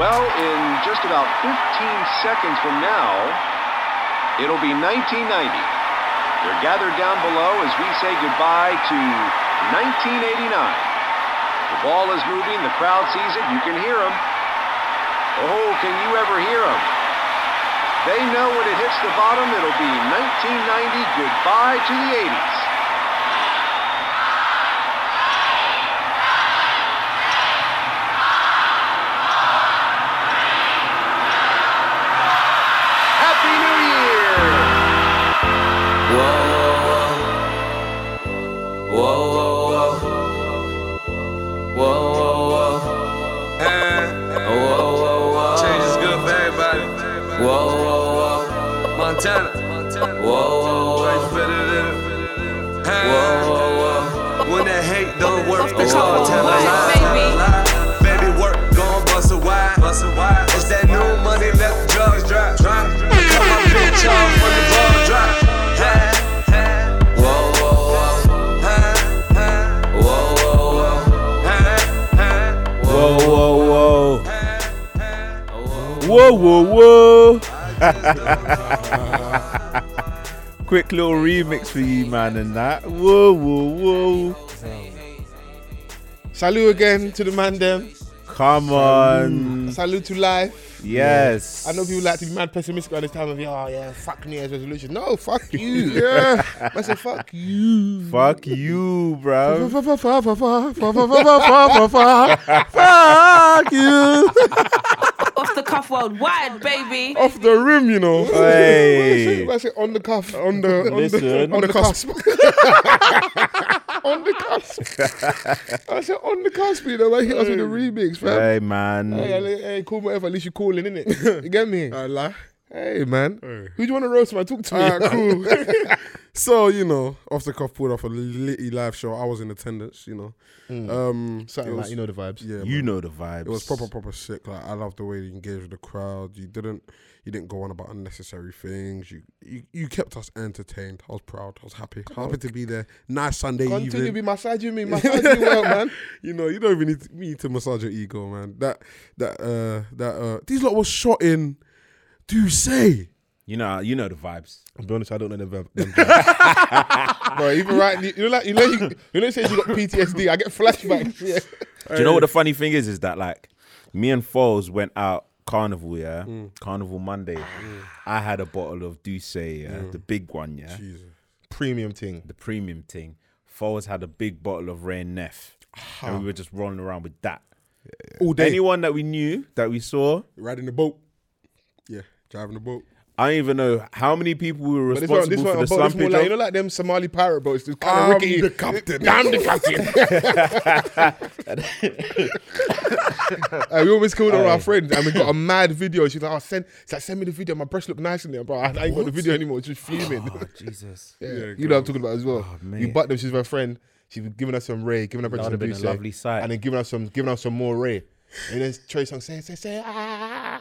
Well, in just about 15 seconds from now, it'll be 1990. They're gathered down below as we say goodbye to 1989. The ball is moving. The crowd sees it. You can hear them. Oh, can you ever hear them? They know when it hits the bottom, it'll be 1990 goodbye to the 80s. Happy New Year! Change is good for everybody. Whoa, whoa, whoa. Montana. Whoa, whoa, whoa. Whoa, whoa, whow. When that hate don't work, they Couple all tell a words, lie. baby. Baby, work, gon' bust a wide. It's that new money, let the drugs drop. Drop. Cut my bitch off when the ball drop. Hey, hey. Whoa, whoa, whoa. Hey, hey. Whoa, whoa, whoa. Hey, hey. Whoa, whoa, whoa. Whoa, whoa, whoa. Quick little remix for you, man, and that. Whoa, whoa, whoa. Salute again to the man them. Mm. Come on. Salute to life. Yes. I know people like to be mad pessimistic at this time of year. Oh yeah, fuck New Year's resolution. No, fuck you. yeah, I said fuck you. Fuck you, bro. fuck you. Off the cuff worldwide, baby. Off the rim, you know. Hey. I said on the cuff, on the on Listen. the on the cusp. on the cusp. I said on the cusp, you know. I hit us with the remix, fam. Hey, Hey, at man. least- hey, call whatever. At least you're calling, innit? You get me? I lie. Hey, Ah, man. Who do you want to roast, man? Talk to me. Alright, cool. so you know, off the cuff pulled off a litty live show. I was in attendance. You know, um, Something it like, was- you know the vibes. yeah, You man. know the vibes. It was proper, proper sick. Like I love the way you engaged with the crowd. You didn't, you didn't go on about unnecessary things. You, you, you kept us entertained. I was proud. I was happy. Happy to be there. Nice Sunday Continue evening. be massaging me, massaging me well, man. you know, you don't even need to, you need to massage your ego, man. That, that, uh, that, uh, these lot was shot in. Do say. You know, you know the vibes. I'll be honest, I don't know them. vib- them vibes. Bro, even right, you know, like you know, you, you know, it says you got PTSD. I get flashbacks. Yeah. Do you know what the funny thing is? Is that like me and Foles went out carnival, yeah, Mm. carnival Monday. I had a bottle of Douce, yeah, Mm. the big one, yeah, Premium thing. the premium thing. Foles had a big bottle of Rare Neff, and we were just rolling around with that. All day. Anyone that we knew that we saw, Riding the boat. Yeah, driving the boat. I don't even know how many people we were But this one, responsible this one, for the about, this more slumpage like, of. you know, like them Somali pirate boats. This kind I'm of rickety. the captain. I'm the captain. Uh, we always called her our friend, and we got a mad video. She's like, oh, send, she's like, send me the video. My breasts look nice in there, bro. I ain't got the video anymore. She's fuming. Ah, Oh, Jesus, Yeah, you know what I'm talking about as well. Oh, you mate. butt them. She's my friend. She's been giving us some Ray, giving her would've some been a Duce, lovely sight. and then giving us some, giving us some more Ray. And then Trey Song saying, say, say, ah.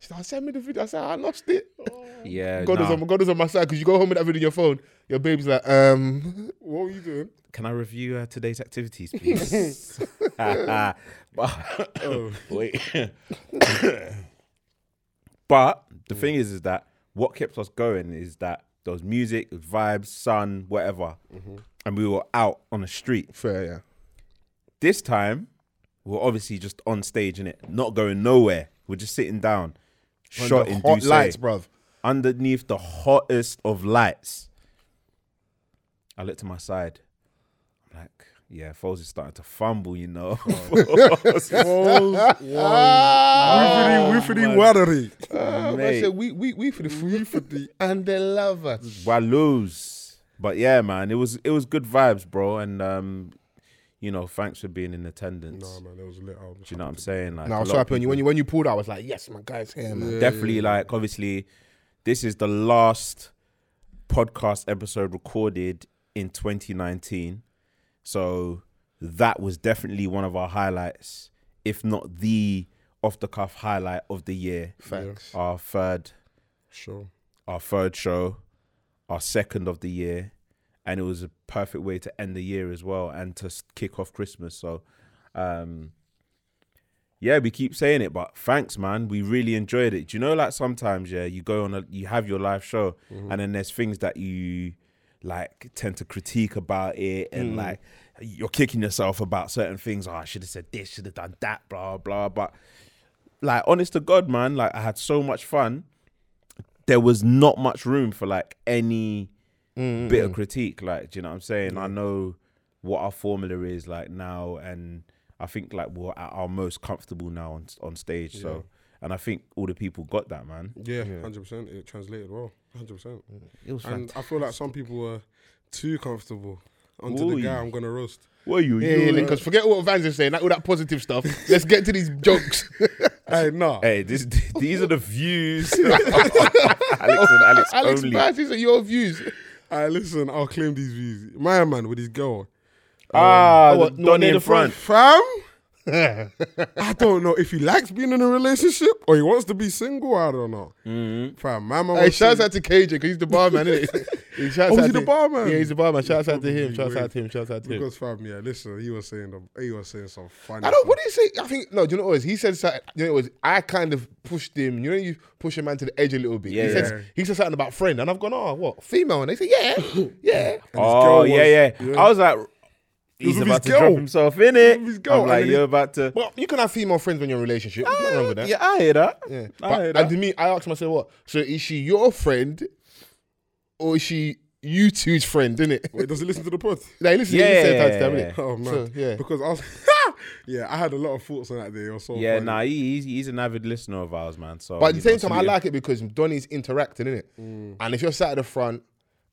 She's like, send me the video. I said, I lost it. Oh. yeah. God, is nah. on, God is on my side because you go home with that video on your phone. Your baby's like, um, What were you doing? Can I review uh, today's activities, please? but, Oh. wait. but the thing is, is that what kept us going is that there was music, vibes, sun, whatever, Mm-hmm. and we were out on the street. fair, yeah. This time, we are obviously just on stage and it not going nowhere. We're just sitting down, shot the in hot Duce, lights, bruv. underneath the hottest of lights. I look to my side. I'm like, yeah, Foles is starting to fumble, you know. Oh, Um, Ah, Wiffity, wiffity, watery. Ah, man, I mate. said, we, we, we for the free for the and the lovers. I lose. But yeah, man, it was it was good vibes, bro. And um, you know, thanks for being in attendance. Nah, man, that was lit. I was Do you know what I'm saying? Like, Now a I was lot so of happy when you when you when you pulled out. I was like, yes, my guy's here, man. definitely like obviously this is the last podcast episode recorded in 2019 so that was definitely one of our highlights if not the off the cuff highlight of the year Facts. our third Sure. our third show our second of the year and it was a perfect way to end the year as well and to s- kick off christmas so um yeah, we keep saying it, but thanks, man. We really enjoyed it. Do you know, like sometimes, yeah, you go on, a, you have your live show, and then there's things that you like tend to critique about it, and like you're kicking yourself about certain things. Oh, I should have said this, should have done that, blah blah. But like, honest to God, man, like I had so much fun. There was not much room for like any Mm-hmm. bit of critique. Like, do you know what I'm saying? I know what our formula is like now, and I think like we're at our most comfortable now on on stage. So, and I think all the people got that, man. Yeah, hundred percent. It translated well, hundred percent. It was And I feel like some people were too comfortable onto Ooh, the guy you- I'm gonna roast. Were you? Yeah, yeah, because forget what Vans is saying, like all that positive stuff. Let's get to these jokes. Hey, eh. nah. Hey, this, these are the views. Alex and Alex, Alex only. Bass, these are your views. Hey, listen, I'll claim these views. My man with his girl. Ah, Oh, the what, no, Donny near in the front? front. Fam? I don't know if he likes being in a relationship or he wants to be single. I don't know. Fam, my man Mm-hmm. Hey, was shouts saying- out to KJ because he's the barman, isn't he? he shouts Oh, out he's to- the barman? Yeah, he's the barman. Shouts out to him. Probably Shouts out weird. to him. Shouts out to him. because fam, yeah, listen, he was saying the, he was saying some funny. I don't. stuff. What do you say? I think no. Do you know what it was? He said something. You know what it was? I kind of pushed him. You know, you push a man to the edge a little bit. he Yeah, yeah. said he said something about friend, and I've gone, oh, what female? And they said, yeah, yeah. Oh girl was- yeah, yeah, yeah. I was like, was he's with about to his drop girl. himself in it. with his girl, I'm and like, then you're about to. Ah, Well, you can have female friends when you're in a relationship. There's nothing wrong with that. Yeah, I hear that. Yeah. I hear But, that. and to me, I asked myself, what? So is she your friend, or is she you two's friend? Isn't it? Wait, does he listen to the pod? like, listen, Yeah, yeah, you said yeah, that to them, yeah, innit? Oh man, So, yeah. Because I was, yeah, I had a lot of thoughts on that day. It was so Yeah, funny. nah, he, he's, he's an avid listener of ours, man. So, But at the you same know, time, I salute him. like it because Donny's interacting, innit? And if you're sat at the front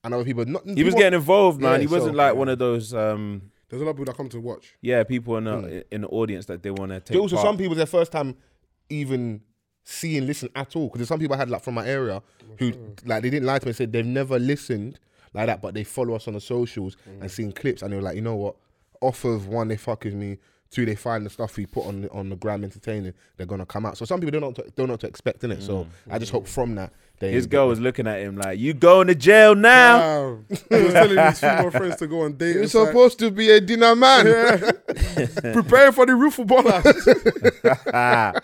and other people, not He was getting involved, man. Yeah, he wasn't so- like one of those, um, There's a lot of people that come to watch. yeah, people in the in the audience that they want to take. Hmm. There also part. some people their first time even seeing listen at all because there's some people I had like from my area who like they didn't lie to me and said they've never listened like that but they follow us on the socials and seen clips and they were like you know what off of one they fuck with me two they find the stuff we put on the- on the gram entertaining they're gonna come out so some people don't know what to, don't know what to expect in it so I just hope from that they His girl was looking at him like, "You going to jail now?" Wow. he was telling his female friends to go on dates. you're supposed to be a dinner man prepare for the roof baller. Ah.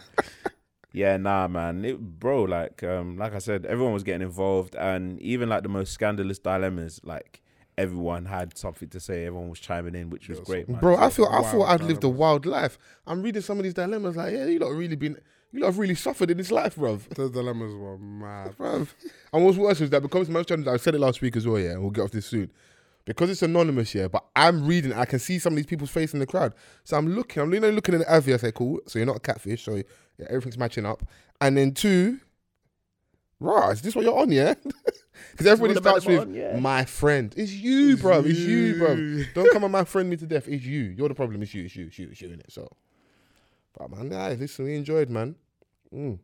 yeah, nah, man, It- bro. Like, um, like I said, everyone was getting involved, and even like the most scandalous dilemmas, like everyone had something to say. Everyone was chiming in, which was great, man. Bro, So- I feel I wild thought I'd lived a wild life. I'm reading some of these dilemmas like, yeah, you lot really been, you lot have really suffered in this life, bruv. Those dilemmas were mad. bruv. And what's worse is that because most channels, I said it last week as well, yeah, and we'll get off this soon. Because it's anonymous, yeah, but I'm reading, I can see some of these people's face in the crowd. So I'm looking, I'm you know, looking at the avi, I say, cool, so you're not a catfish, so yeah, everything's matching up. And then two, rah, is this what you're on, yeah? Because everybody What about starts the with, bottom? Yeah. my friend. It's you, bruv, it's you, you. bruv. Don't come on my friend me to death, it's you. You're the problem, it's you, it's you, it's you, it's you, innit? So, but man, nah, listen, we enjoyed, man. Mm.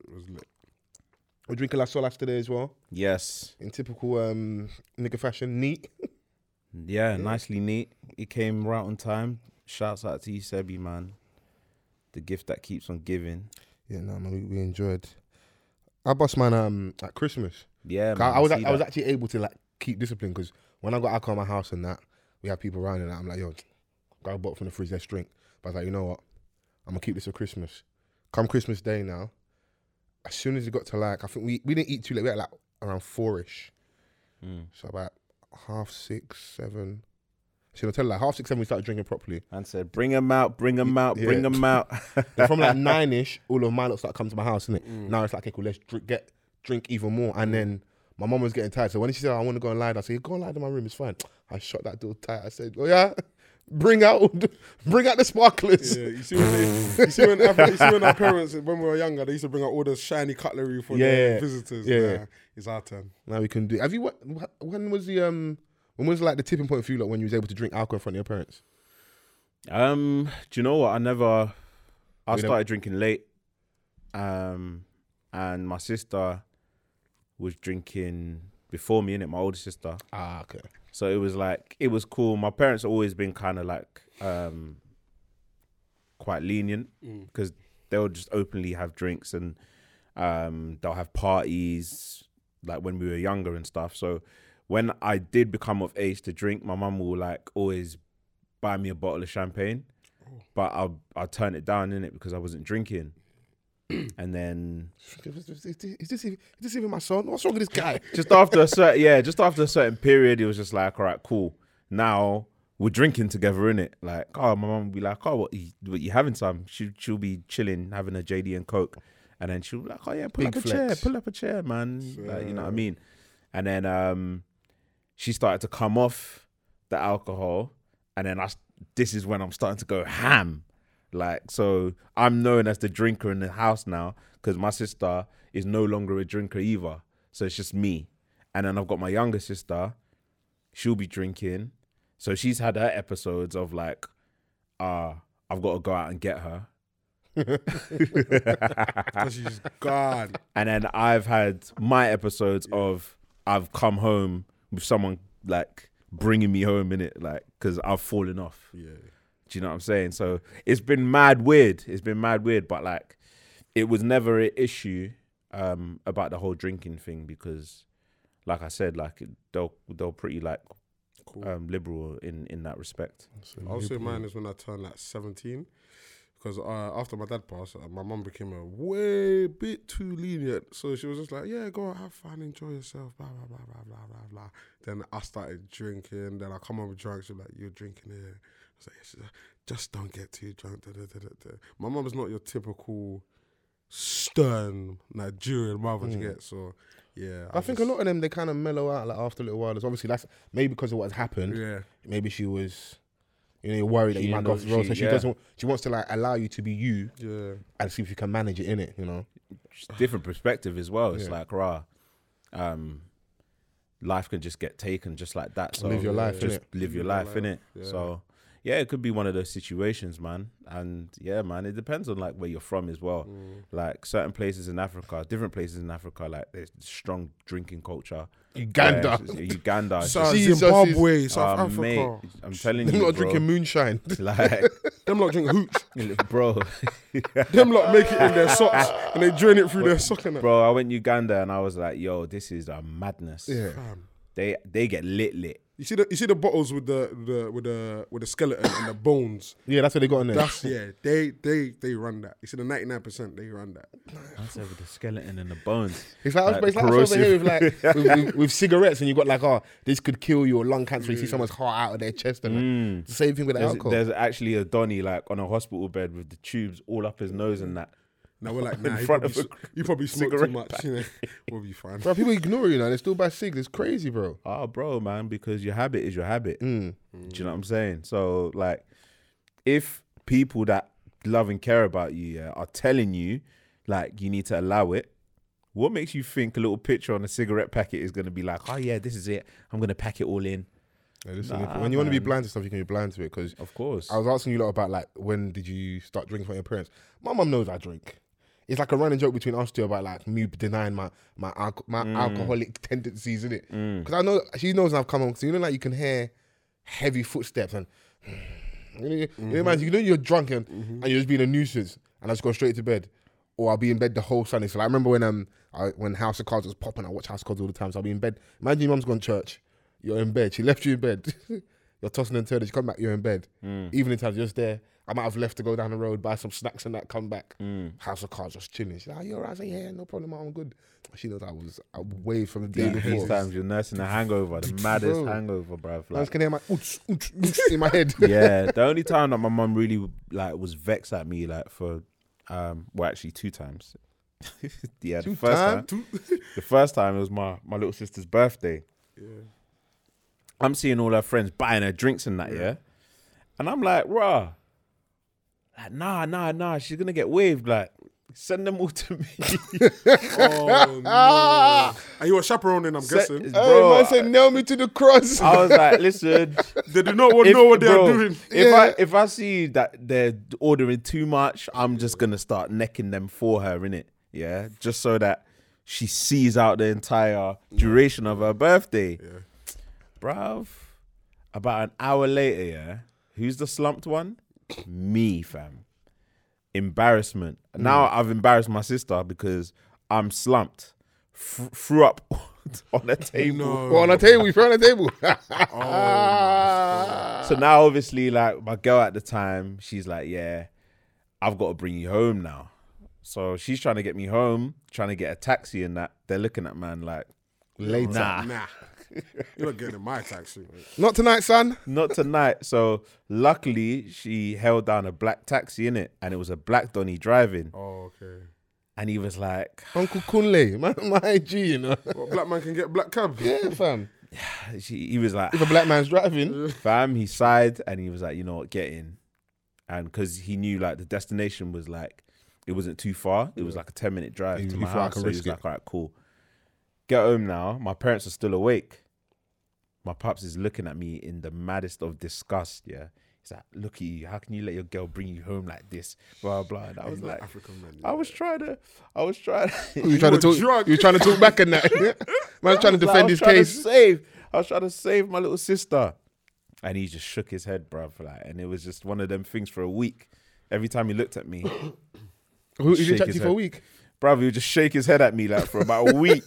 We're drinking Las Solas today as well yes, in typical um nigga fashion, neat. yeah, nicely neat. It came right on time. Shouts out to you, Sebi, man. The gift that keeps on giving. Yeah, no, man, we, we enjoyed. I bust mine um at Christmas. Yeah, 'Cause I, man, I was see act- I was that. actually able to like keep discipline because when I got alcohol in my house and that, we had people around and that, I'm like, yo, grab a bottle from the fridge, let's drink. But I was like, you know what? I'm gonna keep this for Christmas. Come Christmas Day now. As soon as it got to like, I think we, we didn't eat too late. We had like around four ish. Mm. So about half six, seven. Should I tell you, like half six, seven, we started drinking properly. and said, "Bring them out, bring them out, bring Yeah. them out." And from like nine ish, all of my lot start coming to my house, innit? Now it's like, okay, cool, let's drink, get drink even more. And then my mum was getting tired. So when she said, I want to go and lie down, I said, go and lie down in my room, it's fine. I shut that door tight. I said, oh yeah, bring out, all the- bring out the sparklers. Yeah, you see, when they, you, see when, our- you see when our parents, when we were younger, they used to bring out all the shiny cutlery for Yeah. their visitors. Yeah. Nah, it's our turn. Now we can do. Have you? wa- wha- When was the um? When was like the tipping point for you, like when you was able to drink alcohol in front of your parents? Um, do you know what? I never. I We never- started drinking late, um, and my sister was drinking before me, innit? My older sister. Ah, okay. So it was like it was cool. My parents have always been kind of like um, quite lenient because they'll just openly have drinks and um, they'll have parties like when we were younger and stuff. So when I did become of age to drink, my mum will like always buy me a bottle of champagne, but I I turn it down in it because I wasn't drinking. and then Is this, is this even, is this even my son? What's wrong with this guy? just after a certain yeah, just after a certain period, it was just like, all right, cool. Now we're drinking together, in it. Like, oh, my mum would be like, oh, what you, what you having some? She she'll be chilling, having a JD and Coke, and then she'll be like, oh yeah, pull Big up a chair, flex. pull up a chair, man. Like, you know what I mean? And then um, she started to come off the alcohol, and then I s- this is when I'm starting to go ham. Like, so I'm known as the drinker in the house now because my sister is no longer a drinker either. So it's just me. And then I've got my younger sister. She'll be drinking. So she's had her episodes of like, ah, I've got to go out and get her. Because she's gone. And then I've had my episodes of I've come home with someone like bringing me home in it, like, because I've fallen off. Yeah. Do you know what I'm saying? So it's been mad weird. It's been mad weird, but like it was never an issue um about the whole drinking thing because like I said, like it- they'll they're pretty like Cool. um liberal in in that respect. I'll say mine is when I turned like 17. Because uh, after my dad passed, uh, my mum became a way bit too lenient. So she was just like, yeah, go out, have fun, enjoy yourself, blah, blah, blah, blah, blah, blah, blah. Then I started drinking. Then I come home with drunk. She's like, you're drinking here. I was like, yeah. She's like, just don't get too drunk. Da, da, da, da, da. My mum's not your typical stern Nigerian mother you get. So, yeah. Hmm. I think a lot of them they kind of mellow out like after a little while. It's obviously that's maybe because of what has happened. Yeah. Maybe she was, you know, you're worried that She you might go off the knows- road, she- so she yeah. doesn't. She wants to like allow you to be you Yeah. and see if you can manage it in it. You know, Just Different perspective as well. It's Yeah. like rah, um, life can just get taken just like that. So Live your life, just innit? live your life in it. So yeah, it could be one of those situations, man. And yeah, man, it depends on like where you're from as well. Mm. Like certain places in Africa, different places in Africa, like there's strong drinking culture. Uganda. Whereas it's- Uganda. it's So, Jesus Ah, is- Zimbabwe, South oh, Africa. mate, I'm telling they're you, not bro, drinking moonshine. Like, Them lot drink hooch. bro, Them lot make it in their socks and they drain it through their sock and that. bro, I went Uganda and I was like, yo, this is a madness. yeah, Fam. They they get lit lit. You see the you see the bottles with the the with the with the skeleton and the bones. yeah, that's what they got in there. That's yeah. They they they run that. You see the ninety nine percent. They run that. That's over the skeleton and the bones. It's like, Like it's the like us over here corrosive- with like with, with, with cigarettes, and you got like, oh, this could kill you or lung cancer. You see someone's heart out of their chest, and the same thing with Mm. There's, alcohol. there's actually a Donny like on a hospital bed with the tubes all up his nose and that. Now we're like, In nah, you front probably, of a s- you probably smoke too cigarette much. You know, we'll be fine. Bro, people ignore you now. They still buy cigs. It's crazy, bro. Oh, bro, man, because your habit is your habit. Do Mm. you know what I'm saying? So, like, if people that love and care about you yeah, are telling you, like, you need to allow it, what makes you think a little picture on a cigarette packet is going to be like, oh, yeah, this is it. I'm going to pack it all in? Yeah, listen, Nah, if- when you want to be man. blind to stuff, you can be blind to it. Because Of course. I was asking you lot about like when did you start drinking from your parents? My mum knows I drink. It's like a running joke between us two about like me denying my my alco- my alcoholic tendencies in it. Because I know she knows I've come home. So you know, like you can hear heavy footsteps and you know, you- you, Mm-hmm. know, man, you know you're drunk and, and you're just being a nuisance, and I just go straight to bed. Or I'll be in bed the whole Sunday. So like, I remember when um I, when House of Cards was popping, I watch House of Cards all the time. So I'll be in bed. Imagine your mum's gone to church, you're in bed. She left you in bed. you're tossing and turning. She come back, you're in bed. Mm. Evening time, you're just there. I might have left to go down the road, buy some snacks and that. Come back. Mm. House of Cards just chilling. She's like, "Are you alright?" I say, "Yeah, no problem. I'm good." She knows I was away from the day Like, before. these times you're nursing a hangover, the maddest Bro. hangover, bruv. I just Like, can hear my oots, oots, oots in my head. yeah, the only time that my mum really like was vexed at me, like for, um, well, actually two times. yeah, the first time, the first time it was my my little sister's birthday. I'm seeing all her friends buying her drinks and that, yeah, and I'm like, rah, like nah, nah, nah, she's gonna get waved, like. Send them all to me, oh no! And you were chaperoning, I'm guessing. Send- Bro, bro. man said, nail me to the cross. I was like, "Listen, They do not want to know what they bro, are doing. If I if I see that they're ordering too much, I'm just gonna start necking them for her, innit? Yeah, just so that she sees out the entire duration of her birthday. Bruv, about an hour later, yeah, who's the slumped one? Me, fam. Embarrassment. Mm. Now I've embarrassed my sister because I'm slumped. F- threw up on the table. We're on a table. We're on a table. Oh, So now, obviously, like my girl at the time, she's like, "Yeah, I've got to bring you home now." So she's trying to get me home, trying to get a taxi, and that they're looking at man like, Later. nah, Nah. You're not getting in my taxi. Not tonight, son. not tonight. So luckily, she held down a black taxi in it, and it was a black Donny driving, Oh, okay. and he was like, Uncle Kunle, my, my G, you know. What, black man can get black cab? Yeah, fam. she, he was like, If a black man's driving, fam. He sighed and he was like, you know what, get in, and because he knew like the destination was like, it wasn't too far. It was like a ten minute drive Even to my before I house. can So he risk was it. like, all right, cool. Get home now. My parents are still awake. My pops is looking at me in the maddest of disgust. Yeah. He's like, look at you. How can you let your girl bring you home like this? Blah blah. And I was like, African man. I was trying to, I was trying. To, you trying to were talk. drunk. You trying to talk back in that. Man's trying to Like, I defend was his trying to case. save. I was trying to save my little sister, and he just shook his head, bruv. Like, and it was just one of them things for a week. Every time he looked at me, Who he didn't chat Shake to his you for a head. week? bruv, he would just shake his head at me like for about a week.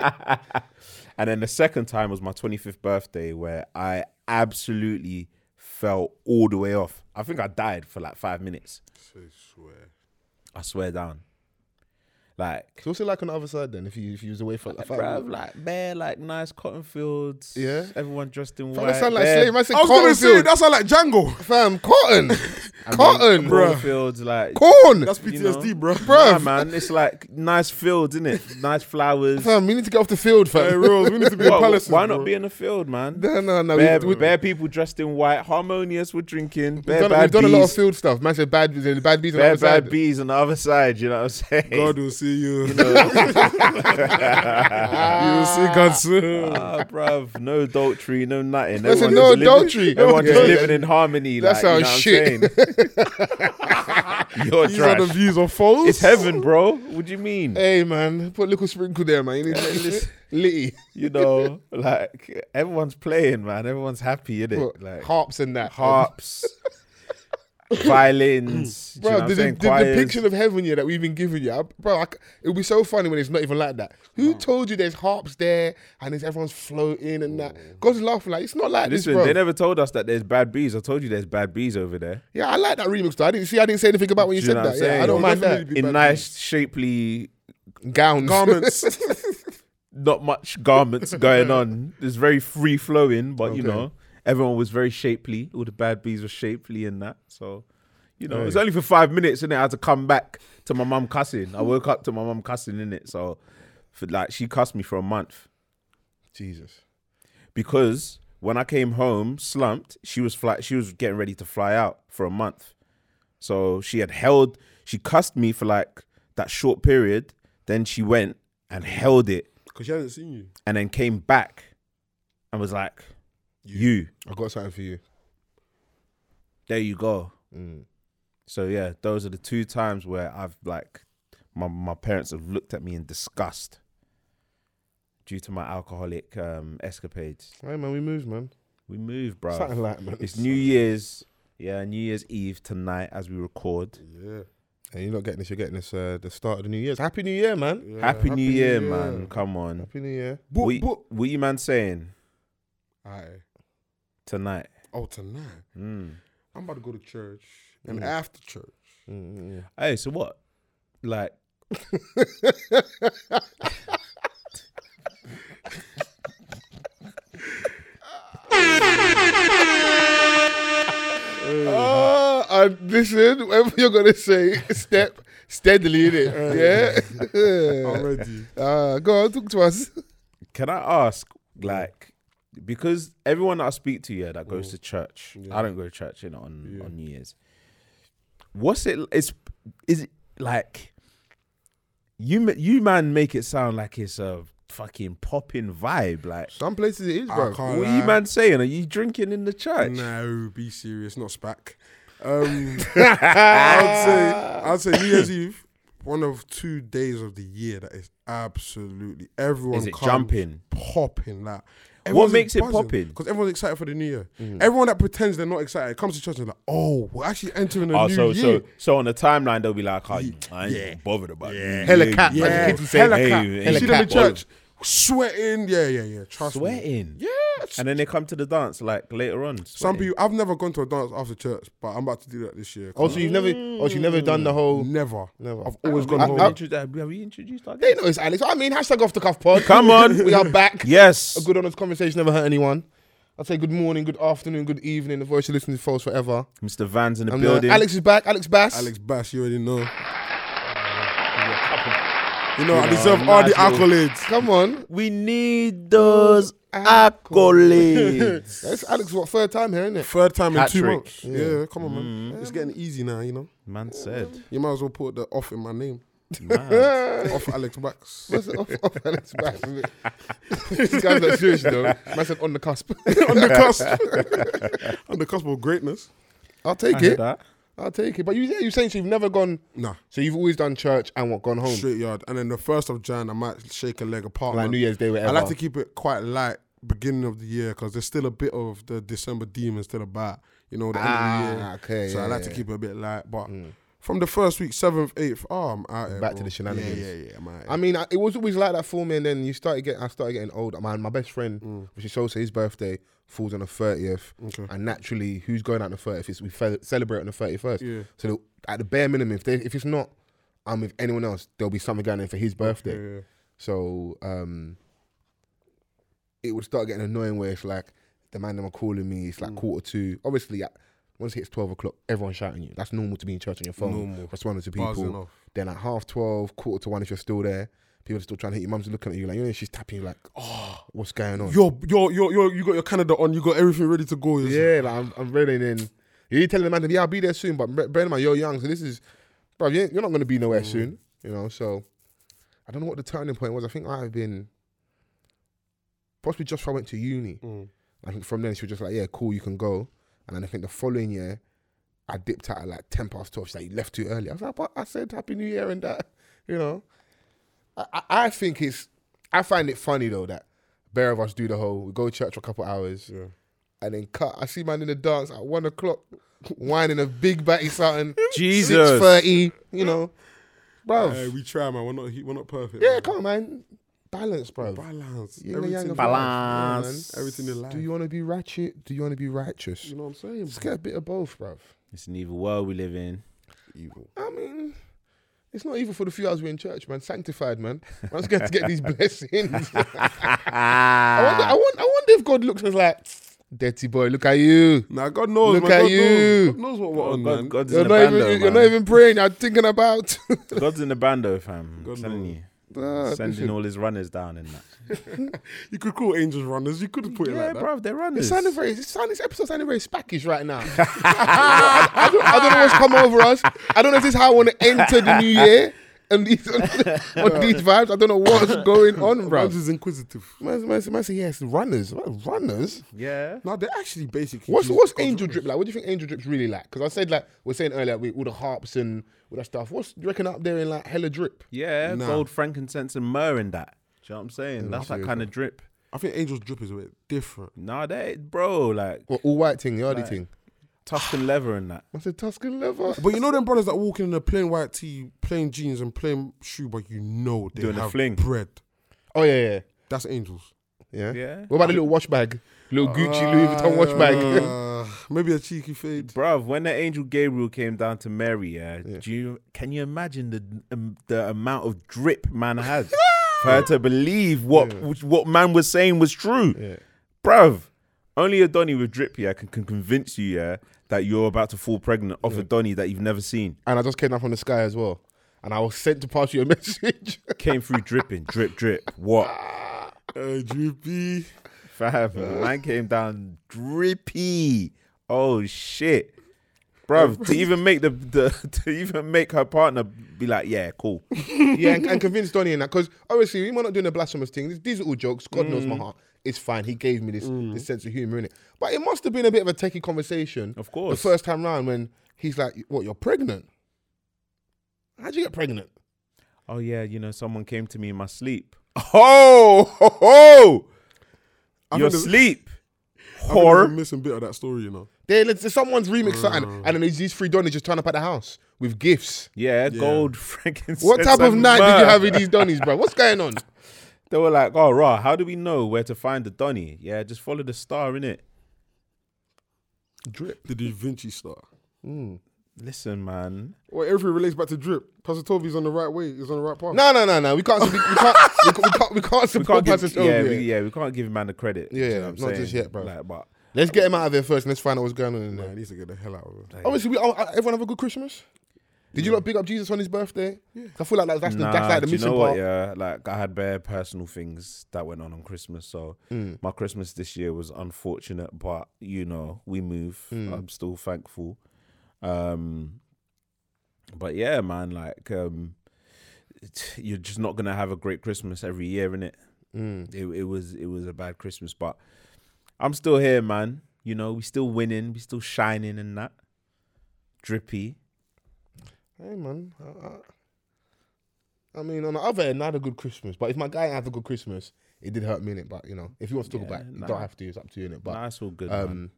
and then the second time was my 25th birthday, where I absolutely fell all the way off. I think I died for like five minutes. I swear. I swear down. Like, So what's it like on the other side then? If you if you was away for like five bruv, weeks? like bare, like nice cotton fields. Yeah. everyone dressed in Fam, white. that sound like bare slave. Man said I was going cotton to say, field. that sound like Django. Fam, cotton, cotton, Corn bro, fields, like corn. That's PTSD, know. bro. Nah, Bruv. man, it's like nice fields, isn't it? Nice flowers. Fam, we need to get off the field, Hey, fam. Rose, we need to be in Why- palaces. why bro. not be in the field, man? No, no, no. Bare, we- we- bare people dressed in white, harmonious. We're drinking. We've Bare done, bad we've done a lot of bees. field stuff. Man said bad, the bad bees on the Bare other bad side. bees on the other side. You know what I'm saying? God will see you. you will see God soon. Ah, bruv, no adultery, no nothing. That's a Mm. Everyone no just living- adultery. Everyone just Yeah. living in harmony. That's like, our you know what I'm shit. saying? You're These are the trash. views of foes. It's heaven, bro. What do you mean? Hey man, put a little sprinkle there, man. You need to litty. You know, like everyone's playing, man. Everyone's happy, innit? What? Like harps and that. harps, violins, Bro, you know what I'm the, saying? the, the Choirs. depiction of heaven here that we've been given you, I- bro, I c it would be so funny when it's not even like that. Who told you there's harps there and there's everyone's floating and that? God's laughing like it's not like Oh. Listen, this, bro. they never told us that there's bad bees. I told you there's bad bees over there. yeah, I like that remix though. I didn't see, I didn't say anything about when you Do you said know what that. I'm Yeah, I saying? don't It mind that. definitely be In bad nice, shapely, Gowns, Garments. not much garments going on. It's very free flowing, but you Okay. know, everyone was very shapely. All the bad bees were shapely and that. So, you know, it was only for five minutes, and I had to come back to my mum cussing. I woke up to my mum cussing in it. So, for like, she cussed me for a month. Jesus. because when I came home slumped, she was fly, she was getting ready to fly out for a month. So she had held she cussed me for like that short period, then she went and held it Because she hasn't seen you. and then came back and was like, You, I got something for you. there you go. Mm. So yeah, those are the two times where I've like my my parents have looked at me in disgust due to my alcoholic um escapades. Hey man, we moved, man. We moved, bro. Something like man. It's New Year's, yeah, New Year's Eve tonight as we record. Yeah. And you're not getting this. You're getting this. Uh, the start of the New Year's. Happy New Year, man. yeah. Happy, New Year, man! Come on, Happy New Year. Boop, what, boop. what you man saying Aye. tonight? Oh, tonight. Mm. I'm about to go to church. And Hmm. after church. Mm, Hey, so what? Like, Ah, I- listen, whatever you're gonna say, step steadily in it. Yeah. Already. Ah, go on, talk to us. can I ask, Mm. like, because everyone that I speak to, yeah, that goes Mm. to church. I don't go to church, you know, on on New Year's. What's it? It's is it like you ma- you man make it sound like it's a fucking popping vibe, like. Some places it is, I bro. can't What are you lie. man saying? Are you drinking in the church? No, be serious, not SPAC. Um, I'd say I'd say New Year's Eve, one of two days of the year that is absolutely everyone Is it comes jumping? popping like. makes it popping? Mm. Because everyone's excited for the new year. Everyone that pretends they're not excited comes to church and like, oh, we're actually entering a Oh, new so year. so so on the timeline they'll be like, oh, I ain't bothered about yeah. Hella cat, man. yeah, Kids will say, hella hey, cat. hey, you see them in cat. church sweating. Yeah, yeah, yeah. Trust me. sweating. Yeah, and then they come to the dance like later on. Some sweating. people, I've never gone to a dance after church, but I'm about to do that this year. Oh, so you've never, oh, so you've never done the whole. never, Never. I've always gone I- home. I- Intro- Have have we introduced our They guest? know it's Alex. I mean, hashtag off the cuff pod. Come on. we are back. Yes. A good honest conversation never hurt anyone. I'd say good morning, good afternoon, good evening. The voice you listen to falls forever. Mr. Van's in the And, uh, building. Alex is back. Alex Bass. Alex Bass, you already know. You know, I know, deserve all the nice little- accolades. Come on. we need those accolades. That's Alex, what, third time here, isn't it? Third time in two Hat-trick. months. Yeah, come on, man. Mm-hmm. It's getting easy now, you know. Man said. You might as well put the off in my name. Man. off Alex Bax. What's it? Off, off Alex Bass. isn't it? this guy's not serious, though. Man said on the cusp. on the cusp. on the cusp of greatness. I'll take I it. heard that. I'll take it. But you, yeah, you're saying so you've never gone. Nah. So you've always done church and what gone home. Straight yard. And then the first of Jan, I might shake a leg apart. Like man. New Year's Day, I whatever. like to keep it quite light beginning of the year because there's still a bit of the December demon still about, you know, the end of the Ah, year. okay, So I yeah, like to yeah. Mm. keep it a bit light. But from the first week, 7th, 8th, oh, I'm out here. Back to bro. the shenanigans. Yeah, yeah, yeah. I'm out here. I mean, I, it was always like that for me, and then you started getting. I started getting older. Man, my best friend, which is also his birthday, falls on the thirtieth, Mm. Okay. and naturally, who's going out on the thirtieth? We fe- celebrate on the thirty-first. Yeah. So the, at the bare minimum, if they, if it's not, I'm with anyone else. There'll be something going in for his birthday. yeah, yeah. So um, it would start getting annoying where it's like the man them are calling me. It's Mm. like quarter two. Obviously, at, once it hits twelve o'clock, everyone's shouting you. That's normal to be in church on your phone, Normal. responding to Buzzing people. off. Then at half twelve, quarter to one, if you're still there, people are still trying to hit you. Mum's looking at you like you know she's tapping you like, oh, what's going on? You're, you're, you're, you're, you got your Canada on, you got everything ready to go. isn't it? yeah, like I'm, I'm reeling in. You're telling the man, yeah, I'll be there soon, but bre- bear in mind you're young, so this is, bro, you ain't- you're not gonna be Mm. nowhere soon, you know. So I don't know what the turning point was. I think I've been possibly just before I went to uni. Mm. I think from then she was just like, yeah, cool, you can go. And then I think the following year, I dipped out at like ten past twelve. She's like, you left too early. I was like, but I said Happy New Year and that, you know. I, I, I think it's, I find it funny though that bear of us do the whole we go to church for a couple hours Yeah. and then cut. I see man in the dance at one o'clock, whining a big batty something. Jesus. six thirty, you know, bro. Hey, we try, man. We're not, we're not perfect. yeah, man. come on, man. Balance, bro. Balance. Yin and yang everything of Balance. life, yeah, man. Everything in life. Do you want to be ratchet? Do you want to be righteous? Mm. You know what I'm saying? Let's bro? get a bit of both, bruv. It's an evil world we live in. Evil. I mean, it's not even for the few hours we're in church, man. Sanctified, man. I'm just going to get these blessings. I, wonder, I, wonder, I wonder if God looks and is like, dirty boy, look at you. Nah, God knows. Look man. at God you. Knows. God knows what we're on, God- man. God's, in You're the not, bando, even, you're not man. even praying. You're thinking about. God's in the bando, fam. I'm God telling knows. you. Bruh, Sending listen. all his runners down in that. You could call angels runners. You could put it yeah, like that. bruv, they're It's runners. sounding very. It's sounding, this episode sounding very spackish right now. I, I don't, I don't know what's come over us. I don't know if this is how I want to enter the new year and these on, these vibes. I don't know what's going on, bro. Man's is inquisitive. Man, man, man say yes, runners, What, runners. yeah. No, they're actually basically. What's Jesus- what's God's angel runners. drip like? What do you think angel drip's really like? Because I said like we are saying earlier, with all the harps and all that stuff. What's do you reckon up there in like hella drip? Yeah, Nah. gold, frankincense, and myrrh in that. Do you know what I'm saying? That's that kind of drip. I think angels drip is a bit different. Nah, that bro, like What all white thing, yardy thing. Tuscan leather and that. I said Tuscan leather. But you know them brothers that walk in in a plain white tee, plain jeans, and plain shoe, but you know they Doing a have fling. bread. Oh yeah, yeah, That's angels. yeah. Yeah. What about the little wash bag? Little Gucci Louis Vuitton wash bag. Uh, maybe a cheeky fade. Bruv, when the angel Gabriel came down to Mary, yeah, do you can you imagine the um, the amount of drip man had for her to believe what which- what man was saying was true, bruv? Only a Donny with drip, yeah, can, can convince you, yeah, that you're about to fall pregnant off a Donny that you've never seen. and I just came down from the sky as well. And I was sent to pass you a message. Came through dripping, drip, drip. What? Uh, drippy. Fam, man came down drippy. Oh shit. Oh. Bruv, to even make the, the to even make her partner be like, yeah, cool. yeah, and, and convinced Donnie in that because obviously we were not doing the blasphemous thing. These, these are all jokes. God knows Mm. my heart. It's fine. He gave me this, this sense of humor in it. But it must have been a bit of a techie conversation. Of course. The first time round when he's like, "What? You're pregnant? How'd you get pregnant?" Oh yeah, you know, someone came to me in my sleep. Oh, ho, ho. I your think there's- sleep, I think there's a whore. missing bit of that story, you know. They, let's- someone's remixed something, Mm. and then there's these three Donnies just turn up at the house with gifts. Yeah, gold, frankincense. What type of and night did you myrrh. have with these Donnies, bro? What's going on? They were like, "Oh, rah, how do we know where to find the Donny? Yeah, just follow the star in it. Drip, the Da Vinci star. Listen, man, Well, everything relates back to drip. Pastor Toby's on the right way. He's on the right path. No, no, no, no. We can't. We, we can't. We, can't- we can't. We can't we can't support give Pastor yeah, Toby. we, yeah, we can't give man the credit. Do oh, Yeah, you know yeah, what I'm not just saying? yet, bro. Like, but Let's get him out of there first. and Let's find out what's going on in Nah, he there. needs to get the hell out of it. Obviously, we, oh, everyone have a good Christmas. Did you not pick up Jesus on his birthday? Yeah. I feel like that's, that's, the, nah, that's like the do you missing know what, part. Yeah, like I had bare personal things that went on on Christmas, so Mm. my Christmas this year was unfortunate, but you know we move. Mm. I'm still thankful. Um, but yeah, man, like um, t- you're just not gonna have a great Christmas every year, innit? Mm. It, it was it was a bad Christmas, but I'm still here, man. You know, we still winning, we still shining, and that drippy. Hey man, Uh, I, I- I mean, on the other end, I had a good Christmas. But if my guy had a good Christmas, it did hurt me in it. But you know, if you want to talk Yeah, about, it, you nah. don't have to. It's up to you in it. But Nah, it's all good. man. um,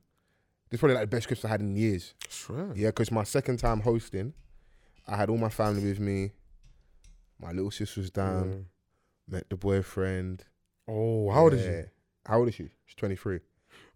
this is probably like the best Christmas I had in years. Sure. Yeah, because my second time hosting, I had all my family with me. My little sister was down. Met the boyfriend. Oh, how old is Yeah. she? How old is she? She's twenty three.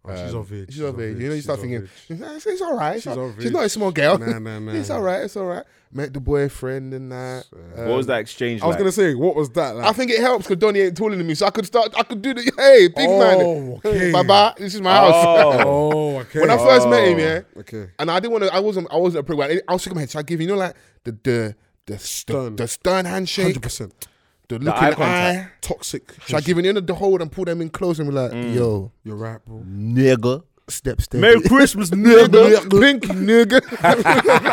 Oh, she's Um, of age. She's of age. You know, you she's start of thinking, age. it's, it's all right. It's She's all- of she's not a age. small girl. Nah, nah, nah. it's all right. It's all right. Met the boyfriend and that. Sure. Um, what was that exchange? I was like? gonna say, what was that? Like? I think it helps because Donnie ain't taller than me, so I could start. I could do the hey big man. Oh, okay. Bye bye. This is my house. Oh. oh, okay. when I first met him, Oh. yeah, okay. and I didn't want to. I wasn't. I wasn't a prick. but I- I was shaking my head. So I give you know like the the the stern, Stern. the, stern handshake, Hundred percent the look eye in the eye. contact. Mm. toxic. So I give him the, the hold and pull them in close and be like, yo, You're right, bro. nigga. step step. Merry Christmas, nigga. Nigga, pink nigga. but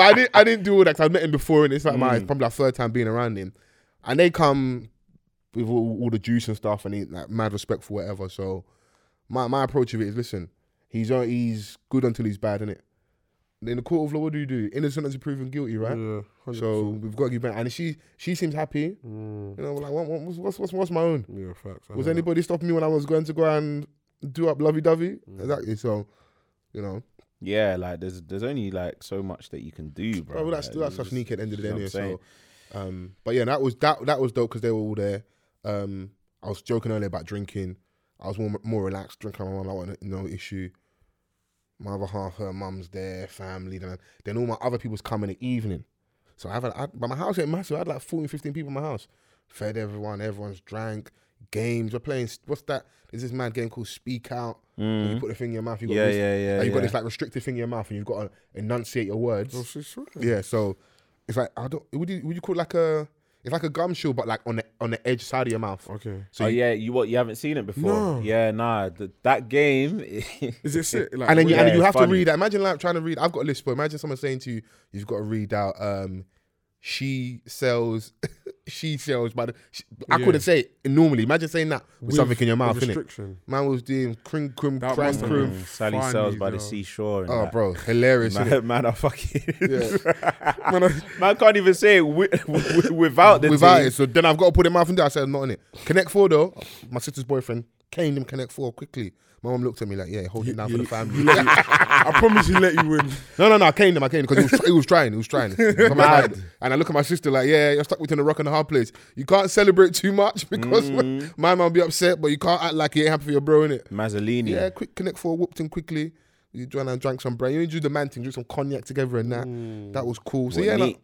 I didn't, I didn't do all that 'cause I've met him before, and it's like my it's probably our third time being around him. And they come with all, all the juice and stuff, and he like mad respect for whatever. So my my approach of it is, listen, he's on, he's good until he's bad, innit? In the court of law, what do you do? Innocent until proven guilty, right? Yeah. 100%. So we've got to give back. And she she seems happy. You know, like what, what, what's, what's what's my own? yeah, facts. I Was know that. anybody stopping me when I was going to go and do up lovey dovey? Exactly. So, you know, Yeah, like there's there's only like so much that you can do, bro. bro, that's Like, that's you us just- sneaky at the end of the day. you know Anyway, what I'm so, um, but yeah, that was that that was dope because they were all there. Um, I was joking earlier about drinking. I was more more relaxed, drinking with my mum, like no issue. My other half, her mum's there, family. Then then all my other people's come in the evening. So I have, a- I, but my house ain't massive. I had like 14, 15 people in my house. Fed everyone. Everyone's drank. Games. We're playing. What's that? There's this mad game called Speak Out. where You put the thing in your mouth. You got Mm. Yeah, this, yeah, yeah, and You got yeah. this like restricted thing in your mouth, and you've got to enunciate your words. Oh, she's sure. Yeah, so it's like I don't. Would you would you call it like a? It's like a gum shield, but like on the on the edge side of your mouth. Okay. So oh you, yeah, you what you haven't seen it before? No. Yeah, nah. th- that game. Is it sick? Like, and then you, yeah, and then you it's have to funny. read. that. Imagine like trying to read. I've got a list, but imagine someone saying to you, "You've got to read out." Um, she sells. she sells. By the, she, I Yeah. couldn't say it normally. Imagine saying that with, something in your a mouth, innit? Restriction. Man was doing crim crim That cram must have crim. been- Mm, Sally Funny, sells by the though. seashore. And Oh, that. bro, hilarious! innit? Man, man, I fucking Man, I- man can't even say it wi- wi- without the without team. it. So then I've got to put it in my mouth and do. it. I said, I'm not in it. Connect four though. My sister's boyfriend caned him connect four quickly. My mom looked at me like, yeah, hold it down for the you- family. I promise you, let you win. no, no, no, I caned him. I caned him because he was, he was trying. He was trying. So I'm like, and I look at my sister like, yeah, you're stuck between a rock and a hard place. You can't celebrate too much because my mom be upset, but you can't act like you ain't happy for your bro in it. Mazzolini. Yeah, quick connect four, whooped him quickly. You joined and drank some bread. You do the man thing, drink some cognac together and that. That was cool. So What, yeah, no- neat?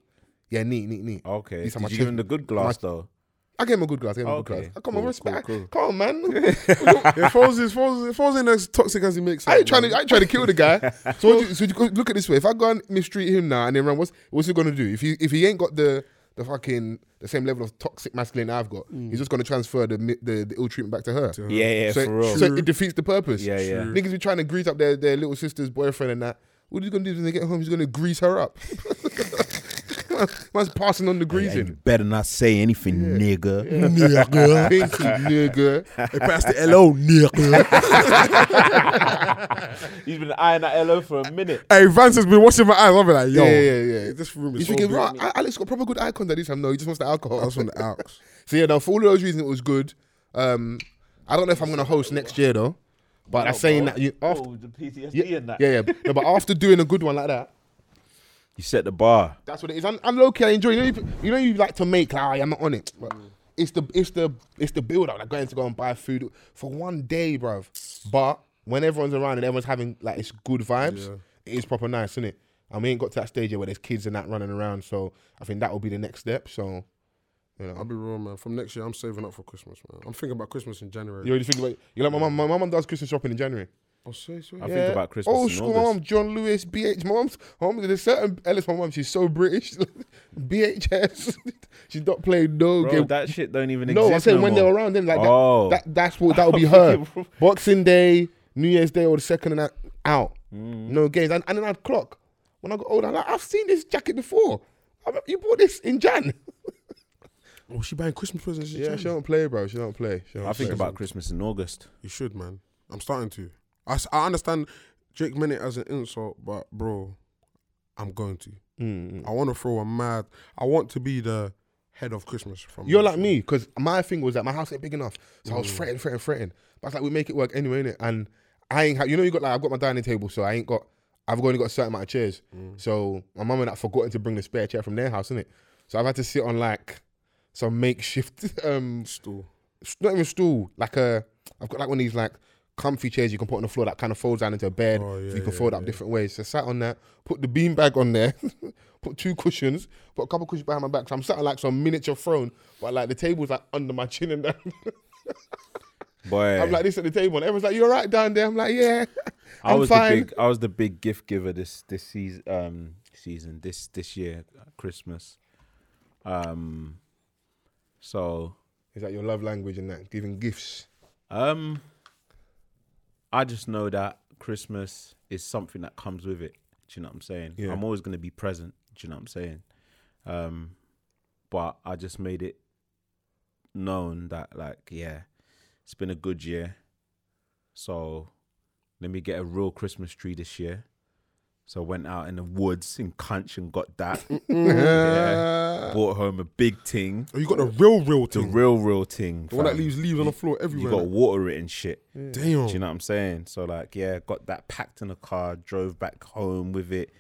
yeah, neat, neat, neat. Okay. These are Did my you give chil- him the good my- glass though? I gave him a good glass. I gave him a Okay, good glass. I come cool, on, respect. cool, cool. Come on, man. yeah, Foles is Foles, is- Foles ain't as toxic as he makes. I out, ain't trying man. to. I ain't trying to kill the guy. So, what do you, so you go- look at this way. If I go and mistreat him now and then run, what's what's he gonna do? If he if he ain't got the the fucking the same level of toxic masculine I've got, he's just gonna transfer the mi- the, the ill treatment back Mm. to her. Yeah, yeah, so, for real. so it defeats the purpose. Yeah, yeah. True. Niggas be trying to grease up their, their little sister's boyfriend and that. What are you gonna do when they get home? He's gonna grease her up. Man's passing on the You greasing. better not say anything, nigga. Nigga, pinky nigga. Hey, pass the LO, nigga. He's been eyeing that Elo for a minute. hey, Vance has been watching my eyes. I'll be like, yo, Yeah, yeah, yeah. This room is. You so thinking, big. right, Alex got proper good eye contact this time. No, he just wants the alcohol. That's on the outs. So yeah, no, for all of those reasons, it was good. Um, I don't know if I'm gonna host next year though, but I'm saying that you after, oh, the PTSD yeah, and that. yeah, yeah, no, but after doing a good one like that, You set the bar. that's what it is. I'm, I'm low key, I enjoy. You know, you, you know, you like to make like "Oh, yeah, I'm not on it, but it's the it's the it's the build up like going to go and buy food for one day, bruv. But when everyone's around and everyone's having like it's good vibes, it is proper nice, isn't it? And we ain't got to that stage yet where there's kids and that running around, so I think that will be the next step. So I'll be real, man. From next year, I'm saving up for Christmas, man. I'm thinking about Christmas in January. you already think about you like my mum. My mum does Christmas shopping in January. Oh, sorry, sorry. I think about Christmas. Old in school, my August. mum, John Lewis, BH. My mum's, my mum, there's certain Ellis. My mum, she's so British. BHS. she's not playing no Bro, game. that shit don't even exist. No, I'm saying when more. they're around them, like Oh. that, that, that's what that would be her. Boxing Day, New Year's Day, or the second and that out. No games, and, and then I'd clock. When I got older, I'm like, I've seen this jacket before. I, you bought this in Jan. Oh, she buying Christmas presents in Yeah, she January. don't play, bro. She don't play. She don't I think play. about Christmas in August. You should, man. I'm starting to. I, s- I understand Jake meant it as an insult, but bro, I'm going to. Mm-hmm. I want to throw a mad. I want to be the head of Christmas. From You're now, like so- me, because my thing was that my house ain't big enough. So I was fretting, fretting, fretting. But I was like, we make it work anyway, innit? And I ain't, ha- you know, you got like, I've got my dining table, so I ain't got, I've only got a certain amount of chairs. So my mum and I forgotten to bring the spare chair from their house, innit? So I've had to sit on like some makeshift, um, Still, s- not even stool, like a, I've got like one of these like comfy chairs you can put on the floor that kind of folds down into a bed. Oh, so yeah, you can yeah, fold up different ways. So I sat on that, put the bean bag on there, put two cushions, put a couple cushions behind my back. So I'm sat on like some miniature throne, but like the table's like under my chin and down. Boy, I'm like this at the table, and everyone's like, "You're right down there." I'm like, "Yeah, I I'm was fine." the big, I was the big gift giver this this season, um, season this this year, Christmas. Um, so Is that your love language and that giving gifts? Um, I just know that Christmas is something that comes with it. Do you know what I'm saying? Yeah. I'm always gonna be present. Do you know what I'm saying? Um, but I just made it known that like, yeah, it's been a good year. So let me get a real Christmas tree this year. So I went out in the woods in Cunch and got that. yeah. Uh, Brought home a big thing, oh, you got the real, real the thing. real, real thing. the one that fam. leaves leaves on the floor You everywhere. got to water it and shit. Damn. Hmm. Do you know what I'm saying? So like, yeah, got that packed in a car, drove back home with it,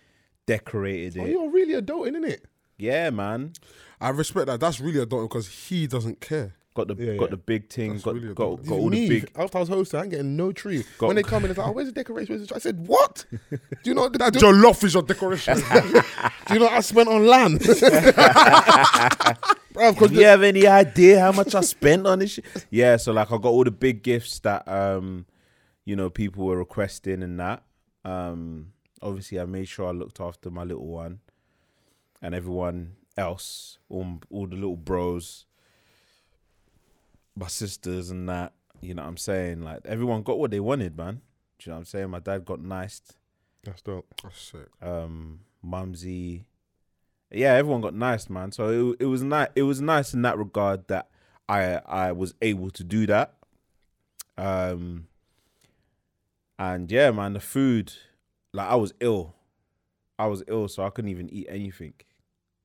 decorated Oh, it. you're really adulting, innit? Yeah, man. I respect that. That's really adult because he doesn't care. Got the Yeah, got yeah. the big thing. That's got really got, adorable. got all me, the big. after I was hosting, I ain't getting no tree. Got- when they come in, it's like, oh, where's the decoration? Where's the tree? I said, what? Do you know what I do? Your love is your decoration. Do you know what I spent on land? Bruv, 'cause Do you have any idea how much I spent on this? Shit? Yeah, so like I got all the big gifts that um, you know, people were requesting and that. Um, obviously I made sure I looked after my little one and everyone else, all all the little bros, my sisters and that. You know what I'm saying? Like everyone got what they wanted, man. Do you know what I'm saying? My dad got nice. That's dope. That's sick. Um, Mumsy. Yeah, everyone got nice, man. So it, it was nice. It was nice in that regard that I I was able to do that. Um, and yeah, man, the food, like I was ill, I was ill, so I couldn't even eat anything,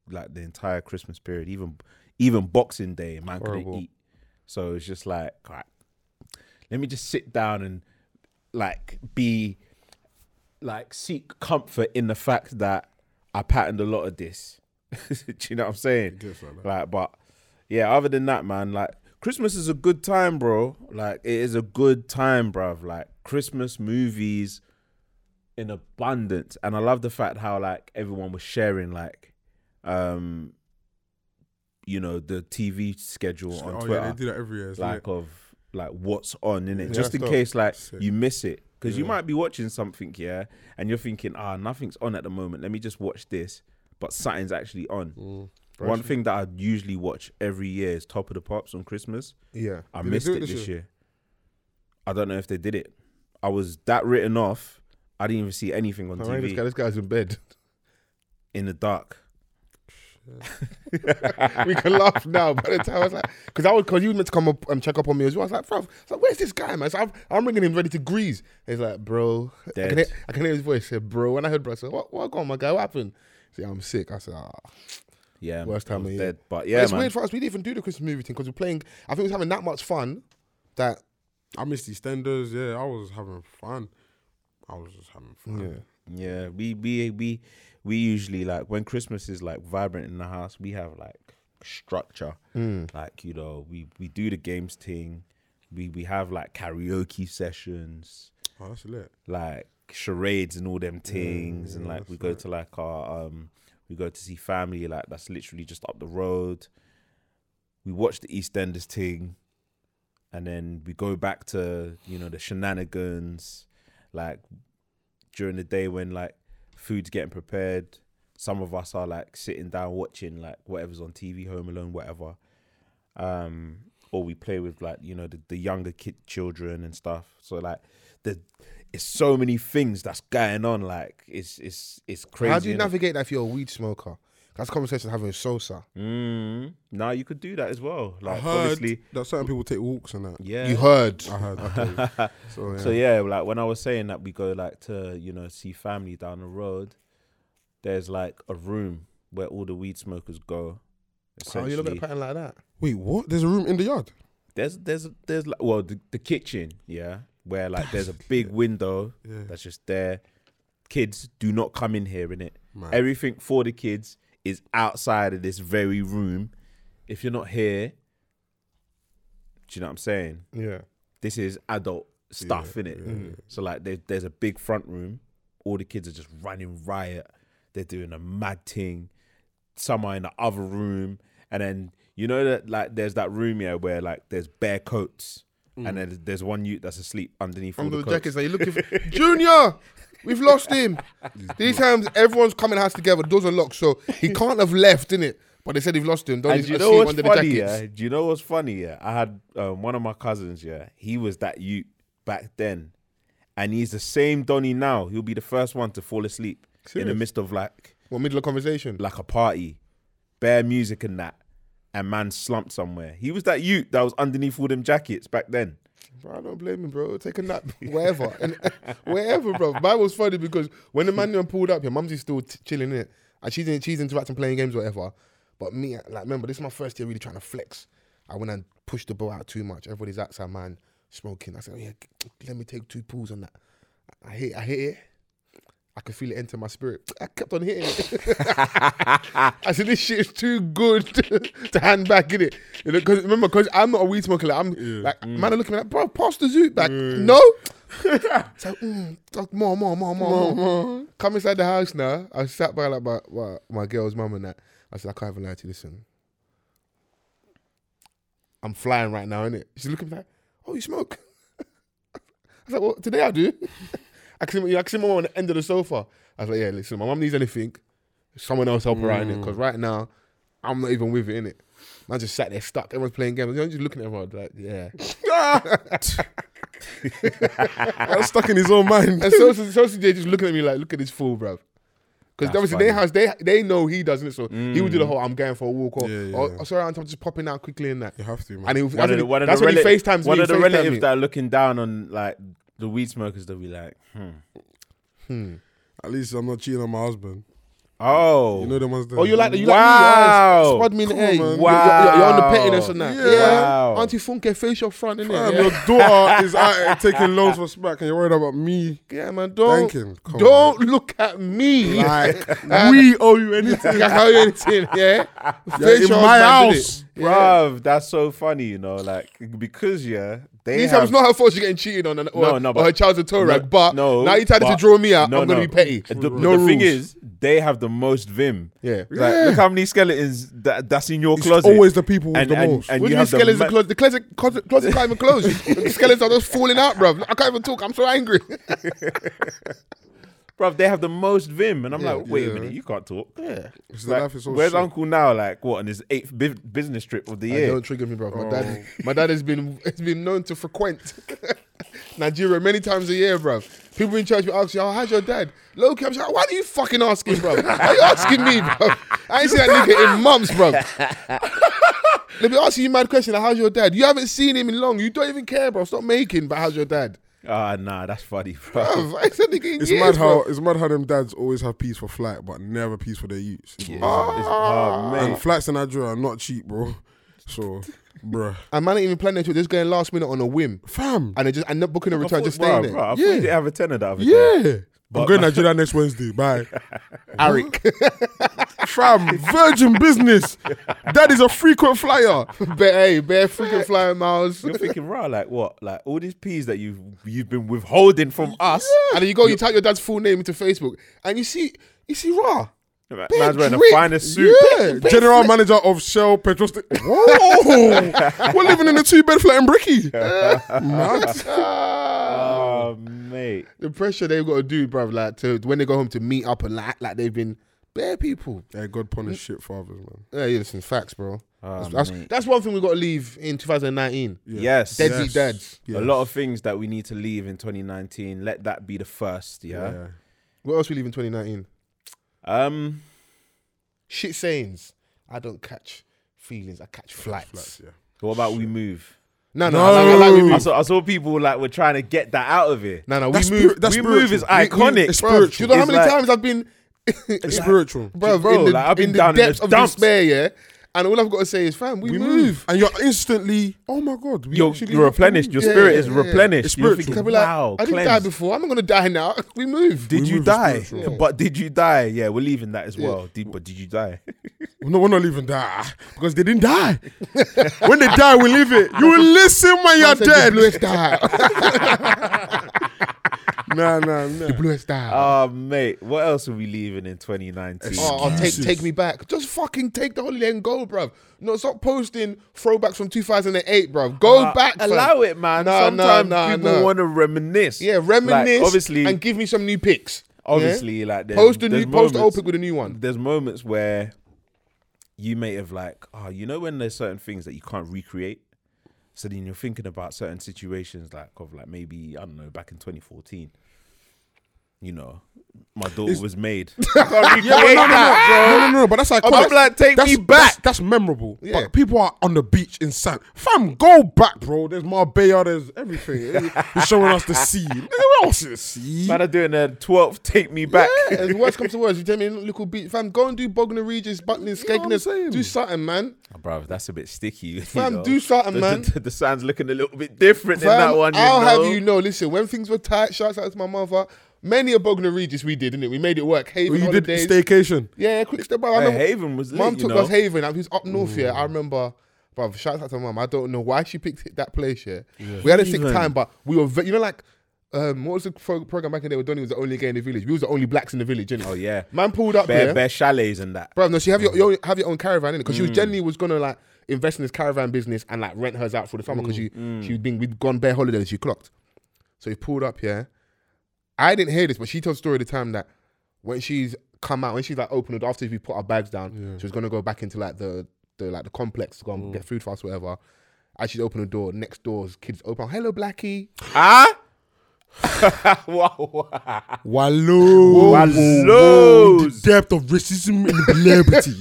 like the entire Christmas period, even even Boxing Day, man Horrible. couldn't eat. So it's just like, right, let me just sit down and like be like seek comfort in the fact that I patterned a lot of this. Do you know what I'm saying? Like, but yeah, other than that, man, like Christmas is a good time, bro. Like it is a good time, bruv. Like Christmas movies in abundance. And I love the fact how like everyone was sharing like um you know, the TV schedule on Oh Twitter yeah, they do that every year. isn't it? like of like what's on in it, Yeah, just in that's case like Sick. you miss it because you might be watching something yeah, and you're thinking ah nothing's on at the moment. Let me just watch this, but something's actually on. One thing that I usually watch every year is Top of the Pops on Christmas. Yeah. I Did they missed do it it this this year? year? I don't know if they did it. I was that written off. I didn't even see anything on All right, this, guy, TV this guy's in bed. in the dark. we can laugh now. By the time I was like, because I was, because you were meant to come up and check up on me as well. I was like, bro, like, where's this guy, man? So I'm, I'm ringing him ready to grease. And he's like, bro, I Dead. can, hear, I can hear his voice. He said, bro, when I heard bro, I said, what, what going on, my guy? What happened? See, I'm sick. I said, ah. Yeah, Worst I time was of year. dead. But yeah, it's man. weird for us. We didn't even do the Christmas movie thing because we're playing. I think we was having that much fun that I missed EastEnders. Yeah, I was having fun. I was just having fun. Yeah, we we we we usually like when Christmas is like vibrant in the house, we have like structure. Like you know, we we do the games thing. We we have like karaoke sessions, Oh, that's lit. like charades and all them things, and like we go to like our um we go to see family. Like that's literally just up the road. We watch the EastEnders thing, and then we go back to you know the shenanigans, like during the day when like food's getting prepared some of us are like sitting down watching like whatever's on tv home alone whatever um or we play with like you know the, the younger kid children and stuff so like the it's so many things that's going on like it's it's it's crazy How do you innit? navigate that if you're a weed smoker? That's a conversation I'm having with Sosa. mm, now you could do that as well I like heard obviously that certain people take walks and that. yeah You heard. I heard. Okay. so yeah. So yeah, like when I was saying that we go like to you know see family down the road, there's like a room where all the weed smokers go. Oh, you love a Essentially, pattern like that. Wait, what? There's a room in the yard. there's there's there's like well the, the kitchen, yeah, where like there's a big window Yeah. that's just there. Kids do not come in here, innit? Man. Everything for the kids is outside of this very room. If you're not here, do you know what I'm saying? Yeah. this is adult stuff in it. So like there, there's a big front room. All the kids are just running riot. They're doing a mad thing. Some are in the other room, and then you know that like there's that room here where like there's bare coats, and then there's one youth that's asleep underneath all Mm. Under the, the coats. jackets, are you looking for Junior? We've lost him. These times, everyone's coming house together. Doors are locked, so he can't have left, innit? But they said they've lost him. Don't And he- do you I know see him what's under funny? the jackets. Yeah, do you know what's funny? Yeah, I had um, one of my cousins. Yeah, he was that youth back then, and he's the same Donny now. He'll be the first one to fall asleep in Serious? the midst of like What middle of conversation? like a party, bare music and that, and man slumped somewhere. He was that youth that was underneath all them jackets back then. Bro, I don't blame him, bro. Take a nap wherever, and, wherever, bro. Mine was funny because when the man pulled up, your mumsy's still t- chilling in it, and she's in, she's interacting, playing games, whatever. But me, like, remember, this is my first year really trying to flex. I went and pushed the ball out too much. Everybody's outside, man, smoking. I said, oh, yeah, g- g- let me take two pulls on that. I hit, I hit it. I could feel it enter my spirit. I kept on hitting it. I said, this shit is too good to hand back in it. You know, cause, remember, because I'm not a weed smoker. Like, I'm like, man, I'm looking at, bro, pass the zoot back. No. it's like, mm, dog, more, more, more, more, more, Come inside the house now. I sat by like my, my, my girl's mum and that. I said, I can't even lie to you. Listen, I'm flying right now, innit? She's looking back. Oh, you smoke? I was like, well, today I do. I can see, I can see my mum on the end of the sofa. I was like, yeah, listen, my mum needs anything. Someone else help her out in Mm. it. Because right now, I'm not even with it, innit? Man just sat there stuck. Everyone's playing games. You know, just looking at everyone like, yeah. I was stuck in his own mind. and so, so, so CJ just looking at me like, look at this fool, bruv. Because That's obviously their funny. Mm. house, they they know he doesn't, so he would do the whole "I'm going for a walk" or, Yeah, yeah, or yeah. "Oh, "Sorry, Auntie, I'm just popping out quickly" and that. you have to, And man. he, One that's when of the, he, one of that's the when he rela- FaceTimes one me. of the he FaceTimed relatives me. that are looking down on like the weed smokers. They'll be like, hmm. At least I'm not cheating on my husband. oh, You know the ones that. Oh, you like the you Wow. like me? Yes. Spud me in the Come air. on, you- You're, man. you're- you're on the Wow. pettiness and that. Yeah. Wow. Auntie Funke, face your front, Fam, innit? Your Yeah. daughter is out here taking loans for smack, and you're worried about me. yeah, man. Don't Thanking. Come don't look at me. Like we owe you anything. Like how you anything, yeah? You're in your my husband, house. innit? bruv, that's so funny. You know, like because yeah, they These have, times, not her fault she's getting cheated on, and, or, No, no, or but- her child's a toe rag. but no, now you tried to but- draw me out. no, I'm gonna no. be petty. The, no the rules. thing is, they have the most vim. yeah. Like, look how many skeletons that, that's in your It's closet. always the people with and, the and, most. And What you do you mean have the skeletons ma- are closed? The closet, closet, closet can't even close. the skeletons are just falling out, bruv. I can't even talk. I'm so angry. bruv, they have the most vim. And I'm Yeah. like, wait Yeah. a minute, you can't talk. Yeah. It's the Like, life is so where's short. Uncle now? Like, what, on his eighth bu- business trip of the Like, year? Don't trigger me, bro. My dad, Oh. my dad has been has been known to frequent Nigeria many times a year, bro. People in church will ask you, "Oh, how's your dad?" Low key, I'm like, "Why do you fucking ask him, bro? Why you asking me, bro? I ain't seen that nigga in months, bro." They be asking you mad question like, "How's your dad?" You haven't seen him in long. You don't even care, bro. Stop making. But how's your dad? Ah, nah, that's funny, Bruv, bro. I ain't seen that nigga in It's years, mad how bruv. it's mad how them dads always have peace for flight, but never peace for their youths. Uh, It's- oh, man. And flights in Nigeria are not cheap, bro. So, bruh, And man ain't even planning to. Just going last minute on a whim, fam. and they just and not booking a I return, thought- just bruh, staying there. bruh, I thought Yeah. you didn't have a tenner the other day. yeah, I'm going to Nigeria next Wednesday. Bye. Arik. Fam, virgin business. That is a frequent flyer. Bare, hey, bare freaking flying miles. You're thinking, rah, like what? Like all these peas that you've you've been withholding from us. And then you go, you type your dad's full name into Facebook, and you see, you see raw. Like, Man's wearing the drip. finest suit. Yeah, General manager of Shell Petrol Sta- Whoa! We're living in a two bed flat in Bricky. Oh mate. Ah. the pressure they've got to do, bruv, like to when they go home to meet up and like, like they've been bare people. Yeah, God punish shit fathers, man. Yeah, yeah, listen, facts, bro. that's, that's, Ah, mate. that's one thing we got to leave in 2019. Yes. Deadbeat Yes. dads. Yes. A lot of things that we need to leave in 2019. Let that be the first. Yeah. Yeah. What else we leave in 2019? Um. Shit sayings. I don't catch feelings. I catch flights. Flats, yeah. What about we move? No, no, I like- I like we I move. saw, I saw people like were trying to get that out of it. No, no, That's we spirit- move. that's we move is spiritual. We- we- iconic. it's Bruv, do you know how It's many like- times I've been, It's spiritual. bruv, Bro, in the, like, I've been in the down in the depths of dumps. despair, yeah? And all I've got to say is, fam, we, We move. move. And you're instantly, oh my God. We You're, actually you're have to replenished. move. Your Yeah, spirit yeah, is yeah. replenished. It's You're spiritual. thinking, Can we like, wow, I didn't die cleansed. before. I'm not going to die now. We move. Did We you move as die? spiritual. But did you die? Yeah, we're leaving that as well. Did, but did you die? No, we're not leaving that because they didn't die. when they die, we leave it. You will listen when you're I said The dead. bluest die. Nah, nah, nah. the bluest die. oh, mate. What else are we leaving in 2019? Oh, oh, take Jesus. take me back. Just fucking take the holiday and go, bruv. No, stop posting throwbacks from 2008, bruv. Go Uh, back. fam. Allow it, man. Nah, nah, Sometimes nah, people nah. want to reminisce. Yeah, reminisce. Like, obviously, and give me some new pics. Yeah? obviously, like there's, post a there's new post the old moments- pic with a new one. There's moments where you may have like, oh, you know, when there's certain things that you can't recreate. So then you're thinking about certain situations like of like maybe I don't know back in 2014. You know, my daughter was made. I can't recreate Yeah, but no, no, that. no, no, no, no, but that's like, I'm like, take that's, me back. That's, that's memorable. Yeah. But people are on the beach in sand. Fam, go back, bro. There's Marbella, there's everything. You're showing us the sea. Nigga, we all see the sea. Man are doing a 12th take me back. Yeah, as worst comes to worst, you tell me little beat, fam. Go and do Bognor Regis, Butlin, Skegness. saying? do something, man. Bro, that's a bit sticky. you Fam, know. do something, The- man. The, the, sand's looking a little bit different in Fam, that one. You I'll know? have you know. Listen, when things were tight, shouts out to my mother. Many a Bognor Regis we did, didn't it? We made it work. Haven You did holidays. staycation. Yeah, quick step out. I Hey, remember- Haven was lit, Mum you took know. Mm. us Haven. I was up north here. I remember, bruv, shout out to mum. I don't know why she picked it- that place here. We had a sick Haven. time, but we were, ve- you know, like, um, what was the pro- program back in the day where Donnie was the only gay in the village? We was the only blacks in the village, innit? Oh, yeah. Man pulled up Bare, here. bare chalets and that. Bruv, no, she have your, your have your own caravan in it because she was generally was gonna like invest in this caravan business and like rent hers out for the summer because she she'd been we'd gone bare holidays she clocked, so he pulled up here. I didn't hear this, but she told the story at the time that when she's come out when she's like opened it after we put our bags down, she was gonna go back into like the the like the complex to go and get food for us whatever. As she's opened the door, next door's kids open. Hello, Blackie. Ah? wow. Wallow. Wallows. The depth of racism and celebrity.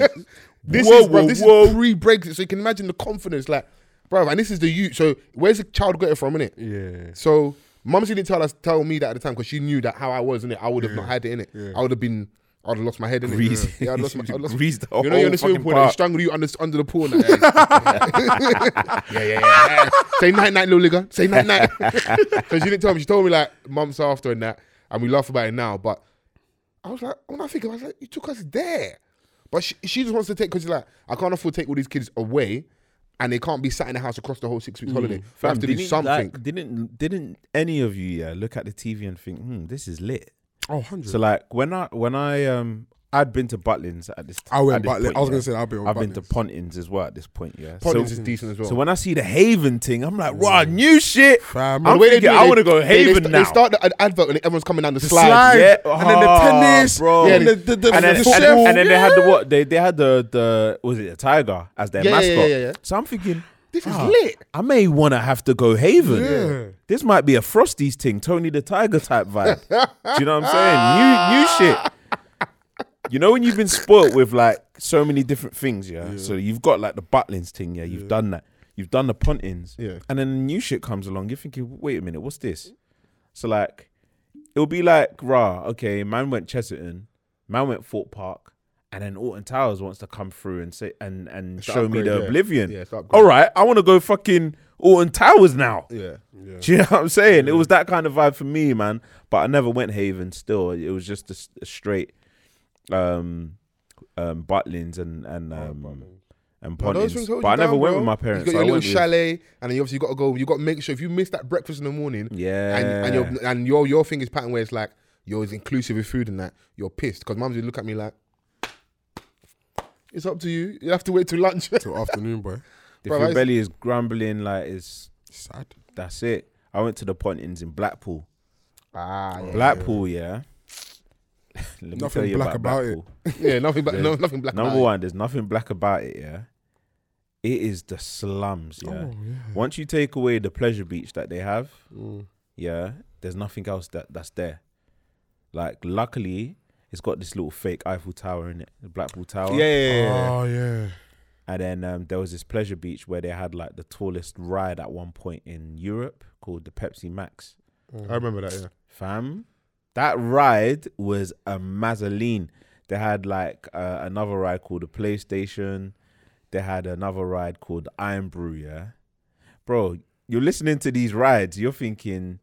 This Whoa, is bro, whoa, this whoa. is pre-Brexit, so you can imagine the confidence, like, bro. And this is the youth. So where's the child got it from, innit? Yeah. So mumsy didn't tell us, tell me that at the time because she knew that how I was in it. I would have not had it in it. I would have been. I'd have lost my head in Greased. it. Yeah, I'd lost my. I'd lost Greased the You know, you're in whole the swimming fucking pool. and They park. strangle you under under the pool. Like, yeah, yeah, yeah. Say night, night, little nigga. Say night, night. so she didn't tell me. She told me like months after and that, and we laugh about it now. But I was like, when I think, of it, I was like, you took us there. But she, she just wants to take because she's like, I can't afford to take all these kids away, and they can't be sat in the house across the whole six weeks Mm, holiday. we have to do didn't, something. like, didn't didn't any of you yeah, look at the TV and think, hmm, this is lit? Oh, 100. So like when I when I um I'd been to Butlins at this. I went at this Butlin- point, I was gonna yeah. say I've been on I've been to Butlins. Pontins as well at this point. Yeah, Pontins so, is decent as well. Mm. So when I see the Haven thing, I'm like, wow, new shit. Fam. I'm The way they thinking, do it, I they- want to go they- they Haven st- now. They start the ad- advert and everyone's coming down the, The slide. slide. Yeah, And then the ah, tennis. bro. Yeah, and then the, the, and then, the and, chef. and then they had the what? They they had the the was it a tiger as their Yeah, yeah, mascot? yeah, yeah. So I'm thinking, This is ah, lit. I may want to have to go Haven. Yeah. This might be a Frosty's thing, Tony the Tiger type vibe. Do you know what I'm saying? New new shit. You know when you've been spoilt with like so many different things, yeah. So you've got like the Butlins thing, yeah. You've done that. You've done the Pontins, Yeah. And then new shit comes along. You're thinking, wait a minute, what's this? So like, it'll be like, rah, okay, man went Chesterton, man went Fort Park, and then Alton Towers wants to come through and say and and It's show me upgrade, the yeah. Oblivion. Yeah, it's upgrade. All right, I want to go fucking Alton Towers now. Yeah. Do you know what I'm saying? It was that kind of vibe for me, man. But I never went Haven. Still, it was just a, s- a straight um, um, Butlins and and um, and Oh, Now, those things Pontins. hold But you I never down, went bro. with my parents. You got I your little went with- chalet, and then you obviously got to go. You got to make sure if you miss that breakfast in the morning, Yeah. and, and your and your your thing is pattern where it's like you're as inclusive with food and that you're pissed because mums would look at me like, it's up to you. You have to wait till lunch. Till afternoon, boy. If Bro, I your used- belly is grumbling, like it's Sad. that's it. I went to the Pontins in Blackpool. ah, yeah. Blackpool, yeah. Let me Nothing tell you black about it. Blackpool. yeah, nothing black, no, nothing black. Number about it. one, there's nothing black about it, yeah. It is the slums, yeah. Once you take away the pleasure beach that they have, yeah, there's nothing else that that's there. Like, luckily, it's got this little fake Eiffel Tower in it, the Blackpool Tower. Ah. Yeah, yeah, yeah. Oh yeah. And then um, there was this pleasure beach where they had like the tallest ride at one point in Europe called the Pepsi Max. I remember that. Yeah, Fam, that ride was a mazzoline. They had like uh, another ride called the PlayStation. They had another ride called the Iron Brew. Yeah, bro, you're listening to these rides. You're thinking.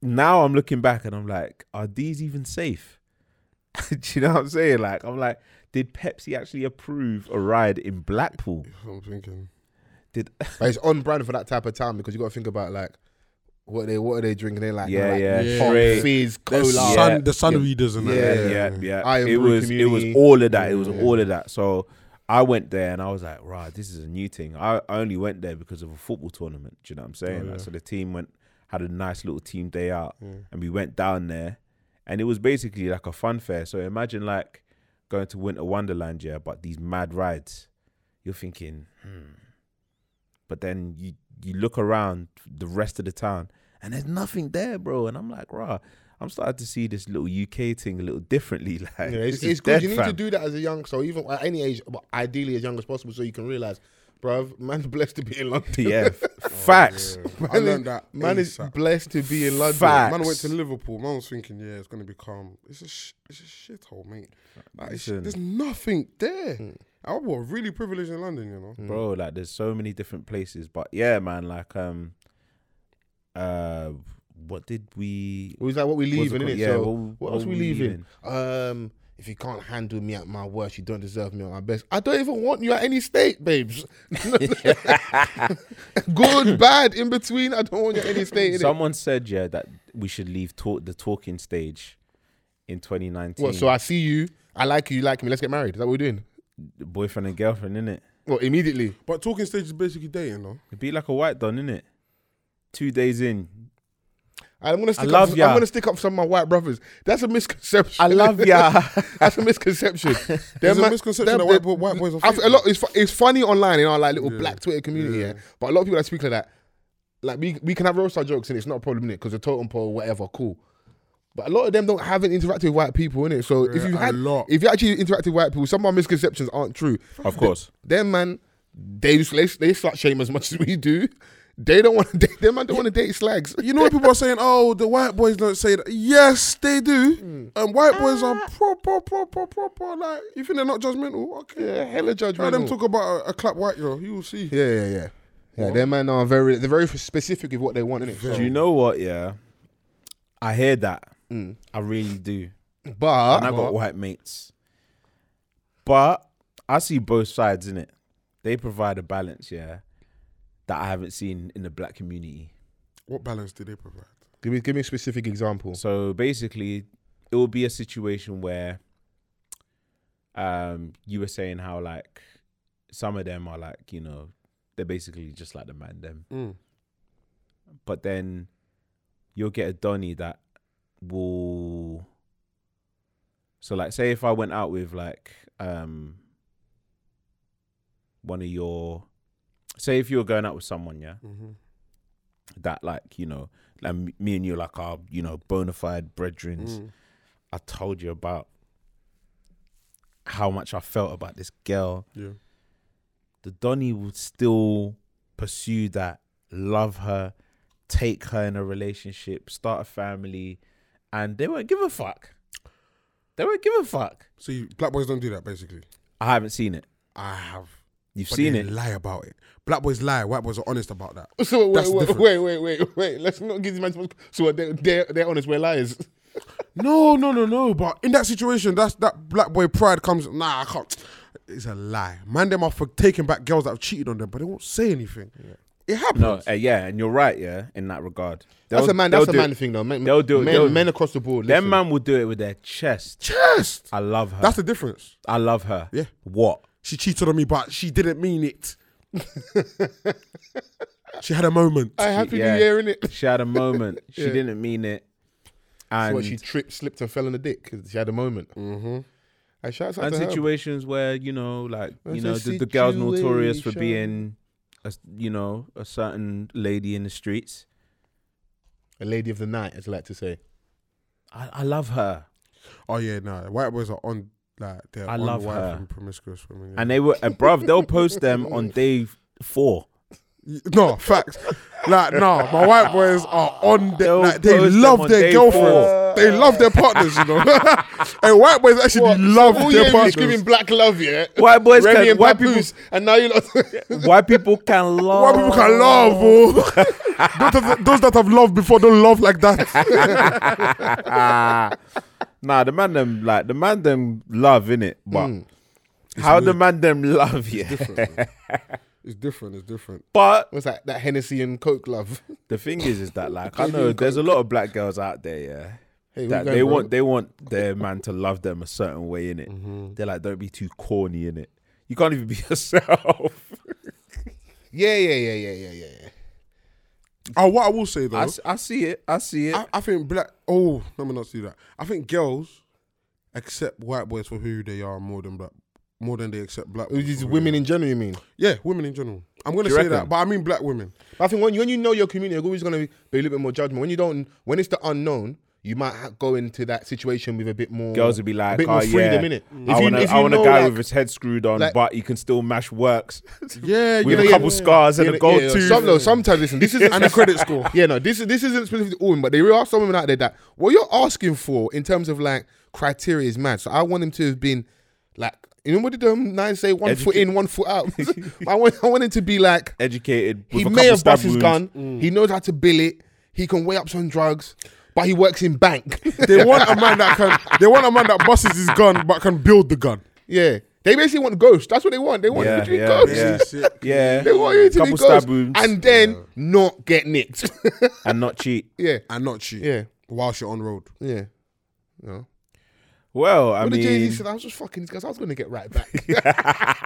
Now I'm looking back and I'm like, are these even safe? Do you know what I'm saying? Like, I'm like, did Pepsi actually approve a ride in Blackpool? I'm thinking. Did but it's on brand for that type of time because you got to think about like what they what are they drinking? They're like Yeah, like, yeah, pop, straight. fizz, The cola. Yeah. sun, the sun Yeah. readers and Yeah. that. yeah, yeah, yeah. Iron it Brew was it was community. all of that. It was Yeah. all of that. So I went there and I was like, right, this is a new thing. I, I only went there because of a football tournament. Do you know what I'm saying? Like, so the team went had a nice little team day out, and we went down there, and it was basically like a fun fair. So imagine like going to Winter Wonderland, yeah, but these mad rides. You're thinking, hmm. But then you you look around the rest of the town, and there's nothing there, bro. And I'm like, rah. I'm starting to see this little UK thing a little differently. Like, Yeah, it's, this is it's good. dead, You need to fam. do that as a young, so even at any age, but ideally as young as possible, so you can realize, bruv, man's blessed to be in London. Yeah, f- facts. I learned that. Man is ASAP. blessed to be in London. Fact. Man I went to Facts. Liverpool. Man was thinking, yeah, it's gonna be calm. It's a sh- it's a shithole, mate. Like, it's, Listen. Hmm. there's nothing there. I was really privileged in London, you know. bro like there's so many different places but yeah man like um uh what did we It was like what we What's leaving, it called? innit? Yeah, so what- what, what else we we leaving? Um, if you can't handle me at my worst, you don't deserve me at my best. I don't even want you at any state, babes. good, bad, in between. I don't want you at any state. Innit? someone said yeah that we should leave talk the talking stage in 2019 What, so I see you. I like you. You like me. Let's get married. Is that what we're doing? boyfriend and girlfriend in it Well, immediately. But talking stage is basically dating, though. it'd be like a white don in it two days in I'm gonna stick love up. ya. I'm gonna stick up for some of my white brothers. That's a misconception. i love ya That's a misconception. There's a misconception that white bo- white boys are A lot. It's, fu- it's funny online in our like little Yeah. black Twitter community, yeah. But a lot of people that speak like that, like we we can have roast our jokes and it's not a problem in it because the totem pole, whatever, cool. But a lot of them don't haven't interacted with white people in it. So if Yeah, you a had, lot. if you actually interacted with white people, some of our misconceptions aren't true. of course Them man, they just- they, they slut shame as much as we do. They don't want to date. Them man don't want to date slags. You know when people are saying, "Oh, the white boys don't say that." Yes, they do. Hmm. And white boys are proper, proper, proper. Like you think they're not judgmental? Okay. Yeah, hella judgmental. Let them talk about a, a clap white, yo. You will see. Yeah, yeah, yeah. Yeah, their man are very they're very specific with what they want, innit? do you know what yeah i hear that i really do But and I got white mates. But I see both sides in it. They provide a balance, yeah, that I haven't seen in the black community. What balance do they provide? give me give me a specific example. So basically, it will be a situation where um you were saying how like some of them are like, you know, they're basically just like the man them. Mm. But then you'll get a Donny that will so like say if I went out with like um one of your say if you were going out with someone, yeah, that like, you know, like m- me and you are like our, you know, bona fide brethren. Mm. I told you about how much I felt about this girl. Yeah. The Donny would still pursue that, love her, take her in a relationship, start a family, and they won't give a fuck. They won't give a fuck. So you, black boys don't do that, basically. I haven't seen it. I have. You've but seen they it. Lie about it. Black boys lie. White boys are honest about that. So wait, That's the wait, difference. wait, wait, wait, wait. Let's not give these man. So what, they, they're they're honest. We're liars. No, no, no, no. But in that situation, that's that black boy pride comes. Nah, I can't. It's a lie. Man, them are for taking back girls that have cheated on them, but they won't say anything. It happens. No, uh, yeah, and you're right, yeah, in that regard. That's They'll- a man. they'll That's a do man it. thing, though. Men, They'll do it. Men, They'll- men across the board. Them listen. man will do it with their chest. Chest. I love her. That's the difference. I love her. Yeah. What? She cheated on me, but she didn't mean it. she had a moment. I happy Yeah. new year in it. She had a moment. She didn't mean it. And What she tripped, slipped, and fell on the dick because she had a moment. Mm-hmm. I shouts out and to her. situations where you know, like you That's know, a the, the girl's notorious for situation. being, a, s- you know, a certain lady in the streets. A lady of the night, as I like to say. I, I love her, Oh yeah, no. white boys are on like they're I on love wife her. and promiscuous women. yeah. and they were, uh, bruv, they'll post them on day four. no facts. Like no, my white boys are on their. They'll Like, they post them love on their day girlfriends. four. They love their partners. You know, and white boys actually love All their year you're partners. screaming black love, yeah. White boys Remy can- and white Papoose, and now you lot. White people can love. White people can love, bro. those, that, those that have loved before don't love like that. Nah, the man them like the man them love in it, but Mm. how the man them love yeah. it's different. It's different. But What's that? That Hennessy and Coke love. the thing is, is that like I know there's a lot of black girls out there, yeah. Hey, that where you they going, bro? want they want their man to love them a certain way in it. They're like, don't be too corny in it. You can't even be yourself. Yeah, yeah, yeah, yeah, yeah, yeah. yeah. Uh, what I will say though, I, s- I see it. I see it. I, I think black. Oh, let me not do that. I think girls accept white boys for who they are more than black, more than they accept black. It was boys just for who women they are. in general, you mean? yeah, women in general. I'm gonna Do you say reckon? that, but I mean black women. But I think when, when you know your community, you're always going to be a little bit more judgment. When you don't, when it's the unknown, you might ha- go into that situation with a bit more. Girls would be a like, bit oh more yeah, freedom, innit? I want a, I want a guy with his head screwed on, like- but he can still mash works. Yeah, With a couple scars and a gold yeah, tooth. Some, no, sometimes listen, this isn't And a credit score. Yeah, no, this is this isn't specific to all women, but there are some women out there that what you're asking for in terms of like criteria is mad. So I want him to have been like you know what did um nine say one foot in, one foot out. I want I want him to be like Educated. With he a may couple have stab bust his wounds. gun, he knows how to bill it, he can weigh up some drugs, but he works in bank. They want a man that can. They want a man that busts his gun but can build the gun. yeah. They basically want ghosts. That's what they want. They want Yeah, you to be yeah, ghosts. yeah. Sick. Yeah, They want you to couple be ghosts. stab wounds And then not get nicked. and not cheat. yeah. and not cheat. Yeah. whilst you're on road. Yeah. No. Well, I But the Jay Z mean, said, I was just fucking these guys. I was going to get right back.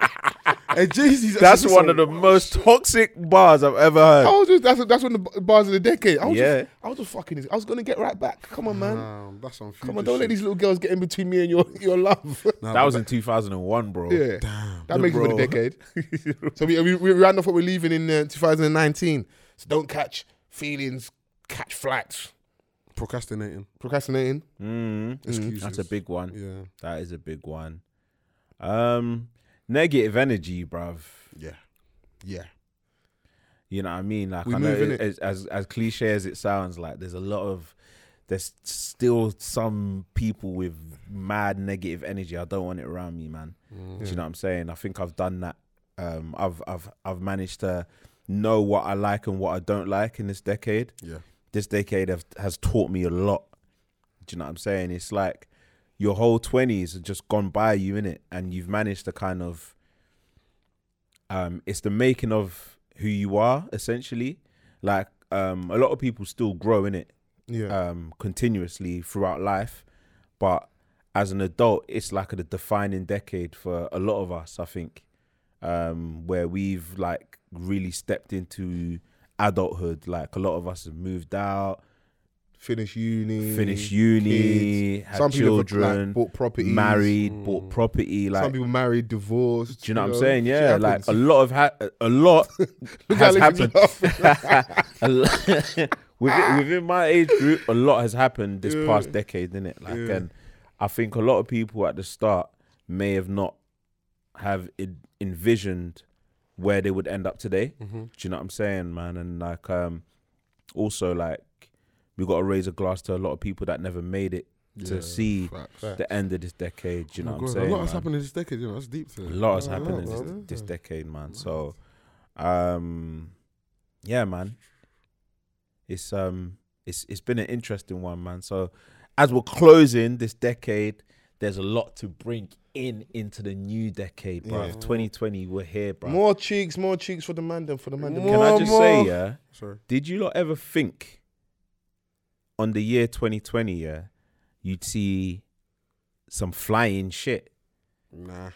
Hey, Jay-Z's that's actually one of some- the most toxic bars I've ever I heard. was just, that's, that's one of the bars of the decade. I was, Yeah. just, I was just fucking these. I was going to get right back. Come on, man. Nah, that's some. Come on, don't let these little girls get in between me and your, your love. That was in 2001, bro. Oh, yeah. That makes it for bro. the decade. so we, we, we ran off what we're leaving in uh, 2019. So don't catch feelings, catch flights. procrastinating. Procrastinating. Mm, Excuses. that's a big one. Yeah, That is a big one. Um, negative energy, bruv. yeah, yeah. You know what I mean? Like We I know moving it. it- as, as as cliche as it sounds, like there's a lot of there's still some people with mad negative energy. I don't want it around me, man. Do you know what I'm saying? I think I've done that. Um, I've I've I've managed to know what I like and what I don't like in this decade. Yeah. This decade have, has taught me a lot. Do you know what I'm saying? It's like your whole twenties have just gone by you in it, and you've managed to kind of. Um, it's the making of who you are essentially. Like um, a lot of people still grow in it Yeah. um, continuously throughout life, but as an adult, it's like a defining decade for a lot of us. I think um, where we've like really stepped into adulthood. Like a lot of us have moved out, finish uni. finished uni, Mm, kids. had Some people have, like, children, bought properties. married, bought property. Like, Some people married, divorced. do you know what I'm saying? shit Yeah, like happens. a lot of ha- a lot Look has at Alex happened. and Jeff. A lo- within, within my age group, a lot has happened this past decade, is it? Like, and I think a lot of people at the start may have not have en- envisioned where they would end up today. Do you know what I'm saying, man? And like, um, also like, we got to raise a glass to a lot of people that never made it to see facts. the end of this decade. You know Oh what I'm God, saying? a lot has man? happened in this decade, you know, that's deep today. A lot has Yeah, happened in bro. this, this decade, man. So, um, yeah, man. It's um, it's it's been an interesting one, man. So, as we're closing this decade, there's a lot to bring in into the new decade, bro. 2020, we're here, bro. More cheeks, more cheeks for the man than for the man. Can I just say, yeah? Sorry. Did you lot ever think on the year 2020, yeah, you'd see some flying shit? Nah.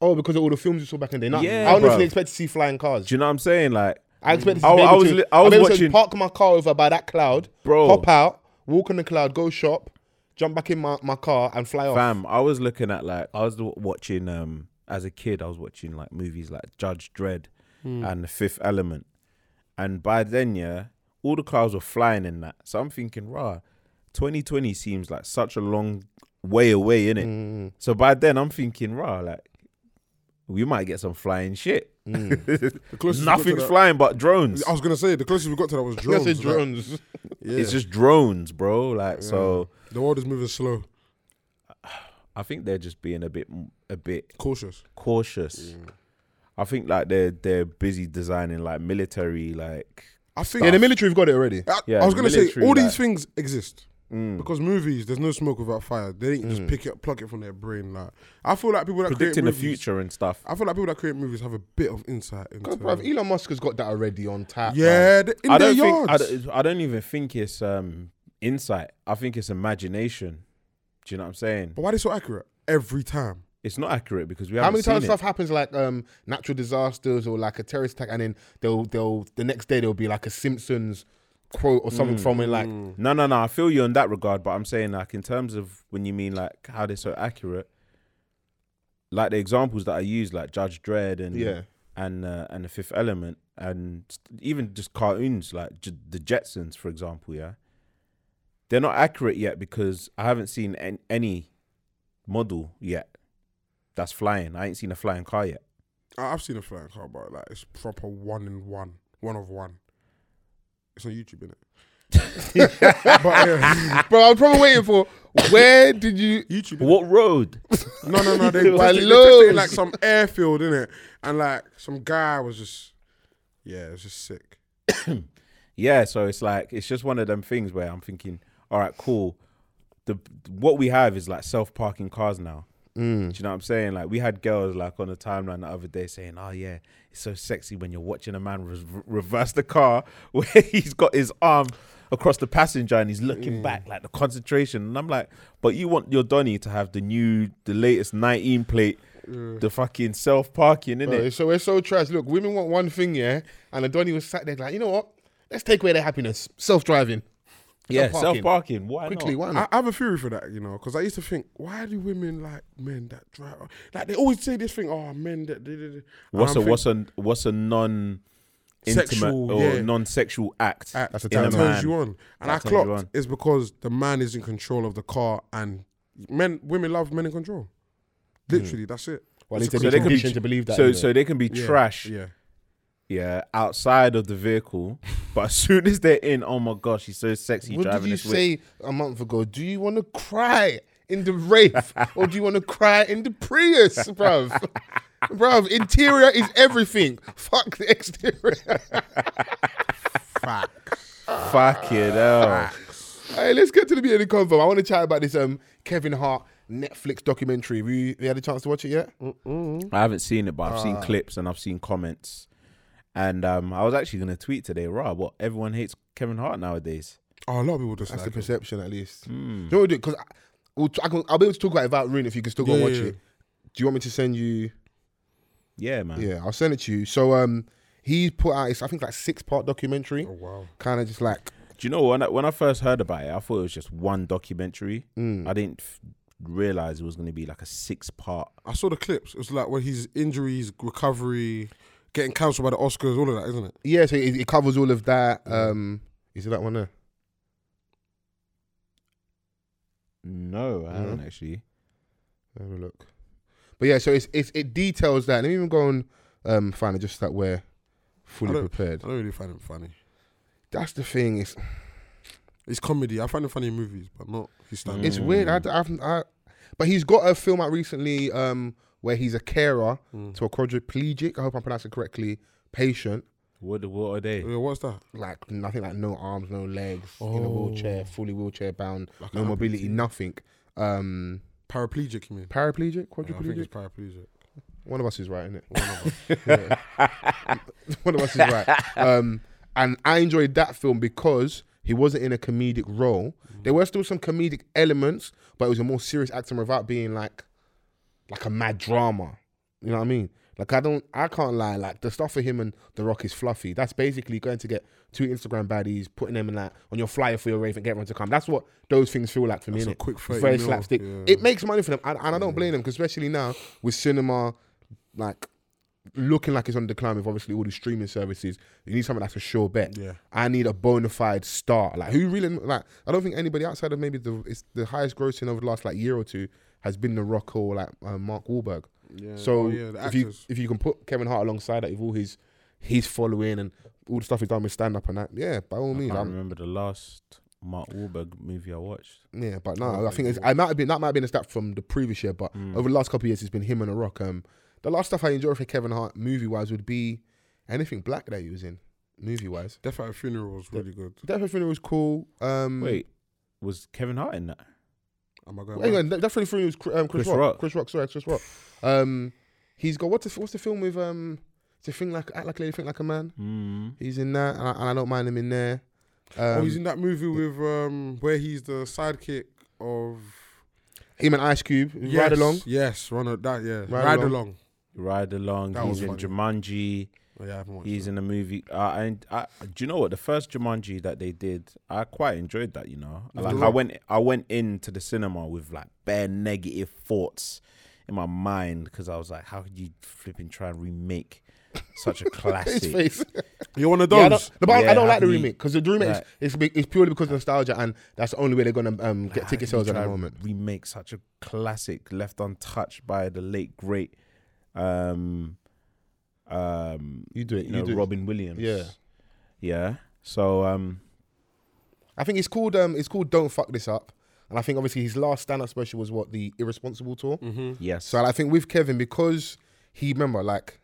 Oh, because of all the films we saw back in the day. Nah, Yeah, I honestly bruh. expect to see flying cars. Do you know what I'm saying? Like, I expect to see I- maybe I was to- li- I was maybe to watching- park my car over by that cloud, Bro. Hop out, walk on the cloud, go shop, jump back in my, my car and fly off. Fam, I was looking at like I was w- watching um as a kid I was watching like movies like Judge Dredd Hmm. and The Fifth Element, and by then yeah, all the cars were flying in that. So I'm thinking, rah, 2020 seems like such a long way away in it. Hmm. So by then I'm thinking, rah, like we might get some flying shit. closest we got to Nothing's that- flying but drones. I was gonna say the closest we got to that was I drones. said like, drones. yeah. It's just drones, bro. Like so, the world is moving slow, I think they're just being a bit a bit cautious. cautious. I think like they're they're busy designing like military like I think yeah, the military's got it already. I, Yeah, I was gonna say military, all like- Mm. these things exist because movies. There's no smoke without fire. They didn't just pick it, plug it from their brain. Like I feel like people that predicting the create movies, future and stuff. I feel like people that create movies have a bit of insight into. God, bruv, Elon Musk has got that already on tap. bruv. yeah, the, in I their don't think I yards. don't, I don't even think it's um insight. I think it's imagination. Do you know what I'm saying? but why are they so accurate every time? It's not accurate because we How haven't many seen times it. stuff happens like um, natural disasters or like a terrorist attack, and then they'll they'll the next day there'll be like a Simpsons quote or Hmm. something from it. Like Mm. No, no, no. I feel you in that regard, but I'm saying like in terms of when you mean like how they're so accurate, like the examples that I use, like Judge Dredd and Yeah. and uh, and the Fifth Element, and st- even just cartoons like J- the Jetsons, for example. Yeah, they're not accurate yet because I haven't seen an- any model yet that's flying. I ain't seen a flying car yet. I, I've seen a flying car, but like it's proper one in one, one of one. It's on YouTube, innit? but yeah, bro, I was probably waiting for where did you? YouTube. innit? What road? No, no, no. They, tested, Like they tested it in, loads. like some airfield, innit? And like some guy was just, yeah, it was just sick. yeah so it's like it's just one of them things where i'm thinking all right cool the what we have is like self-parking cars now Mm. do you know what i'm saying like we had girls like on the timeline the other day saying oh yeah it's so sexy when you're watching a man re- reverse the car where he's got his arm across the passenger and he's looking back like the concentration and i'm like but you want your donny to have the new the latest 19 plate the fucking self-parking innit? Mm. Bro, so we're so trash. Look, women want one thing, yeah, and Adonis was sat there like, you know what? Let's take away their happiness. Self driving. yeah self-parking. self-parking why Quickly, not? why I, not? I have a theory for that, you know, because I used to think, why do women like men that drive? Like they always say this thing, oh, men that. da- da- da." And What's I'm a thinking, what's a what's a non intimate Sexual, or yeah. non-sexual act? that- That's a in term. that turns man? you on, and That I turns you clocked on. it's because the man is in control of the car, and men, women love men in control. Literally, that's it. Hmm. Well, It's they a said So it's crazy- they can be conditioned to believe that, So anyway. so they can be yeah, trash, yeah. Yeah, outside of the vehicle, but as soon as they're in, oh my gosh, he's so sexy What driving did you this whip. say a month ago? Do you want to cry in the rave or do you want to cry in the Prius, bruv? bruv, interior is everything. Fuck the exterior. Fuck it out. hey, let's get to the meat of the convo. I want to chat about this um Kevin Hart Netflix documentary. We you, had a chance to watch it yet? Mm, I haven't seen it, but I've seen clips and I've seen comments. And um, I was actually gonna tweet today, rah, what everyone hates Kevin Hart nowadays. oh, a lot of people just That's the like. it. perception, at least. Hmm. Do you want to do it? Because I, we'll t- I can- I'll be able to talk about it without ruining it if you can still go and Yeah, watch yeah, it. Do you want me to send you? Yeah, man. Yeah, I'll send it to you. So um, he put out, his, I think, like six part documentary. Oh wow. Kind of just like Do you know when I, when I first heard about it, I thought it was just one documentary. I didn't f- realize it was gonna be like a six-part I saw the clips. It was like when his injuries, recovery, getting cancelled by the Oscars, all of that, isn't it? Yeah, so it, it covers all of that. Um, is it that one there? No, I haven't actually. Have a look. But yeah, so it's, it's it details that. Let me even go and um, find it just that we're I fully don't- prepared. I don't really find him funny. That's the thing. Is It's comedy. I find it funny in movies, but not his stand. It's weird. Hmm. I, I, haven't- I, but he's got a film out recently um, where he's a carer Hmm. to a quadriplegic. I hope I'm pronouncing it correctly. Patient, What what are they? Yeah, what's that? like nothing, like no arms, no legs, in a Oh. wheelchair, fully wheelchair bound, no mobility, nothing. Um, Paraplegic, you mean? paraplegic, Yeah, I think quadriplegic. it's paraplegic. One of us is right, isn't it? One of us. One of us is right. Um, and I enjoyed that film because he wasn't in a comedic role. There were still some comedic elements, but it was a more serious acting without being like, like a mad drama. You know what I mean? Like I don't, I can't lie. Like the stuff for him and The Rock is fluffy. That's basically going to get two Instagram baddies, putting them in that on your flyer for your rave and get everyone to come. That's what those things feel like for me. That's a innit? quick It's 30 very mil, slapstick. yeah. It makes money for them, and, and I don't blame them because especially now with cinema, like looking like it's on decline with obviously all the streaming services. You need something that's a sure bet. Yeah. I need a bona fide star. Like who really like? I don't think anybody outside of maybe the it's the highest grossing over the last like year or two has been The Rock or like uh, Mark Wahlberg. Yeah. So Oh, yeah, the if you actors. if you can put Kevin Hart alongside that with all his his following and all the stuff he's done with stand up and that, yeah, by all I means, can't Mm. I'm, remember the last Mark Wahlberg movie I watched. yeah. But no, I think it's, I might have been that might have been a stat from the previous year, but over the last couple of years, it's been him and The Rock. Um, the last stuff I enjoyed for Kevin Hart movie wise would be anything black that he was in movie wise. Death at a Funeral was really good. Death Funeral was cool. Um, Wait, was Kevin Hart in that? Am I Hang going? on, that definitely through was Chris, um, Chris, Chris Rock. Rock. Chris Rock, sorry, it's Chris Rock. Um, he's got what's the, what's the film with um, it's a thing like act like a lady, think like a man. Mm. He's in that, and I, and I don't mind him in there. Um, Oh, he's in that movie with um where he's the sidekick of him and Ice Cube Yes, ride along. Yes, run a, that. Yeah, ride, Ride along. Along. Ride Along. That he's was in funny. Jumanji. Oh, yeah, I haven't watched. He's it. in a movie. Uh, and I, do you know what? The first Jumanji that they did, I quite enjoyed that. You know, like I went, I went into the cinema with like bare negative thoughts in my mind because I was like, how could you flipping try and remake such a His classic? face. You're one of Yeah, I those. don't, but I- Yeah, I don't how like the can you- remake because the remake Right. is, is, be- is purely because of nostalgia, and that's the only way they're gonna um, get ticket How sales do you at the try moment. and Remake such a classic left untouched by the late great, um, um, You do it. you You, know, do it. Robin Williams. Yeah. yeah. So um, I think it's called um, it's called Don't Fuck This Up, and I think obviously his last stand up special was what the Irresponsible tour. Mm-hmm. yes. So I think with Kevin, because he remember, like,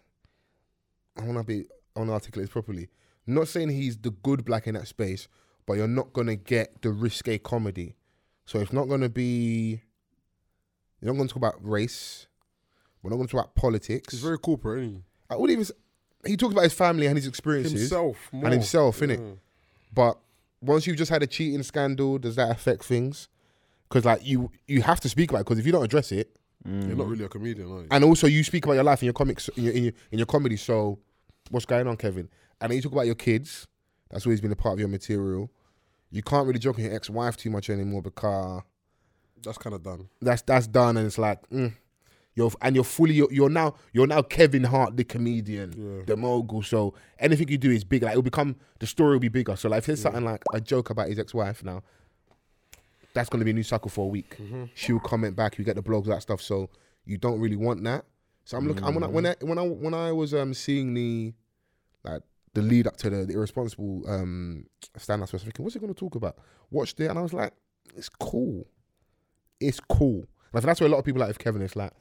I wanna be I wanna articulate this properly. Not saying he's the good black in that space, but you're not gonna get the risque comedy. So it's not gonna be you're not gonna talk about race. We're not gonna talk about politics. He's very corporate, isn't I would even s- he talks about his family and his he? experiences Himself more. and himself, innit? Yeah. But once you've just had a cheating scandal, does that affect things? Because like you you have to speak about it because if you don't address it, You're Mm-hmm. not really a comedian, are you? and also you speak about your life in your comics in your, in your, in your comedy so what's going on kevin and then you talk about your kids that's always been a part of your material you can't really joke on your ex-wife too much anymore because That's kind of done. that's that's done and it's like mm, you're and you're fully you're, you're now you're now kevin hart the comedian the mogul so anything you do is big like it'll become the story will be bigger so like if there's something like a joke about his ex-wife now that's going to be a new cycle for a week. She'll comment back. You get the blogs, that stuff. So you don't really want that. So I'm looking. I'm when I Mm. when I when I when I was um seeing the like the lead up to the, the irresponsible um stand up, I was thinking, what's it going to talk about? Watched it and I was like, it's cool. It's cool. And I think that's where a lot of people like with Kevin. It's like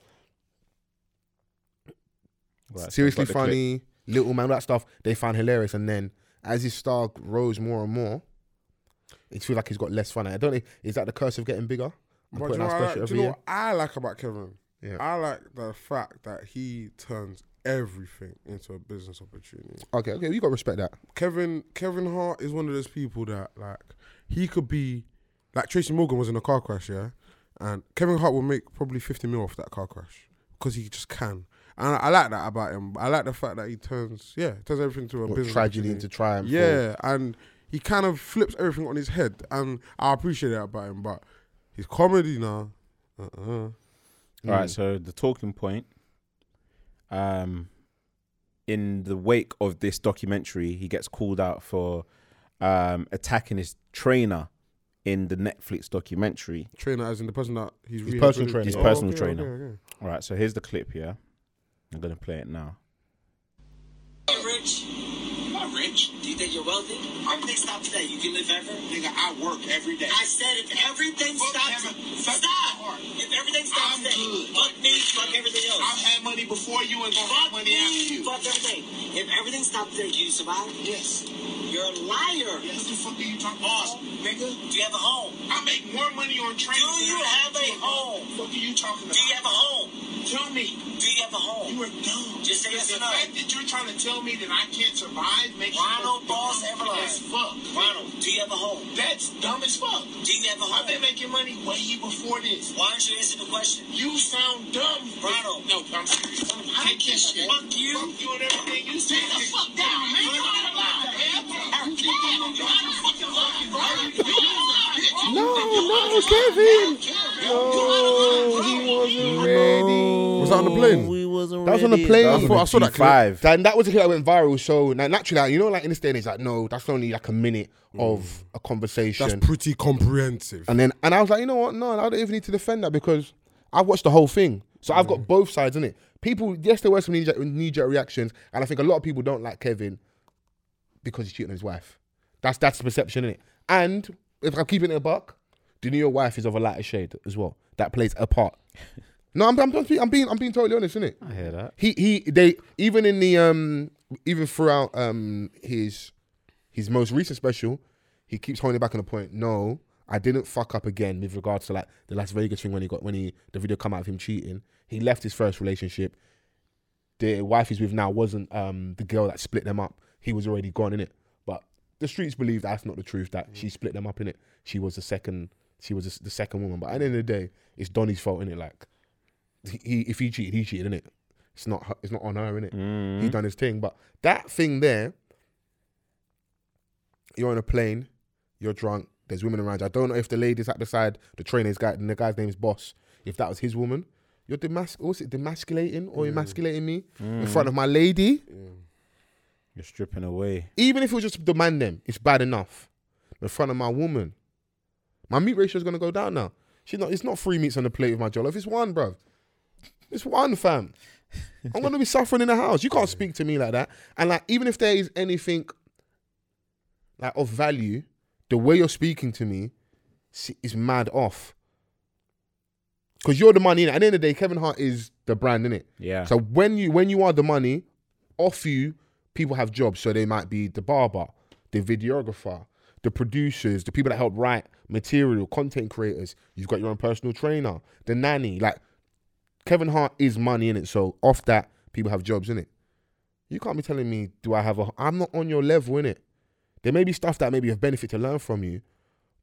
Right, so seriously I've got the clip. funny, little man, all that stuff they find hilarious. And then as his star rose more and more, it feels like he's got less fun. I don't know. Is that the curse of getting bigger? I'm But do you, putting know out special what I like, do every you know year. what I like about Kevin? Yeah. I like the fact that he turns everything into a business opportunity. Okay, okay, you got to respect that. Kevin Kevin Hart is one of those people that like he could be like Tracy Morgan was in a car crash, yeah, and Kevin Hart will make probably fifty mil off that car crash because he just can. And I, I like that about him. I like the fact that he turns yeah turns everything to a What, business tragedy opportunity. into triumph. or- Yeah, and he kind of flips everything on his head, and I appreciate that about him. But his comedy now, uh-uh. Mm. All right, so the talking point. Um, in the wake of this documentary, he gets called out for um, attacking his trainer in the Netflix documentary. trainer as in the person that he's His personal rehabilitated- trainer. His personal okay, trainer. okay, okay. All right, so here's the clip here. I'm going to play it now. Rich, not rich. Do you think you're wealthy? If everything stopped today, you can live ever. Nigga, I work every day. I said if everything Fuck stops, Kevin. Fuck my stop. heart. If everything stops I'm today, good. fuck me, fuck everything else. I've had money before you and gonna have fuck money after me, you. fuck everything. If everything stopped today, do you survive? Yes. You're a liar. Yes, the fuck are you talking Boss, about? nigga, do you have a home? I make more money on trains. Do than you I have do a on- home? Fuck are you talking about? Do you have a home? Tell me. Do you have a home? You are dumb. Just say yes the or no. fact that you're trying to tell me that I can't survive makes Ronald you look Boss dumb Everline. as fuck. Ronald, do you have a home? That's dumb as fuck. Do you have a I've been home? making money way before this. Why don't you answer the question? You sound dumb, Ronald. No, I'm serious. Take give a this shit. fuck you. Fuck you and everything you say. Sit the fuck down, man. You're out of line, man. You think I'm gonna be out of fucking line, bro? You're out of line, bitch. No, no, Kevin. No, he wasn't ready. Was that on the plane? We wasn't That was on the ready. plane. That was Bro, on I saw the that clip. G5. That, that was the clip that went viral. So now, naturally, like, you know, like in this day and age, like no, that's only like a minute of a conversation. Mm. That's pretty comprehensive. and then and I was like, you know what? No, I don't even need to defend that because I watched the whole thing, so I've Mm. got both sides in it. People, yes, there were some knee-jerk, knee-jerk reactions, and I think a lot of people don't like Kevin because he's cheating on his wife. That's that's the perception in it. And if I'm keeping it a buck, do you know your wife is of a lighter shade as well? That plays a part. No, I'm, I'm, I'm being I'm being totally honest, innit? I hear that. he he they even in the um even throughout um his his most recent special, he keeps holding back on the point. No, I didn't fuck up again with regards to like the Las Vegas thing when he got when he the video come out of him cheating. He left his first relationship. The wife he's with now wasn't um the girl that split them up. He was already gone in it. But the streets believe that's not the truth. That she split them up in it. She was the second. She was the- the second woman. But at the end of the day, it's Donny's fault in it. Like he, he if he cheated, he cheated in it. It's not her, it's not on her in it. He done his thing, but that thing there. You're on a plane, you're drunk. There's women around you. I don't know if the lady's at the side, the trainer's guy, and the guy's name is Boss. If that was his woman, you're demas- what's it, demasculating or emasculating me in front of my lady. You're stripping away. Even if it was just the man, them, it's bad enough. In front of my woman, my meat ratio is gonna go down now. She's not. It's not three meats on the plate with my jollof. It's one, bruv. It's one, fam. I'm gonna be suffering in the house. You can't speak to me like that. And like, even if there is anything like of value, the way you're speaking to me s- is mad off. Cause you're the money. Innit? At the end of the day, Kevin Hart is the brand, innit? Yeah. So when you when you are the money, off you, people have jobs. So they might be the barber, the videographer, the producers, the people that help write material, content creators. You've got your own personal trainer, the nanny. Like Kevin Hart is money in it. So off that, people have jobs in it. You can't be telling me, do I have a? I'm not on your level in it. There may be stuff that maybe of benefit to learn from you,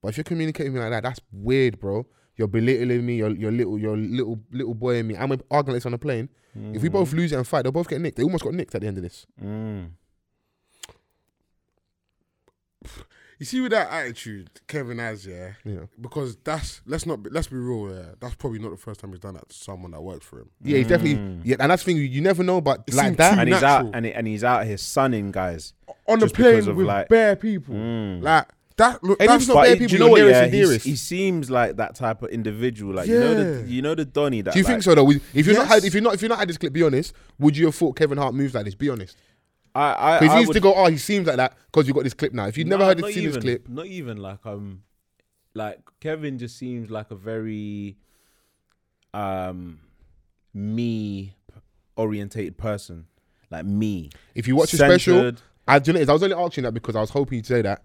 but if you're communicating with me like that, that's weird, bro. You're belittling me. You're, you're little, you're little, little boy in me. I'm arguing this on a plane. If we both lose it and fight, they'll both get nicked. They almost got nicked at the end of this. Mm. You see, with that attitude, Kevin has, yeah, Yeah. because that's let's not be, let's be real, yeah, that's probably not the first time he's done that to someone that worked for him. Yeah, he's definitely. Yeah, and that's the thing. You, you never know, but It like seemed that. too Mm. And he's Natural. out and, he- and he's out here sunning guys. On Just because of, like- bare people, mm. like that. Look, And that's if not not But bare it- do people, you know your what? nearest Yeah, and He's- dearest. he seems like that type of individual. Like you know Yeah. the you know the Donny that. Do you like, think so though? Would- If you're not Yes. had, if you're not, if you're not had this clip, be honest. Would you have thought Kevin Hart moves like this? Be honest. I I, Because I he used to would- go, oh, he seems like that because you got this clip now. If you've never Nah, heard it, not seen this even. clip, Not even like um, like Kevin just seems like a very um me orientated person, like me. if you watch his special, Centered. I, do you know, I was only asking that because I was hoping you'd say that.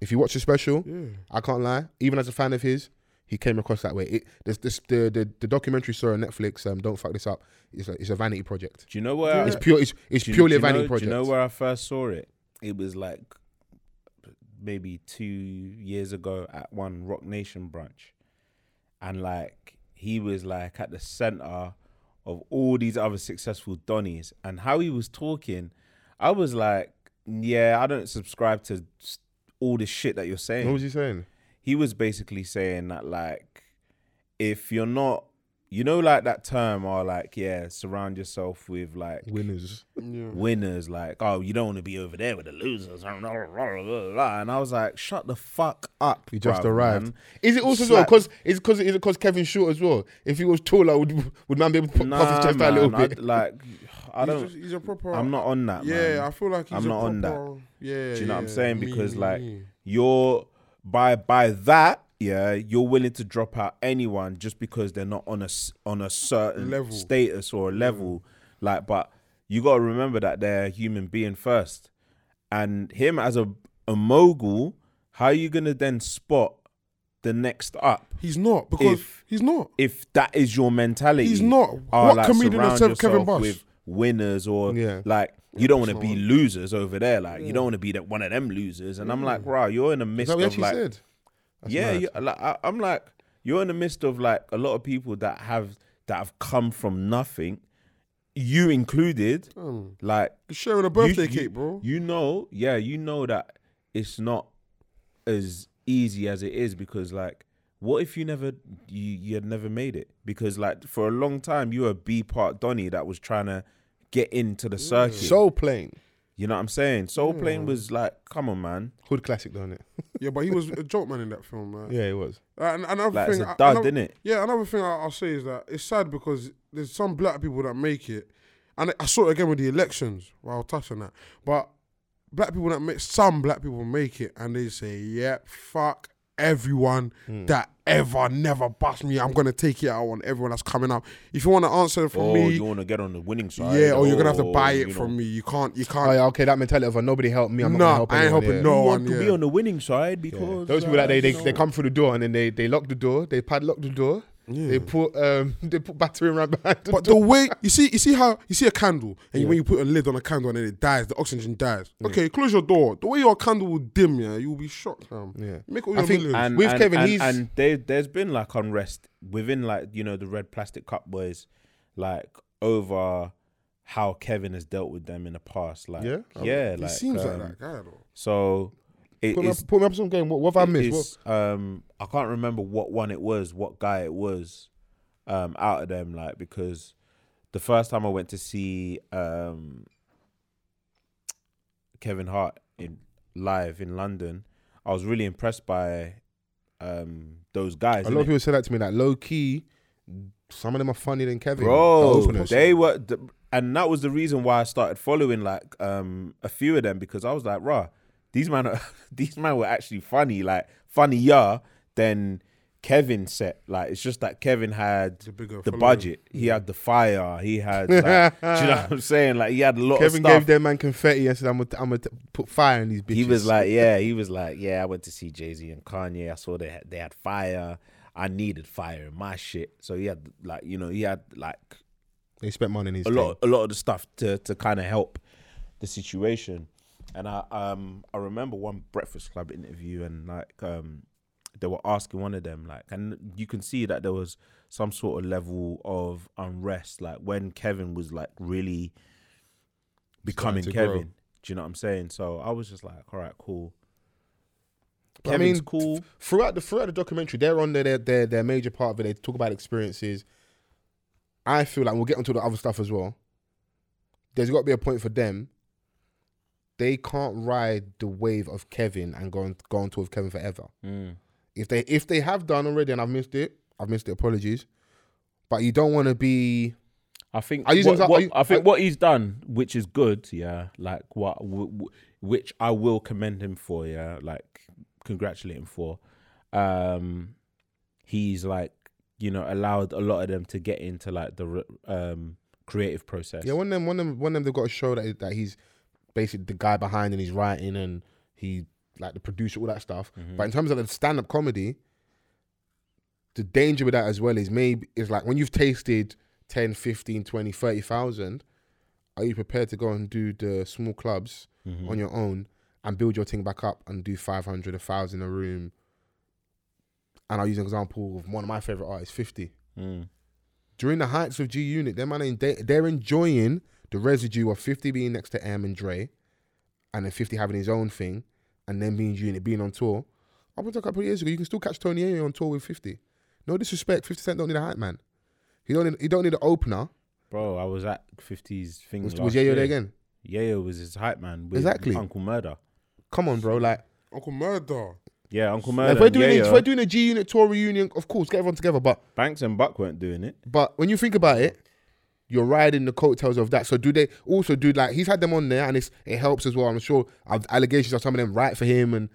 If you watch his special, I can't lie. Even as a fan of his, he came across that way. It, this, this, the, the the documentary saw on Netflix. Um, don't fuck this up. It's a, it's a vanity project. Do you know where It's pure. It's, it's do you- purely do a you know- vanity project. Do you know where I first saw it? It was like maybe two years ago at one Rock Nation brunch, and like he was like at the center of all these other successful Donnies, and how he was talking, I was like, yeah, I don't subscribe to s- all this shit that you're saying What was he saying? he was basically saying that like if you're not you know like that term or like yeah surround yourself with like Winners. Mm-hmm. winners like oh you don't want to be over there with the losers and i was like shut the fuck up He just bruv, arrived. man. Is it also It's so? like- Because is because is it because Kevin Short as well? If he was taller, would would man be able to pop, puff his chest out a little man, bit? I, like I don't. He's, just, he's a proper. I'm not on that. Yeah, man. I feel like he's I'm a not on that. proper- Yeah, Do you know what I'm yeah, saying? me, Because me, like me. you're by by that, yeah, you're willing to drop out anyone just because they're not on a s- on a certain Level. status or a level. Like, but you got to remember that they're a human being first, and him as a a mogul, how you gonna then spot the next up? he's not because If- he's not. if that is your mentality. He's not. are, What comedian surround has said Kevin Buss? yourself With winners or Yeah. like you don't want to be losers over there. Like you don't want to be that one of them losers. And I'm like, wow, you're in the midst that what he of actually like, said? yeah, mad. you, like I, I'm like, you're in the midst of like a lot of people that have that have come from nothing, you included. Mm. Like sharing a birthday you, cake, bro. You know, yeah, you know that it's not as easy as it is because like what if you never you you had never made it? Because like for a long time you were a B part Donny that was trying to get into Mm. the circuit. Soul Plane. you know what I'm saying? Soul Plane was like, come on man. Hood classic, don't it? yeah, but he was a joke man in that film, man. yeah, it was. And and Uh, another Like, it's thing, a I- dud, another- innit? Yeah, another thing I, I'll say is that it's sad because there's some black people that make it, and I saw it again with the elections. Well, I'll touch on that, but black people that make some black people make it, and they say, "Yep, fuck." Everyone Hmm. that ever never bust me, I'm gonna take it out on everyone that's coming up. If you want to answer for Or me, Oh, you want to get on the winning side. yeah, or you're gonna have to or, buy it Oh, you know, from me. You can't, you Oh, can't. yeah, okay, that mentality of uh, nobody helped me. I'm not Nah, gonna help I ain't anyone, helping yeah. no You one. want to be Yeah. on the winning side because Those people uh, that they, they, you know, they come through the door and then they, they lock the door, they padlock the door, they put um they put battery around behind the But the door. way you see, you see how you see a candle, and when you put a lid on a candle and then it dies, the oxygen dies. Okay, close your door. The way your candle will dim, yeah, you will be shocked, fam. Yeah. make all I your think- millions. and, With and- Kevin, and, he's- and there, there's been like unrest within like you know the red plastic cup boys, like over how Kevin has dealt with them in the past. Like Yeah? yeah, he like seems um, like that guy though. So it, put, me it's, up, put me up some game. What, what have I missed? What- it's, um, I can't remember what one it was, what guy it was, um, out of them like because the first time I went to see um, Kevin Hart in live in London, I was really impressed by um, those guys. A lot innit? of people say that to me, like low key, some of them are funnier than Kevin. the bro openers. they were the, and that was the reason why i started following like um a few of them because i was like rah these man are, these man were actually funny like funnier than kevin set like it's just that kevin had the, bigger following. budget he had the fire he had like, do you know what i'm saying like he had a lot Kevin of stuff gave their man confetti and said, "I'm gonna, I'm gonna put fire in these bitches." he was like, yeah, he was like, yeah. I went to see Jay Z and Kanye. I saw they had, they had fire. I needed fire in my shit. So he had like, you know, he had like "They spent money in his a lot a lot of the stuff to to kind of help the situation. And I um I remember one Breakfast Club interview and like um they were asking one of them like and you can see that there was some sort of level of unrest like when Kevin was like really becoming to grow. Kevin. Do you know what I'm saying? So I was just like, all right, cool. But Kevin's cool. th- throughout the throughout the documentary, they're on there. They're, they're they're a major part of it. They talk about experiences. I feel like we'll get onto the other stuff as well. There's got to be a point for them. They can't ride the wave of Kevin and go on, go on tour with Kevin forever. If they if they have done already and I've missed it, I've missed it. Apologies, but you don't want to be I think Are you what, saying- what- are you- I think are- what he's done, which is good, yeah. Like what, w- w- which I will commend him for, yeah. Like congratulate him for. Um, he's like you know allowed a lot of them to get into like the re- um creative process. yeah one of them one of them one of them they've got to show that that he's basically the guy behind and he's writing and he like the producer all that stuff. But in terms of the stand up comedy, the danger with that as well is maybe is like when you've tasted 10 15 20 30,000 are you prepared to go and do the small clubs on your own and build your thing back up and do 500 1000 a room and I'll use an example of one of my favorite artists 50 during the heights of G Unit their man ain't they, they're enjoying the residue of 50 being next to M and Dre and then 50 having his own thing and then being Unit being on tour I went a couple of years ago you can still catch Tony A on tour with 50 no disrespect 50 Cent don't need a hype man he don't need, he don't need an opener Bro, I was at 50's thing. was, was last Yayo year. there again Yayo was his hype man. With Exactly. Uncle Murder. come on bro like Uncle Murder. Yeah, Uncle Murder. Like, if we're and doing a, Yayo. if we're doing a G Unit tour reunion, of course, get everyone together. But Banks and Buck weren't doing it. but when you think about it, you're riding the coattails of that. So do they also do like he's had them on there and it's it helps as well. I'm sure uh, allegations of some of them right for him and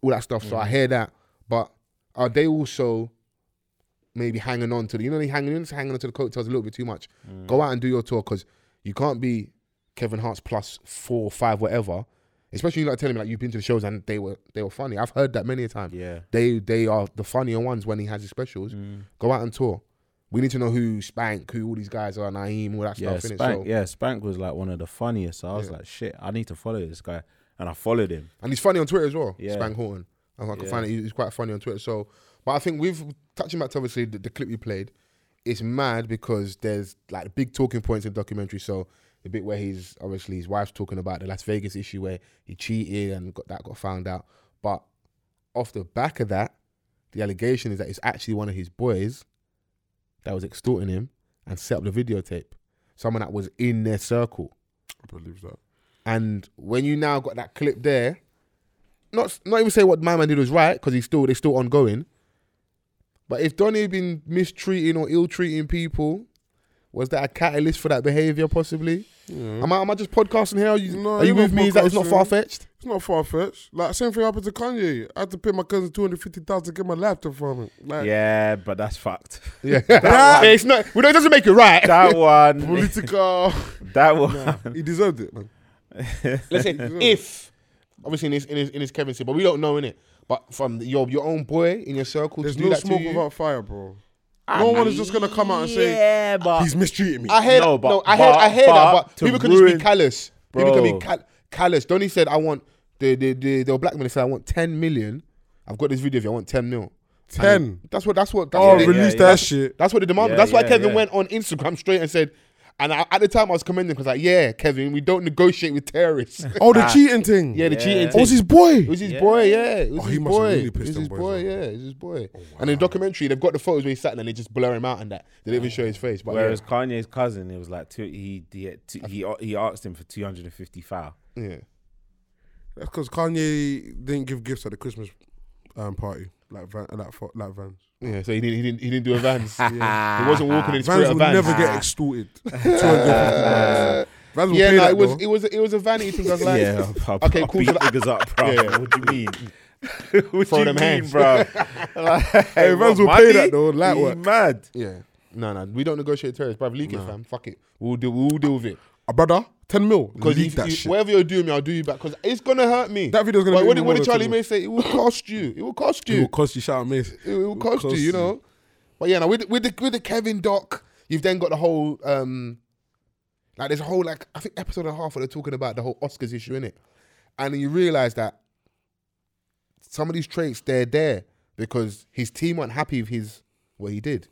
all that stuff. So I hear that, but are they also maybe hanging on to the you know they hanging you know, just hanging on to the coattails a little bit too much? Go out and do your tour because you can't be Kevin Hart's plus four, five, whatever. Especially you like telling me like you've been to the shows and they were they were funny. I've heard that many a time. Yeah. Mm. They they are the funnier ones when he has his specials. Go out and tour. We need to know who Spank, who all these guys are, Naeem, all that Yeah, stuff. innit? Spank. So- Yeah, Spank was like one of the funniest. So I was like, shit, I need to follow this guy, and I followed him. And he's funny on Twitter as well, Yeah. Spank Horton. I can find it. He's quite funny on Twitter. So, but I think we've touching back to obviously the, the clip we played. It's mad because there's like big talking points in the documentary. So the bit where he's obviously his wife's talking about the Las Vegas issue where he cheated and got that got found out. But off the back of that, the allegation is that it's actually one of his boys that was extorting him and set up the videotape. Someone that was in their circle. I believe that. And when you now got that clip there, not not even say what my man did was right because he's still they're still ongoing. But if Donny had been mistreating or ill treating people, was that a catalyst for that behavior possibly? Am I am I just podcasting here? Are you, Hmm. No, are you you're with not me? Is that Oh, it's not podcasting. far fetched? It's not far fetched. Like same thing happened to Kanye. I had to pay my cousin two hundred fifty thousand to get my laptop from him. Like Yeah, but that's fucked. Yeah, it's not. We don't, it doesn't make it right. That one. political. that one. he deserved it, man. Let's say if obviously in his in his, in his Kevin Sid, but we don't know in it. But from your your own boy in your circle, There's to do no that smoke to you, Ah, without fire, bro. no one is just gonna come out and say "Ah, Yeah, but he's mistreating me. I hear No, no, but- no, I hear, I hear but- that, but to people can just ruin- be callous. People can Bro. be cal- callous. Donny said, "I want the the the, the black man said I want ten million. I've got this video. If you I want ten mil, Ten. That's what. That's what. That's Oh, what they- release yeah. that shit. That's what the demand. Yeah, that's why yeah, Kevin yeah. went on Instagram straight and said. And I, at the time, I was commending because, like, yeah, Kevin, we don't negotiate with terrorists. Oh, the cheating thing. Ah. yeah, the cheating. Oh, Thing. it's his It boy. was his boy, yeah. It was Oh, his he must boy. have really it was pissed his them boys boy, off. Oh, yeah. It was his boy. And in the documentary, they've got the photos where he sat there and they just blur him out and that. They didn't even show his face. But Whereas Kanye's cousin, it was like two, he he had two- he he asked him for two hundred and fifty foul. yeah, yeah. That's because Kanye didn't give gifts at the Christmas um, party, like van, like, fo- like Vans. Yeah, so he didn't. He didn't. He didn't do a Vans. He wasn't walking in his Vans spirit will of Vans. never get extorted. 250 pounds. Vans will yeah, pay no, that, it was. though. It was. It was a vanity thing. I was like, yeah, I'll, okay, I'll cool. Beat so that- niggas up, bro. Yeah. What do you mean? what Throw do you them mean, hands. bro? like, hey, Vans will pay that, though, light work. mad. yeah, no, no, we don't negotiate terrorists, bruv. Leak it, fam. Fuck it. We'll do. We'll deal with it. A brother, 10 mil. Because Leave that you, shit. whatever you're doing, me, I'll do you back. Because it's gonna hurt me. That video's gonna But make what me did- What more did Charlie than May say? It will cost you. It will cost It will you. cost you, shout out, mate. It will cost you. You know. But yeah, now with the- with the with the Kevin doc, you've then got the whole um, like there's a whole like I think episode and a half where they're talking about the whole Oscars issue in it, and you realize that some of these traits they're there because his team weren't happy with his what he did.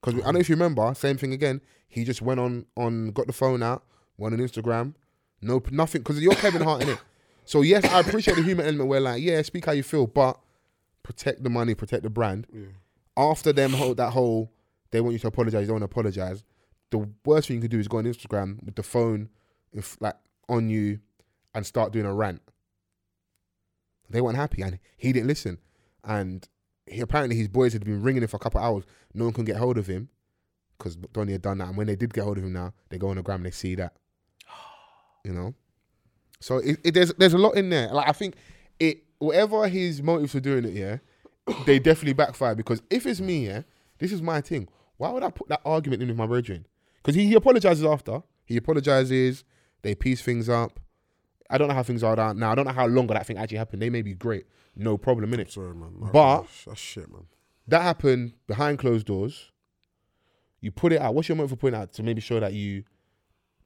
Because I don't know if you remember, same thing again. He just went on on got the phone out, went on Instagram, no nothing. Because you're Kevin Hart in it, so yes, I appreciate the human element where like yeah, speak how you feel, but protect the money, protect the brand. After them whole that whole, they want you to apologize, you don't want to apologize. The worst thing you could do is go on Instagram with the phone, if like on you, and start doing a rant. They weren't happy, and he didn't listen. And he apparently his boys had been ringing him for a couple of hours. No one could get hold of him because Donny had done that. And when they did get hold of him, now they go on the gram and they see that, you know. So it, it, there's there's a lot in there. Like I think it whatever his motives for doing it, yeah, they definitely backfire because if it's me, yeah, this is my thing. Why would I put that argument in with my brethren? Because he, he apologizes after. He apologizes. They piece things up. I don't know how things are down now. I don't know how long that thing actually happened. They may be great, no problem in it. Sorry, man. Like, But- That's shit, man. That happened behind closed doors. You put it out. What's your motive for putting it out to maybe show that you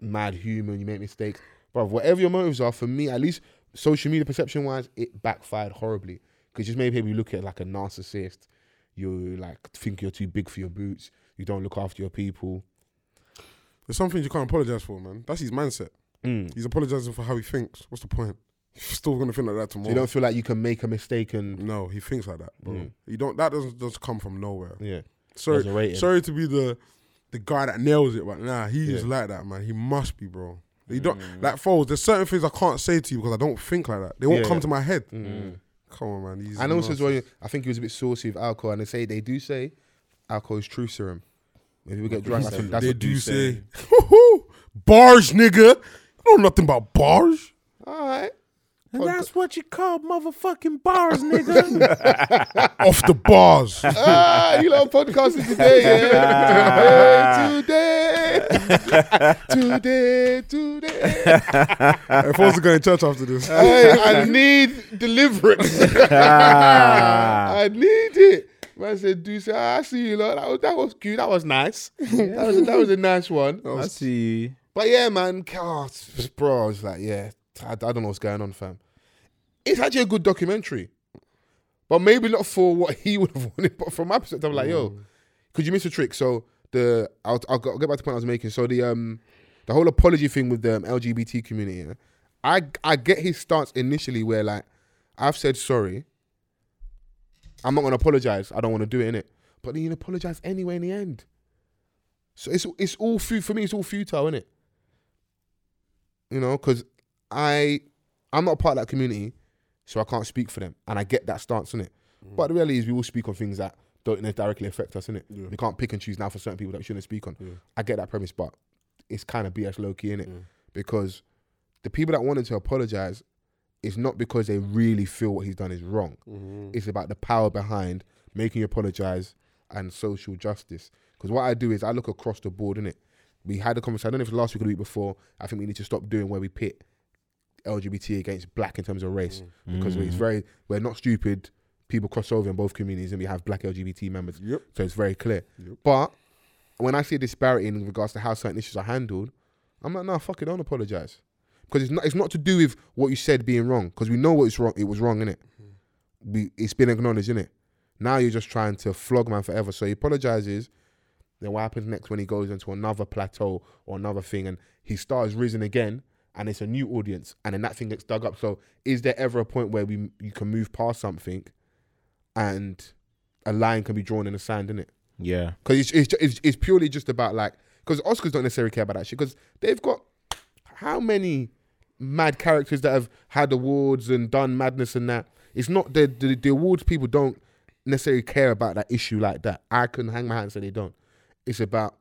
mad human, you make mistakes, bro? Whatever your motives are, for me at least, social media perception wise, it backfired horribly because just made people look at it like a narcissist. You like think you're too big for your boots. You don't look after your people. There's some things you can't apologize for, man. That's his mindset. Mm. He's apologizing for how he thinks. What's the point? He's still gonna think like that So tomorrow. you don't feel like you can make a mistake and no, he thinks like that, bro. Mm. You don't. That doesn't just come from nowhere. yeah, There's a Sorry, rating. sorry to be the the guy that nails it, but nah, he's Yeah. Mm. like that, man. He must be, bro. You don't like Foles. There's certain things I can't say to you because I don't think like that. They won't Yeah. Mm. come to my head. Come on, man. He's and also as nasty. well, I think he was a bit saucy with alcohol. And they say they do say alcohol is truth serum. Maybe we get dragged. That's, what- that's they what do you say, barge, nigga. You know nothing about barge. All right. And that's what you call motherfucking bars, nigga. Off the bars. Ah, you love podcasting today, yeah? today, today, today. if I was to go in church after this, Hey, I need deliverance. Ah. I need it. Man said, "Deuce, ah, I see you, lot. That was that was cute. That was nice. that was a, that was a nice one. I see you. But yeah, man, oh, it's- bro, it's like, yeah, I, I don't know what's going on, fam. It's actually a good documentary, but maybe not for what he would have wanted. But from my perspective, I'm like, yo, could you miss a trick? So the I'll, I'll, go- I'll get back to the point I was making. So the um the whole apology thing with the um, LGBT community, yeah, I I get his stance initially where like I've said sorry. I'm not gonna apologize. I don't want to do it in it, but then you apologize anyway in the end. So it's it's all fu- for me. It's all futile, innit? you know, because I I'm not part of that community, so I can't speak for them, and I get that stance on it. But the reality is, we all speak on things that don't ne- directly affect us, innit? We can't pick and choose now for certain people that we shouldn't speak on. I get that premise, but it's kind of BS low key, innit? Because the people that wanted to apologize, it's not because they really feel what he's done is wrong. It's about the power behind making you apologize and social justice. Because what I do is I look across the board, innit? We had a conversation, I don't know if it was last week or the week before. I think we need to stop doing where we pit LGBT against black in terms of race because it's very we're not stupid. People cross over in both communities, and we have black LGBT members. Yep. So it's very clear. But when I see a disparity in regards to how certain issues are handled, I'm like, nah, fuck it, don't apologize because it's not it's not to do with what you said being wrong because we know what it's wrong. It was wrong, innit? We it's been acknowledged, innit? Now you're just trying to flog man forever. So he apologizes. Then what happens next when he goes into another plateau or another thing and he stars risen again and it's a new audience and then that thing gets dug up. So is there ever a point where we you can move past something and a line can be drawn in the sand, innit? Yeah. Because it's, it's, ju- it's, it's purely just about like, because Oscars don't necessarily care about that shit. Because they've got how many mad characters that have had awards and done madness and that. It's not the, the, the awards people don't necessarily care about that issue like that. I can hang my hand and say they don't. It's about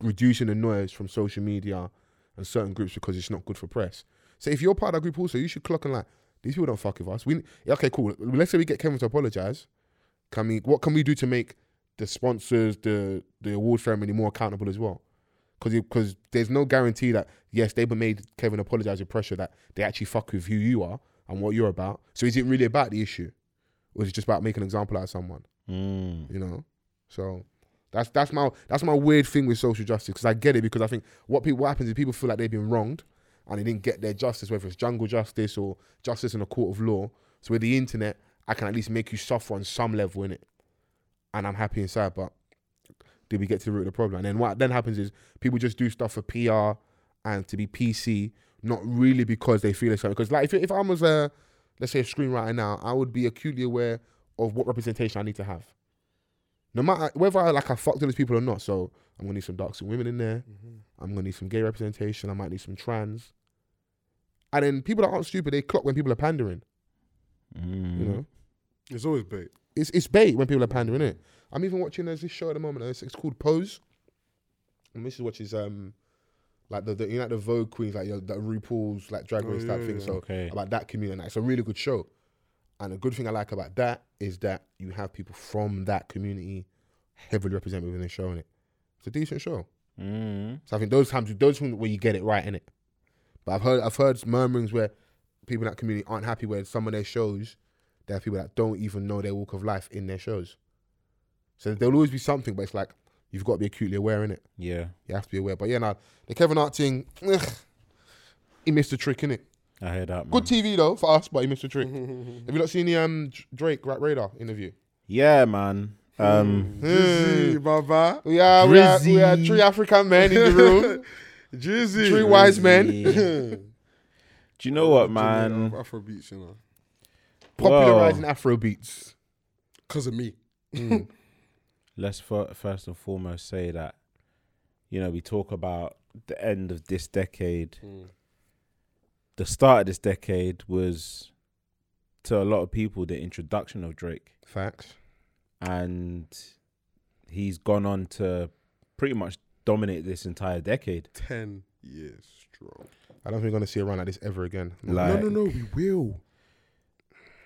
reducing the noise from social media and certain groups because it's not good for press. So if you're part of that group also, you should clock and like, these people don't fuck with us. We okay, cool. Let's say we get Kevin to apologize. Can we? What can we do to make the sponsors, the the award ceremony more accountable as well? Because because there's no guarantee that yes, they've made Kevin apologize with pressure that they actually fuck with who you are and what you're about. So is it really about the issue, or is it just about making an example out of someone? You know, so. That's that's my that's my weird thing with social justice because I get it because I think what people what happens is people feel like they've been wronged and they didn't get their justice whether it's jungle justice or justice in a court of law. So with the internet, I can at least make you suffer on some level in it, and I'm happy inside. But did we get to the root of the problem? And then what then happens is people just do stuff for PR and to be PC, not really because they feel it's something. Because like if if I was a let's say a screenwriter now, I would be acutely aware of what representation I need to have no matter whether I like I fucked with these people or not. So I'm gonna need some dark skinned women in there. I'm gonna need some gay representation. I might need some trans. And then people that aren't stupid, they clock when people are pandering. You know, it's always bait. it's it's bait when people are pandering it. I'm even watching there's this show at the moment. It's, it's called Pose, and this is what is um like the, the you know like the Vogue queens like you know, the RuPaul's like drag race type thing. So Okay. about that community, and that. it's a really good show. And the good thing I like about that is that you have people from that community heavily represented within the show. And it, it's a decent show. Mm. So I think those times, those times where you get it right in it. But I've heard, I've heard murmurings where people in that community aren't happy where some of their shows, there are people that don't even know their walk of life in their shows. So there'll always be something, but it's like you've got to be acutely aware in it. Yeah. You have to be aware. But yeah, now the Kevin Hart thing, ugh, he missed a trick in it. I heard that. Man. Good TV though for us, but he missed a trick. have you not seen the um Dr- Drake Rat Radar interview? Yeah, man. Um, Mm-hmm. Jizzy, Baba. We are, we are, we are Drizzy. three African men in the room, Jizzy. three wise men. Do you know what, man? Afro beats, uh, you know. popularizing Afro beats. Because of me. let's fir- first and foremost say that you know we talk about the end of this decade Mm. the start of this decade was to a lot of people the introduction of drake Facts. and he's gone on to pretty much dominate this entire decade. Ten years strong. I don't think we're gonna see a run like this ever again. Like, no, no, no. We will.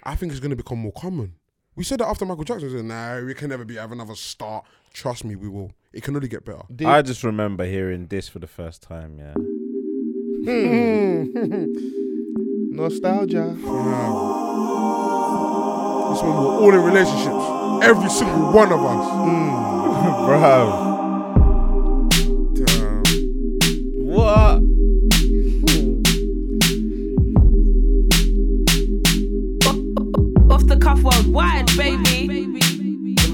I think it's going to become more common. We said that after Michael Jackson we said, "Nah, we can never be have another star." Trust me, we will. It can only get better. I just remember hearing this for the first time. Yeah, Nostalgia. This when we're all in relationships. Every single one of us. bro. Damn. What? Off the cuff worldwide, baby.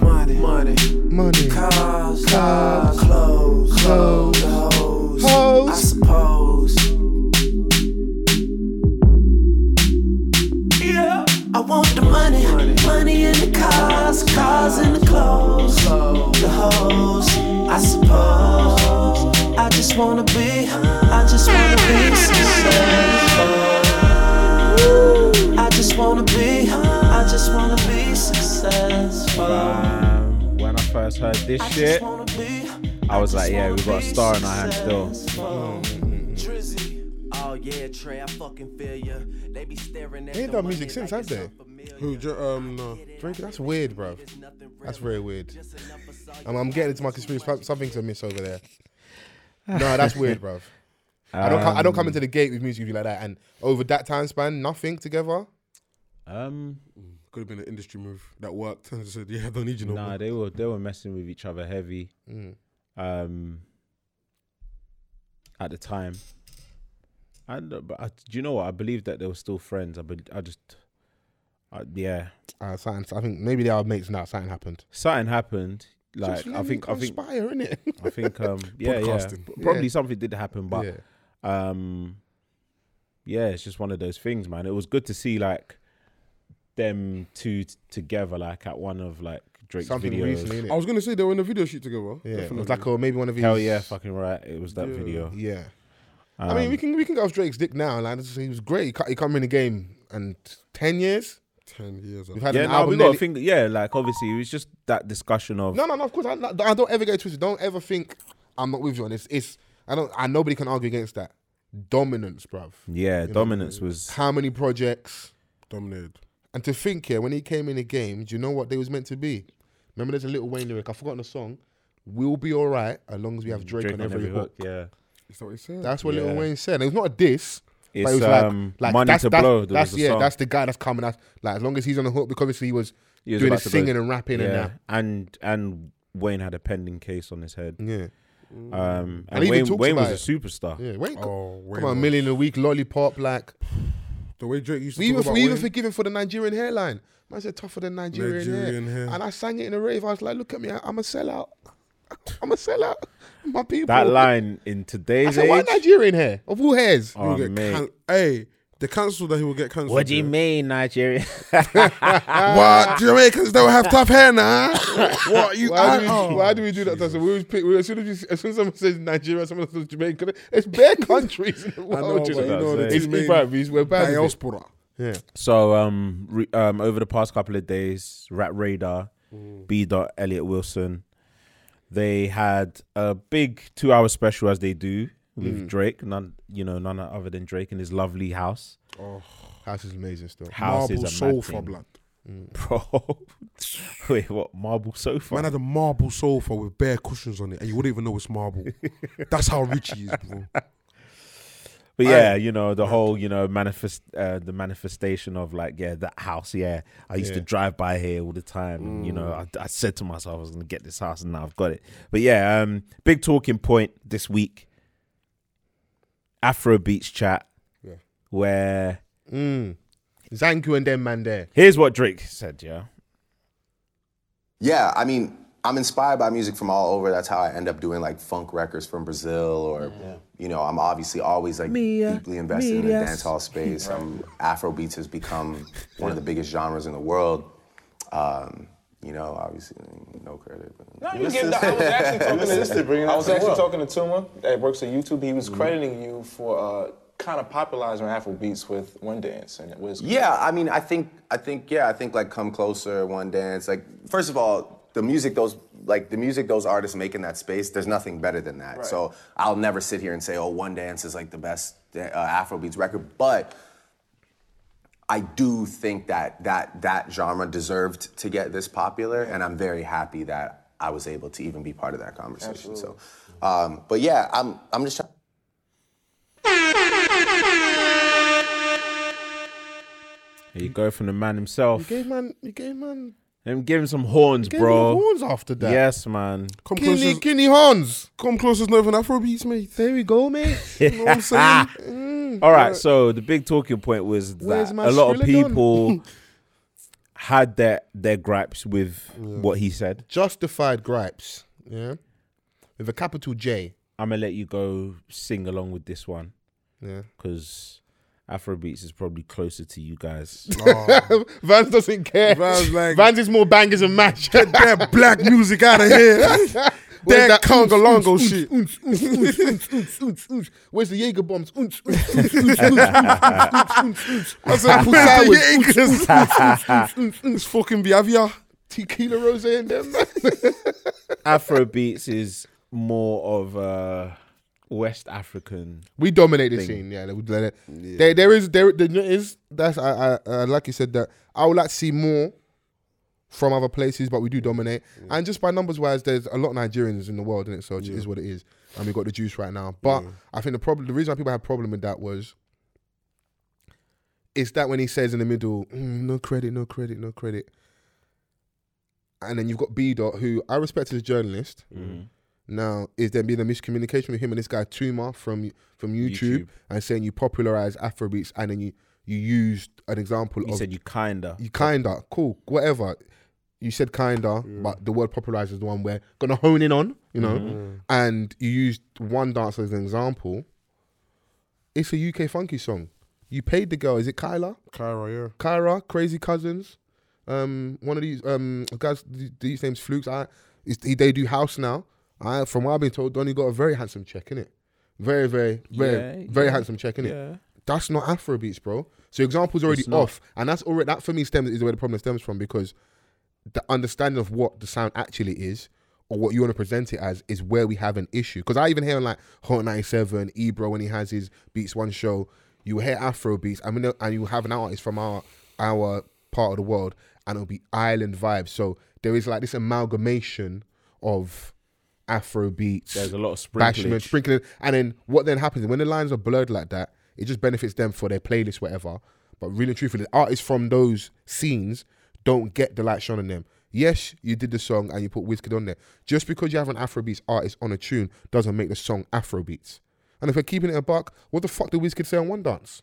Money, money, Money. cars, cars, clothes, clothes, hoes, I suppose. Yeah, I want the money, money in the cars, cars in the clothes, the hoes, I suppose. I just wanna be, I just wanna be successful. I just wanna be, I just wanna be successful. Um, when I first heard this shit, I I was like, yeah, we got a star in our hand still. Oh yeah, Trey, I fucking feel ya. They be staring at They ain't done music since, has they? Who? Dr- Um, no. Drake, that's weird, bro. That's very weird. I'm, I'm getting into my conspiracy. Perhaps Something's amiss over there. No, that's weird, bro. I don't. co- I don't come into the gate with music like that. And over that time span, nothing together. Um, Could have been an industry move that worked. I said, "Yeah, I don't need you no nah, more." they were they were messing with each other heavy. Um, at the time, and uh, but I, do you know what? I believe that they were still friends. I be, I just, I, yeah, Uh, something, I think maybe they are mates now. Something happened. something happened. Like I think I think Conspire, innit? I think um yeah yeah Podcasting. P- probably something did happen, but Yeah. um yeah, it's just one of those things, man. It was good to see like them two t- together, like at one of like Drake's Something videos. recently, innit? I was gonna say they were in a video shoot together. yeah, it definitely. was like oh, maybe one of his. Hell yeah, fucking right. It was that Yeah. video. Um, Yeah. I mean, we can we can go off Drake's dick now. Like this- he was great. He cut- He come in the game and ten years. ten years. We've had Yeah, an no, album. we got nearly- to think. Yeah, like obviously, it was just that discussion of No, no, no. Of course, I, I don't ever get it twisted. Don't ever think I'm not with you on this. It's I don't. I nobody can argue against that dominance, bruv. yeah, dominance was How many projects? Dominated. And to think here, when he came in the game, do you know what they was meant to be? Remember, there's a little Wayne lyric. I've forgotten the song. We'll be all right as long as we have Drake, Drake on every, hook. Yeah, Is that what he said? That's what Yeah. Little Wayne said. It was not a diss. but It's, it was um, like, like Money that's, to that's, Blow, there That's, was a yeah, song. that's the guy that's coming. That's, like as long as he's on the hook, because obviously he was, He was doing the about to go- singing and rapping and that. and and Wayne had a pending case on his head. Yeah, Um, and, And he even Wayne, talks Wayne was about a superstar. yeah. Wayne, Oh, Wayne come on, was- million a week, lollipop, like. the way Drake used to We talk even, about we even Wayne. forgive him for the Nigerian hairline. Man said tougher than Nigerian, Nigerian hair. hair. And I sang it in a rave. I was like, look at me, I, I'm a sellout. I'm a sellout. My people. That line I in today's said, why age. Nigerian hair? Of all hairs? Oh, He'll get mate. can- hey, the council that he will get cancelled. What do you yeah. mean, Nigeria? What Jamaicans don't have tough hair now? what you? Why do, we, oh. why do we do that? So we always pick, we, as, soon as, you, as soon as someone says Nigeria, someone says Jamaica, it's bare countries in the world. know, you but you know the it's, two it's main bad, it's- we're bad. with it. Diaspora. Yeah. so, um, re- um, over the past couple of days, Rat Radar, B. Dot Elliot Wilson, they had a big two-hour special as they do with Drake. None, you know, none other than Drake in his lovely house. House is amazing still. House marble is a mad sofa, thing. blood. bro. Wait, what? Marble sofa? Man had a marble sofa with bare cushions on it, and you wouldn't even know it's marble. That's how rich he is, bro. But yeah, you know the whole you know manifest uh, the manifestation of like yeah that house yeah I used to Yeah. Mm. drive by here all the time and you know I, I said to myself I was gonna get this house and now I've got it. But yeah, um, big talking point this week, Afro Beats chat, where Zanku and them man there. here's what Drake said. Yeah, Yeah, I mean, I'm inspired by music from all over. That's how I end up doing like funk records from Brazil, or you know, I'm obviously always like deeply invested in the dancehall space. Um, Afrobeats has become one of the biggest genres in the world. Um, you know, obviously, no credit. But You give that- I was actually talking to, I was actually talking to Tuma that works at YouTube. He was crediting you for uh, kind of popularizing Afro beats with One Dance and Wiz. Yeah, I mean, I think, I think, yeah, I think like "Come Closer," "One Dance." Like, first of all, the music those like the music those artists make in that space, there's nothing better than that. So I'll never sit here and say, oh, One Dance is like the best uh, Afrobeats record, but I do think that that that genre deserved to get this popular, and I'm very happy that I was able to even be part of that conversation. So, um, but yeah, I'm I'm just trying. Here you go from the man himself. Gave man, you gave man And give him some horns, gave bro. him horns after that. Yes, man. Come close, Guinea, as, guinea horns. come close as nothing Afrobeats, mate. There we go, mate. You know what I'm saying? Mm. All right, so the big talking point was Where's that my a lot of Skrilla gone? people had their their gripes with what he said. Justified gripes. Yeah. With a capital J. I'm gonna let you go sing along with this one Yeah. because Afrobeats is probably closer to you guys. Vans doesn't care. Vans like- Vans is more bangers and mash. Get that black music out of here. Where's that that conga longo oons, shit. oons, oons, oons, oons, oons, oons, oons. Where's the Jaeger bombs? Oons, oons, oons, oons, oons, oons, oons, oons, oons, oons. Apple sours. it's fucking behavior. Tequila rose in them. Afrobeats is more of a West African. We dominate the scene. Yeah, we, let it- There, there is there, there is that's I, I, I like you said that I would like to see more from other places, but we do dominate. And just by numbers wise, there's a lot of Nigerians in the world, and so it is what it is. And we got the juice right now. But I think the problem, the reason why people had problem with that was. It's that when he says in the middle, "Mm, no credit, no credit, no credit. And then you've got B Dot, who I respect as a journalist. Mm-hmm. Now, is there been a miscommunication with him and this guy Tuma from from YouTube, YouTube. and saying you popularized Afrobeats and then you you used an example He of said you kinda. you kinda cool whatever you said kinda, but the word popularize is the one we're gonna hone in on, you know, and you used one dance as an example. It's a UK funky song. You paid the girl. Is it Kyla? Kyra, Kyra, Crazy Cousins, um, one of these um guys. th- These names Flukes. I it's- he, they do house now. I from what I've been told, Donny got a very handsome check in it. Very, very, very, Yeah, very yeah, handsome check in it. yeah. That's not Afrobeats, bro. So your example's already It's not. off, and that's already that for me stems is where the problem stems from because the understanding of what the sound actually is or what you want to present it as is where we have an issue. Because I even hear on like Hot 97, Ebro when he has his Beats One show, you hear Afro beats, I mean, and you have an artist from our our part of the world, and it'll be island vibes. So there is like this amalgamation of Afro beats. There's a lot of bashment, sprinklage. sprinkling, and then what then happens when the lines are blurred like that? It just benefits them for their playlist, whatever. But really, and truthfully, artists from those scenes don't get the light shone on them. Yes, you did the song and you put Wizkid on there. Just because you have an Afrobeats artist on a tune doesn't make the song Afrobeats. And if we're keeping it a buck, what the fuck did Wizkid say on One Dance?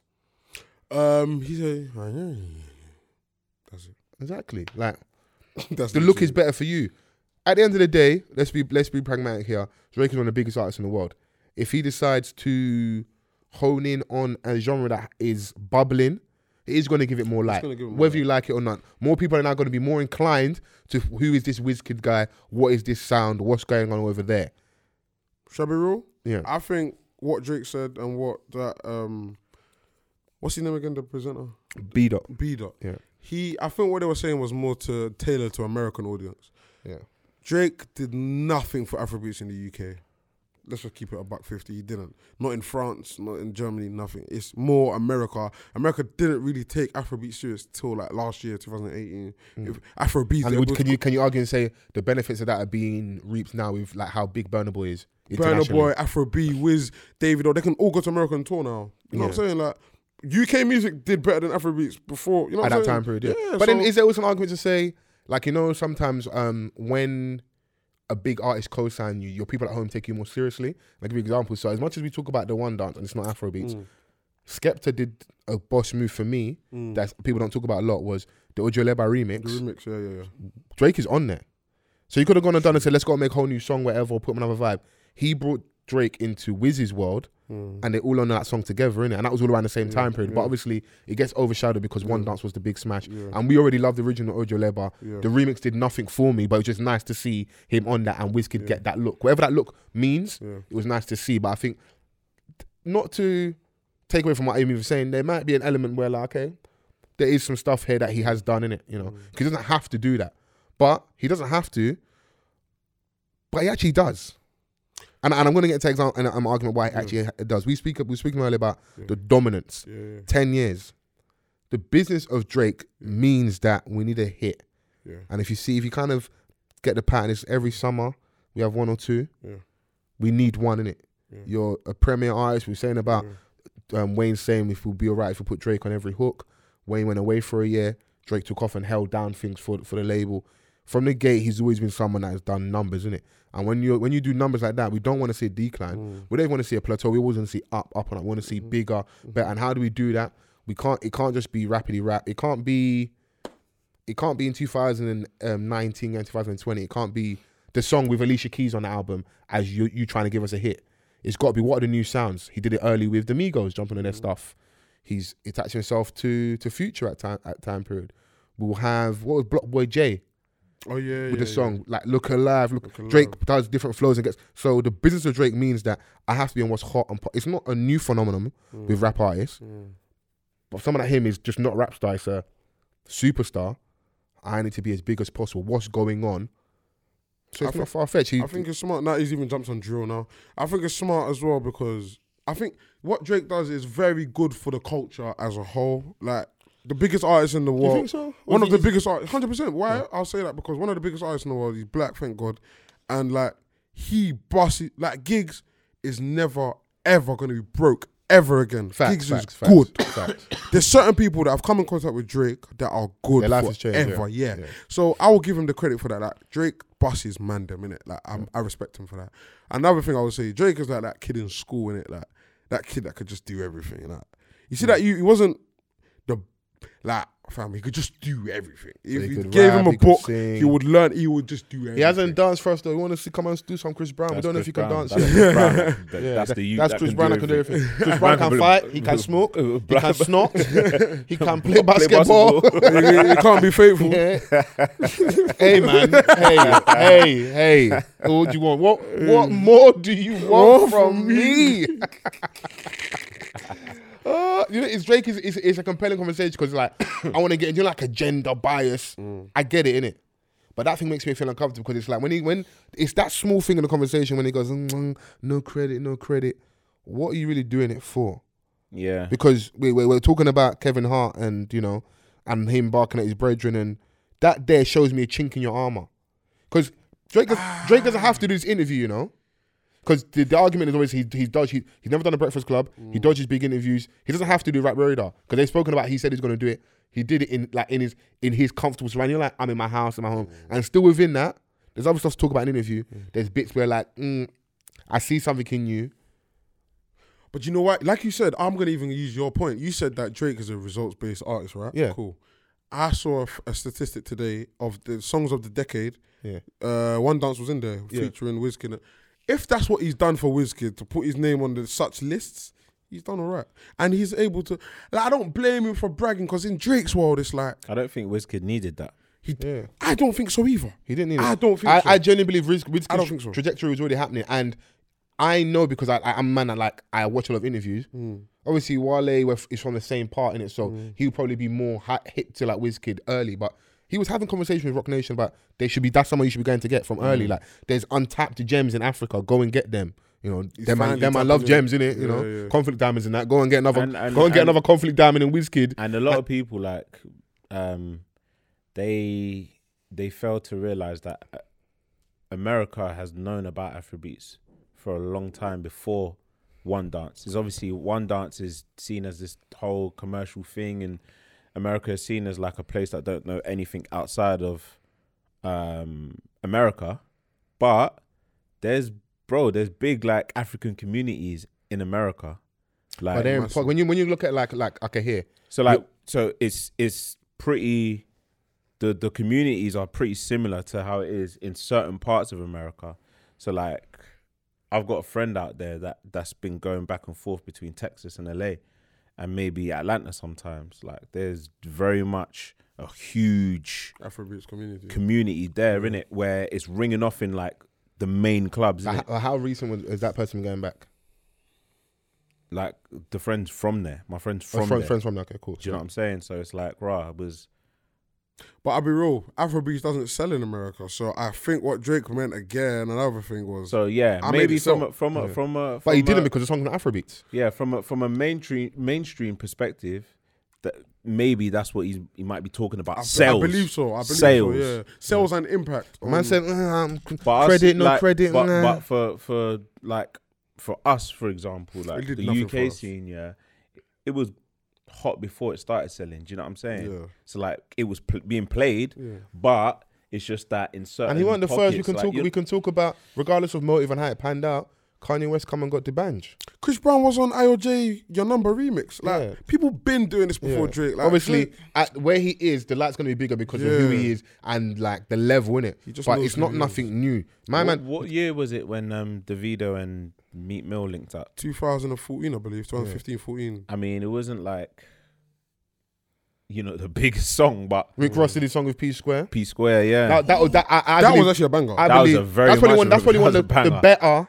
yeah. Um, he said, that's it. Exactly. Like That's the look is better for you. At the end of the day, let's be let's be pragmatic here. Drake is one of the biggest artists in the world. If he decides to hone in on a genre that is bubbling, it is going to give it more light, gonna give it more whether you like it or not. More people are now going to be more inclined to who is this Wizkid guy? What is this sound? What's going on over there? Shall I be real? Yeah. I think what Drake said and what that um, what's his name again? The presenter B dot. B dot. Yeah. He, I think what they were saying was more to tailor to American audience. Yeah. Drake did nothing for Afrobeats in the UK. Let's just keep it a buck fifty. He didn't. Not in France. Not in Germany. Nothing. It's more America. America didn't really take Afrobeat serious till like last year, 2018. If Afrobeat, And it would, was Mm. can you can you argue and say the benefits of that are being reaped now with like how big Burner Boy is? Burner internationally? Boy, Afro B, Wiz, David, or they can all go to American tour now. You know what I'm saying? Like UK music did better than Afrobeats before. You know at what I'm that saying? time period. Yeah. yeah but then so- is there also an argument to say, like, you know, sometimes um, when a big artist co-sign you, your people at home take you more seriously. Like, give you an example. So as much as we talk about the one dance and it's not Afrobeats, Mm. Skepta did a boss move for me that people don't talk about a lot was the Audio Leba remix. Mm. the remix? Yeah, yeah, yeah. Drake is on there. So you could have gone and done and said, let's go and make a whole new song, whatever, or put him another vibe. He brought Drake into Wiz's world and they all on that song together, innit? And that was all around the same time period. But obviously, it gets overshadowed because One Dance was the big smash. And we already loved the original Ojo Leba. The remix did nothing for me, but it was just nice to see him on that and Wiz could get that look. Whatever that look means, it was nice to see. But I think not to take away from what Amy was saying, there might be an element where like, okay, there is some stuff Mm. here that he has done in it, you know, 'cause he doesn't have to do that, but he doesn't have to. but he actually does. And, and I'm going to get to example an, an argument why it actually ha- it does. We speak we were speaking earlier about the dominance. yeah. Ten years. The business of Drake means that we need a hit. Yeah. And if you see, if you kind of get the pattern, it's every summer we have one or two. Yeah. We need one in it. You're a premier artist. We were saying about um, Wayne saying if we'll be alright if we put Drake on every hook. Wayne went away for a year. Drake took off and held down things for for the label. From the gate, he's always been someone that has done numbers, isn't it? And when you when you do numbers like that, we don't want to see a decline. We don't want to see a plateau. We always want to see up, up, and up. We want to see bigger, better. And how do we do that? We can't. It can't just be rapidly rap. It can't be it can't be in 2019 and 2020. It can't be the song with Alicia Keys on the album as you you trying to give us a hit. It's got to be what are the new sounds? He did it early with the Migos jumping on their stuff. He's attached himself to to Future at time at time period. We'll have what was Block Boy J Oh yeah, with yeah, the song like "Look Alive." Look, Drake does different flows and gets so the business of Drake means that I have to be on what's hot and po- it's not a new phenomenon Mm. with rap artists, but someone like him is just not a rap star, it's a superstar. I need to be as big as possible. What's going on? So I it's not think- far fetched. I think it's smart. Now he's even jumped on drill now. I think it's smart as well because I think what Drake does is very good for the culture as a whole. Like the biggest artist in the world. think so? Or One is of he the biggest artists. Hundred percent. Why? I'll say that because one of the biggest artists in the world. He's black, thank God, and like he busted like gigs is never ever gonna be broke ever again. facts, gigs facts, is facts, good. facts. There's certain people that have come in contact with Drake that are good Their life has changed, forever. yeah. yeah. Yeah. So I will give him the credit for that. Like Drake busses man them innit? Like I'm, I respect him for that. Another thing I would say, Drake is like that kid in school innit? Like that kid that could just do everything. Like you see that you he wasn't the like fam. He could just do everything. If he you could gave rap, him a he could book, sing. he would learn. He would just do everything. He hasn't danced for us though. We want to see come and do some Chris Brown. we don't know if he can dance. That's, yet. Chris Brown. That- that- Yeah, that's that- the youth. That's that Chris Brown that can do everything. Chris Brown can fight. He can smoke. He can snort. He can play basketball. he, he can't be faithful. hey man, hey, hey, hey. All you want? What? What more do you want More from, from me? Uh, you know, it's Drake is it's, it's a compelling conversation because like I want to get into like a gender bias. I get it in it, but that thing makes me feel uncomfortable because it's like when he when it's that small thing in the conversation when he goes "Mm, mm, no credit, no credit. What are you really doing it for? Yeah. because we, we we're talking about Kevin Hart and you know, and him barking at his brethren, and that there shows me a chink in your armor, because Drake does, Drake doesn't have to do this interview, you know, because the, the argument is always he he dodged he, he's never done a Breakfast Club, he dodges big interviews, he doesn't have to do Rap Radar because they've spoken about he said he's gonna do it, he did it in like in his in his comfortable surrounding, You're like I'm in my house, in my home, and still within that, there's other stuff to talk about in an interview. There's bits where like. Mm, I see something in you. But you know what? Like you said, I'm gonna even use your point. You said that Drake is a results based artist, right? Yeah. Cool. I saw a, f- a statistic today of the songs of the decade. Yeah. Uh, One Dance was in there featuring Wizkid. If that's what he's done for Wizkid to put his name on the such lists, he's done all right, and he's able to. Like, I don't blame him for bragging because in Drake's world, it's like I don't think Wizkid needed that. he. Yeah. I don't think so either. He didn't need it. I don't think I, so. I genuinely believe Riz, Riz's I don't think so. trajectory was already happening, and I know because I, I, I'm a man that like I watch a lot of interviews. Hmm. Obviously, Wale were- is from the same part in it, so he'll probably be more hi- hit to like Wizkid early. But he was having conversations with Rock Nation about they should be that's someone you should be going to get from Hmm. early. Like there's untapped gems in Africa, go and get them. You know, them, I- finally them I tapping love in. gems in it. You Yeah, know, yeah. conflict diamonds and that. Go and get another. And- and- go and get and- another conflict diamond in Wizkid. And a lot of people like um they they fail to realize that uh, America has known about Afrobeats for a long time before One Dance. Is obviously One Dance is seen as this whole commercial thing and America is seen as like a place that don't know anything outside of um America. But there's bro, there's big like African communities in America. Like But they're in, when you when you look at like like okay here, so like, so it's it's pretty. The the communities are pretty similar to how it is in certain parts of America. So like, I've got a friend out there that that's been going back and forth between Texas and LA, and maybe Atlanta sometimes. Like, there's very much a huge Um, Afrobeats community. community there mm-hmm. in it where it's ringing off in like the main clubs. innit? like, how, how recent was, is that person going back? Like the friends from there, my friends Or from Oh, friends, there. friends from there. Okay, cool. Do you know what I'm saying? So it's like, rah, it was But I'll be real, Afrobeats doesn't sell in America. So I think what Drake meant again, another thing was. So yeah, I made maybe it from sell. a, from a, from a But he from uh, a- didn't because the song's on Afrobeats. yeah from a from a mainstream mainstream perspective that maybe that's what he's, he might be talking about. I, sales, I believe so. I believe sales. so. Yeah. Sales and impact. Man Mm. said, "Mm, um, c- But us, credit, no like, credit. But, nah." but for for like for us, for example, like did the nothing for UK us. scene, yeah, it was hot before it started selling. Do you know what I'm saying? Yeah. So like it was pl- being played, but it's just that in certain and he weren't the first. We pockets, can like, talk. you- We can talk about regardless of motive and how it panned out. Kanye West come and got debange. Chris Brown was on IOJ Your Number remix. Like Yeah. people been doing this before Yeah. Drake. Like, Obviously, Drake- at where he is, the light's gonna be bigger because of who Yeah. he is and like the level in it. just But knows it's who not he is. nothing new. My What, man, what year was it when um Davido and Meat Mill linked up? 2014, I believe, 2015, 14. I mean, it wasn't like you know the biggest song, but Rick Ross did his song with P Square. P Square, yeah. That, that was that. I, I That believe- was actually a banger. I That was believe, a very That's probably much one. That's a- probably that one was of a the, the banger. better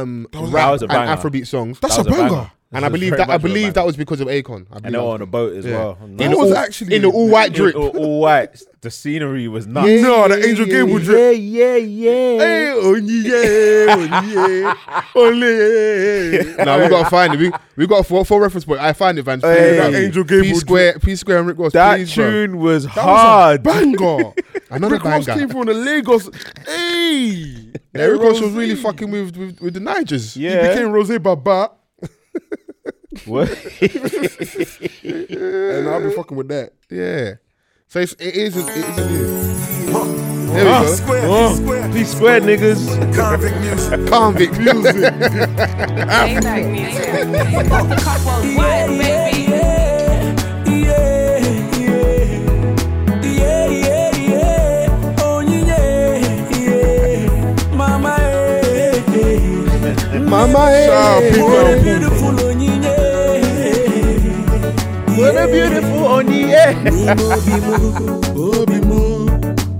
um, was- that rap was a and banger. Afrobeat songs. That's That a was banger. and I was believe very that I much of a believe banger. that was because of Akon. I and believe they that were was on a boat as Yeah. well. in That the was all, actually- in the all white drip. all, all white. The scenery was nuts. No, the Angel Gable drip. yeah, yeah. Hey, oh yeah, oh yeah, oh yeah. no, we gotta find it. We we got four four reference point. I find it, Vans. Please, Hey, bruv. Angel Gable P Square, P Square, and Rick Ross. That please, bruv. tune was That hard. was a banger. Another Rick Ross banger. came from the Lagos. Hey, Yeah, Rick Ross was Rosé. really fucking with with, with the Nigers. He yeah. became Rose Baba, What? and I'll be fucking with that. Yeah. So it's, it is. It is. It is. There Huh? we go. Oh, P Square niggas. Convict music. Convict music. Maybach music. Bust the cup on wide, baby. Mama, Ah, hey. people What are moving. What a beautiful on the air.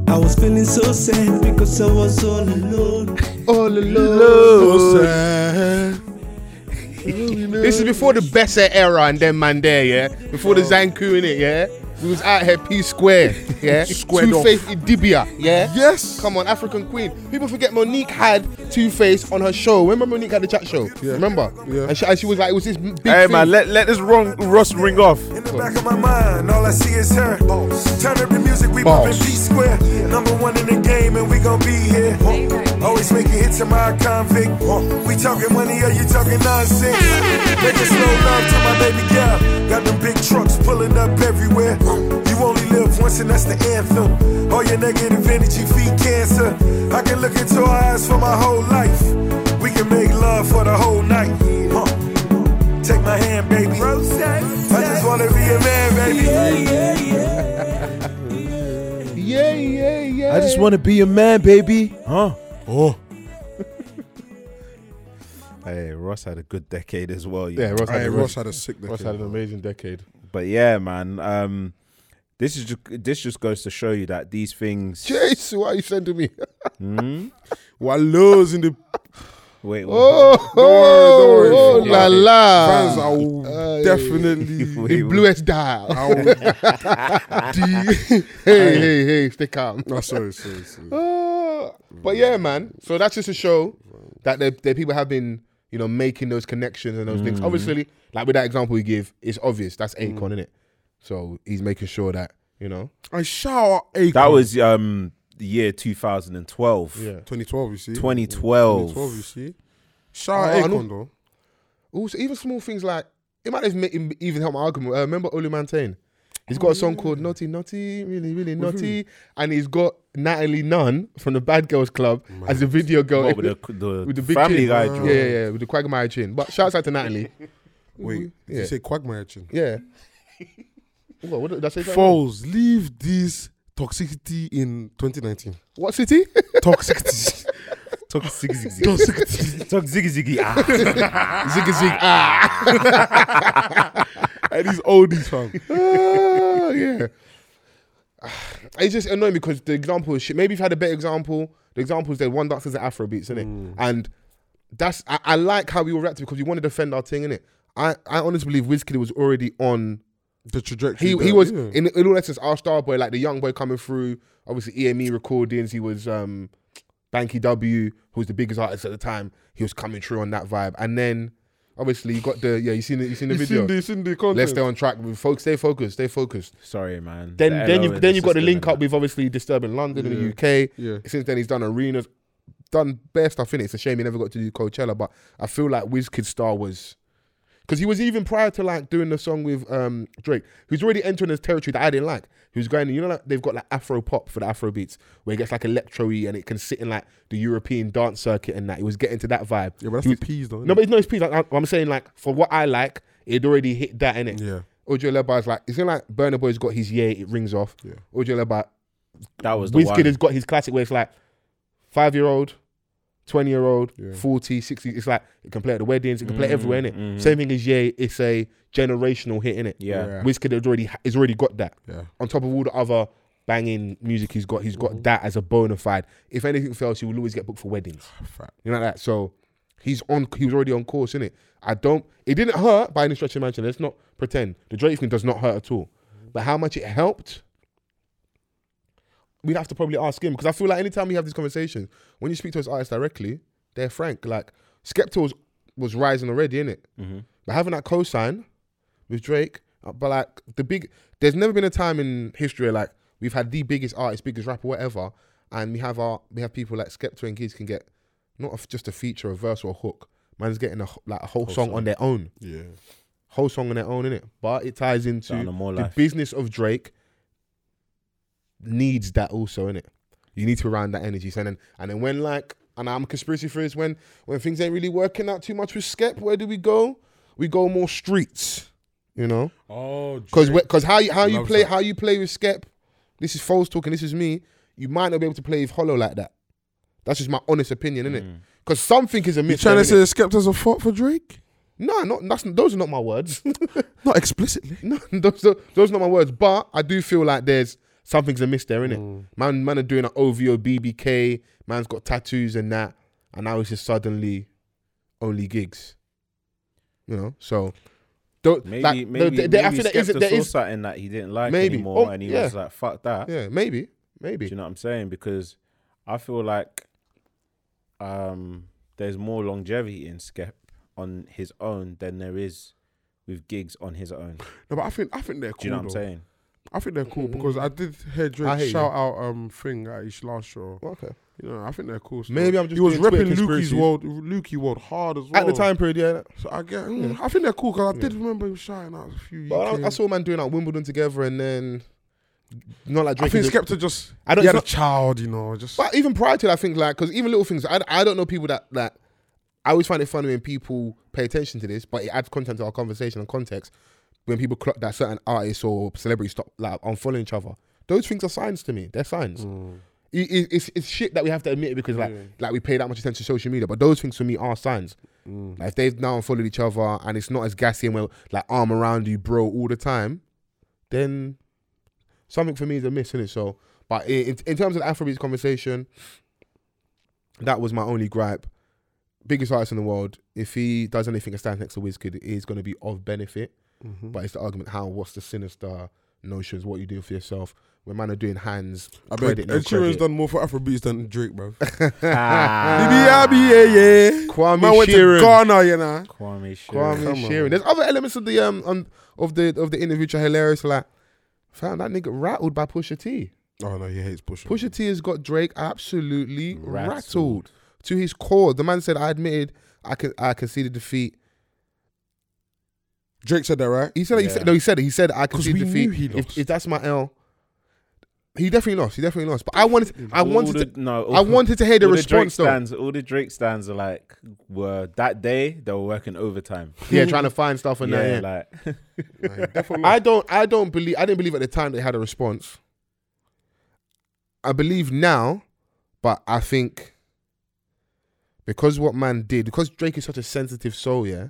I was feeling so sad because I was all alone. All alone. This is before the Besser era and then man there, yeah. Before the Zanku in it, yeah. We was out here P Square, yeah. Squared Two off. Face Idibia, yeah. Yes. Come on, African Queen. People forget Monique had Two Face on her show. Remember Monique had the chat show? Yeah. Remember? Yeah. And she, and she was like, it was this big Hey thing. man, let, let this wrong Ross ring off. In the back of my mind, all I see is her. Turn up the music, we Balls. bumpin' P Square. Number one in the game, and we gon' be here. Always making hits in my convict. We talking money, are you talking nonsense? Making slow love to my baby girl. Got them big trucks pulling up everywhere. You only live once, and that's the anthem. All your negative energy feed cancer. I can look into her eyes for my whole life. We can make love for the whole night. Huh. Take my hand, baby. I just wanna be a man, baby. Yeah, yeah, yeah. to be a man, baby. Huh? Oh. hey, Ross had a good decade as well. you Yeah, know. Ross had, Hey, a- Ross had a sick. Ross decade. had an amazing decade. But yeah, man. Um, this is just, this just goes to show you that these things. Jeez, what are you saying to me? Wallows in the Wait, Oh, worry, don't oh, worry. la fans. I la. will definitely. The Wait, bluest dial. I will, hey, hey, hey, stay calm. oh, sorry, sorry, sorry. Ah, but yeah, man. So that's just a show that the, the people have been, you know, making those connections and those things. Obviously, like with that example you give, it's obvious that's Akon, innit? it? So he's making sure that you know. I shout out Akon. That was um the year 2012. Yeah. 2012. You see, 2012. 2012. You see, shout Oh, I out know. Akon though. Also, even small things like it might have made him even help my argument. Uh, remember Olu Mantain? He's got a song called Naughty Naughty, really, really naughty, and he's got Natalie Nunn from the Bad Girls Club as a video girl What, with the, the, with the big family chin. guy Yeah, joke? yeah, yeah, with the quagmire chin. But shouts out to Natalie. Wait, did Yeah. you say Quagmire chin? Yeah. what, what did I say? something? Falls, leave this toxicity in 2019. What city? Toxicity. Talk ziggy ziggy. toxicity. Talk ziggy ziggy. Ah. Zig zig. Ah, and these oldies, fam. Ah, yeah. Ah, It's just annoying because the example is shit. Maybe you've had a better example. The examples they one dances at Afrobeats, innit? And that's I, I like how we all reacted because we want to defend our thing, innit? I, I honestly believe Wizkid was already on The trajectory. He he down, was yeah. in in all essence our star boy, like the young boy coming through. Obviously EME recordings. He was um, Banky W, who was the biggest artist at the time. He was coming through on that vibe, and then obviously you got the yeah. You seen it? You seen the You seen video? the- you seen the content. Let's stay on track. With folks, stay focused. Stay focused. Sorry, Mm. man. Then The then LO you in then you've got the system link and up with obviously disturbing London in the UK. Yeah. Since then he's done arenas, done bare stuff in it. It's a shame he never got to do Coachella, but I feel like Wizkid Star was because he was even prior to like doing the song with um Drake, who's already entering this territory that I didn't like. Who's going, you know, like they've got like Afro pop for the Afro beats, where it gets like electro y and it can sit in like the European dance circuit and that. He was getting to that vibe. Yeah, but that's He the was- P's though, No, innit? but it's no, it's P's. Like, I- I'm saying like for what I like, it already hit that in it. Yeah. Ojo Leba is like, it's not like Burner Boy's got his yeah, it rings off. Yeah. Ojo Leba, That was the Wizkid one. has got his classic where it's like five year old, 20 year old, Yeah. 40, 60. It's like it can play at the weddings, it can play Mm, everywhere in it. Same thing as yeah, it's a generational hit in it. Yeah. Yeah. Wizkid has already, has already got that. Yeah. On top of all the other banging music he's got, he's got Mm-hmm. that as a bona fide. If anything fails, he will always get booked for weddings. Fact. You know that. So he's on. He was already on course, innit? I don't. It didn't hurt by any stretch of the imagination. Let's not pretend the Drake thing does not hurt at all. But how much it helped, we'd have to probably ask him because I feel like anytime we have these conversations, when you speak to us artists directly, they're frank. Like Skepta was, was rising already, innit? it? But having that cosign with Drake, uh, but like the big, there's never been a time in history where, like we've had the biggest artist, biggest rapper, whatever, and we have our we have people like Skepta and Gigs can get not a f just a feature, a verse, or a hook. Man's getting a h- like a whole, song, on their own, Yeah. whole song on their own, innit? But it ties into Starting a more the life. business of Drake needs that also, innit? You need to round that energy. So and then, and then when like, and I'm a conspiracy theorist, when when things ain't really working out too much with Skep, where do we go? We go more streets, you know? Oh, Because because how you how you Loves play that. how you play with Skep, this is false talking. This is me. You might not be able to play with Hollow like that. That's just my honest opinion, innit? Mm. Because something is you amiss. trying there, to say innit? Skepta's a fault for Drake? no, not that's, those are not my words. Not explicitly. no, those are, those are not my words. But I do feel like there's something's amiss there, innit? Mm. Man, man are doing an OVO BBK. Man's got tattoos and that, and now it's just suddenly only gigs. You know, so don't Maybe, like, maybe, there- maybe there- I feel there is Skepta there saw is something that he didn't like Maybe. anymore, Oh, and he yeah. was like, "Fuck that." yeah, maybe, maybe. Do you know what I'm saying? Because I feel like um, there's more longevity in Skep on his own than there is with gigs on his own. No, but I think I think they're cool. Do you know what I'm though. saying? I think they're cool because I did hear I Drake hear you. shout out um thing at his last show. Okay. You know, I think they're cool. Still. Maybe I'm just he was doing Twitter repping Lukey's conspiracies. world, Lukey world hard as well At the time period, yeah. So I get. mm, I think they're cool because I did remember him shouting out a few. But UK I, I saw a man doing like Wimbledon together, and then not like I Drake. think is a- Skepta just I I don't- don't, he had it's a child, you know, just But even prior to that, I think like because even little things, I, I don't know people that that I always find it funny when people pay attention to this, but it adds content to our conversation and context. When people clock that certain artists or celebrities stop like unfollowing each other, those things are signs to me. They're signs. I- i- it's, it's shit that we have to admit because like like we pay that much attention to social media, but those things for me are signs. Like if they've now unfollowed each other and it's not as gassy and well like arm around you, bro, all the time, then something for me is amiss, innit? So, but in, in- in terms of the Afrobeats conversation, that was my only gripe. Biggest artist in the world, if he does anything that stands next to Wizkid, it is going to be of benefit. Mm-hmm. But it's the argument how, what's the sinister notions, what you do for yourself. When man are doing hands, I bet credit, Ed no Sheeran's credit. done more for Afrobeats than Drake, bro. Ah. BBIBA, yeah. Kwame Man went Sheeran. to Ghana, you know. Kwame Sheeran. Kwame Come Sheeran. on. There's other elements of the um on, of the of the interview which are hilarious. Like, found that nigga rattled by Pusha T. Oh no, he hates Pusha. Pusha T has got Drake absolutely rattled. Rattled. to his core. The man said, "I admitted I can I conceded defeat." Drake said that, right? He said, he Yeah. said no, he said it. He said I 'Cause conceded we defeat. knew he If- If, lost. that's my L, he definitely lost. He definitely lost. But I wanted I All wanted the- to no, all- I wanted to hear the all Drake response though. stands, all the Drake stands are like were that day they were working overtime. Yeah, trying to find stuff and that. yeah, yeah. like I don't I don't believe I didn't believe at the time they had a response. I believe now, but I think because what man did, because Drake is such a sensitive soul, yeah.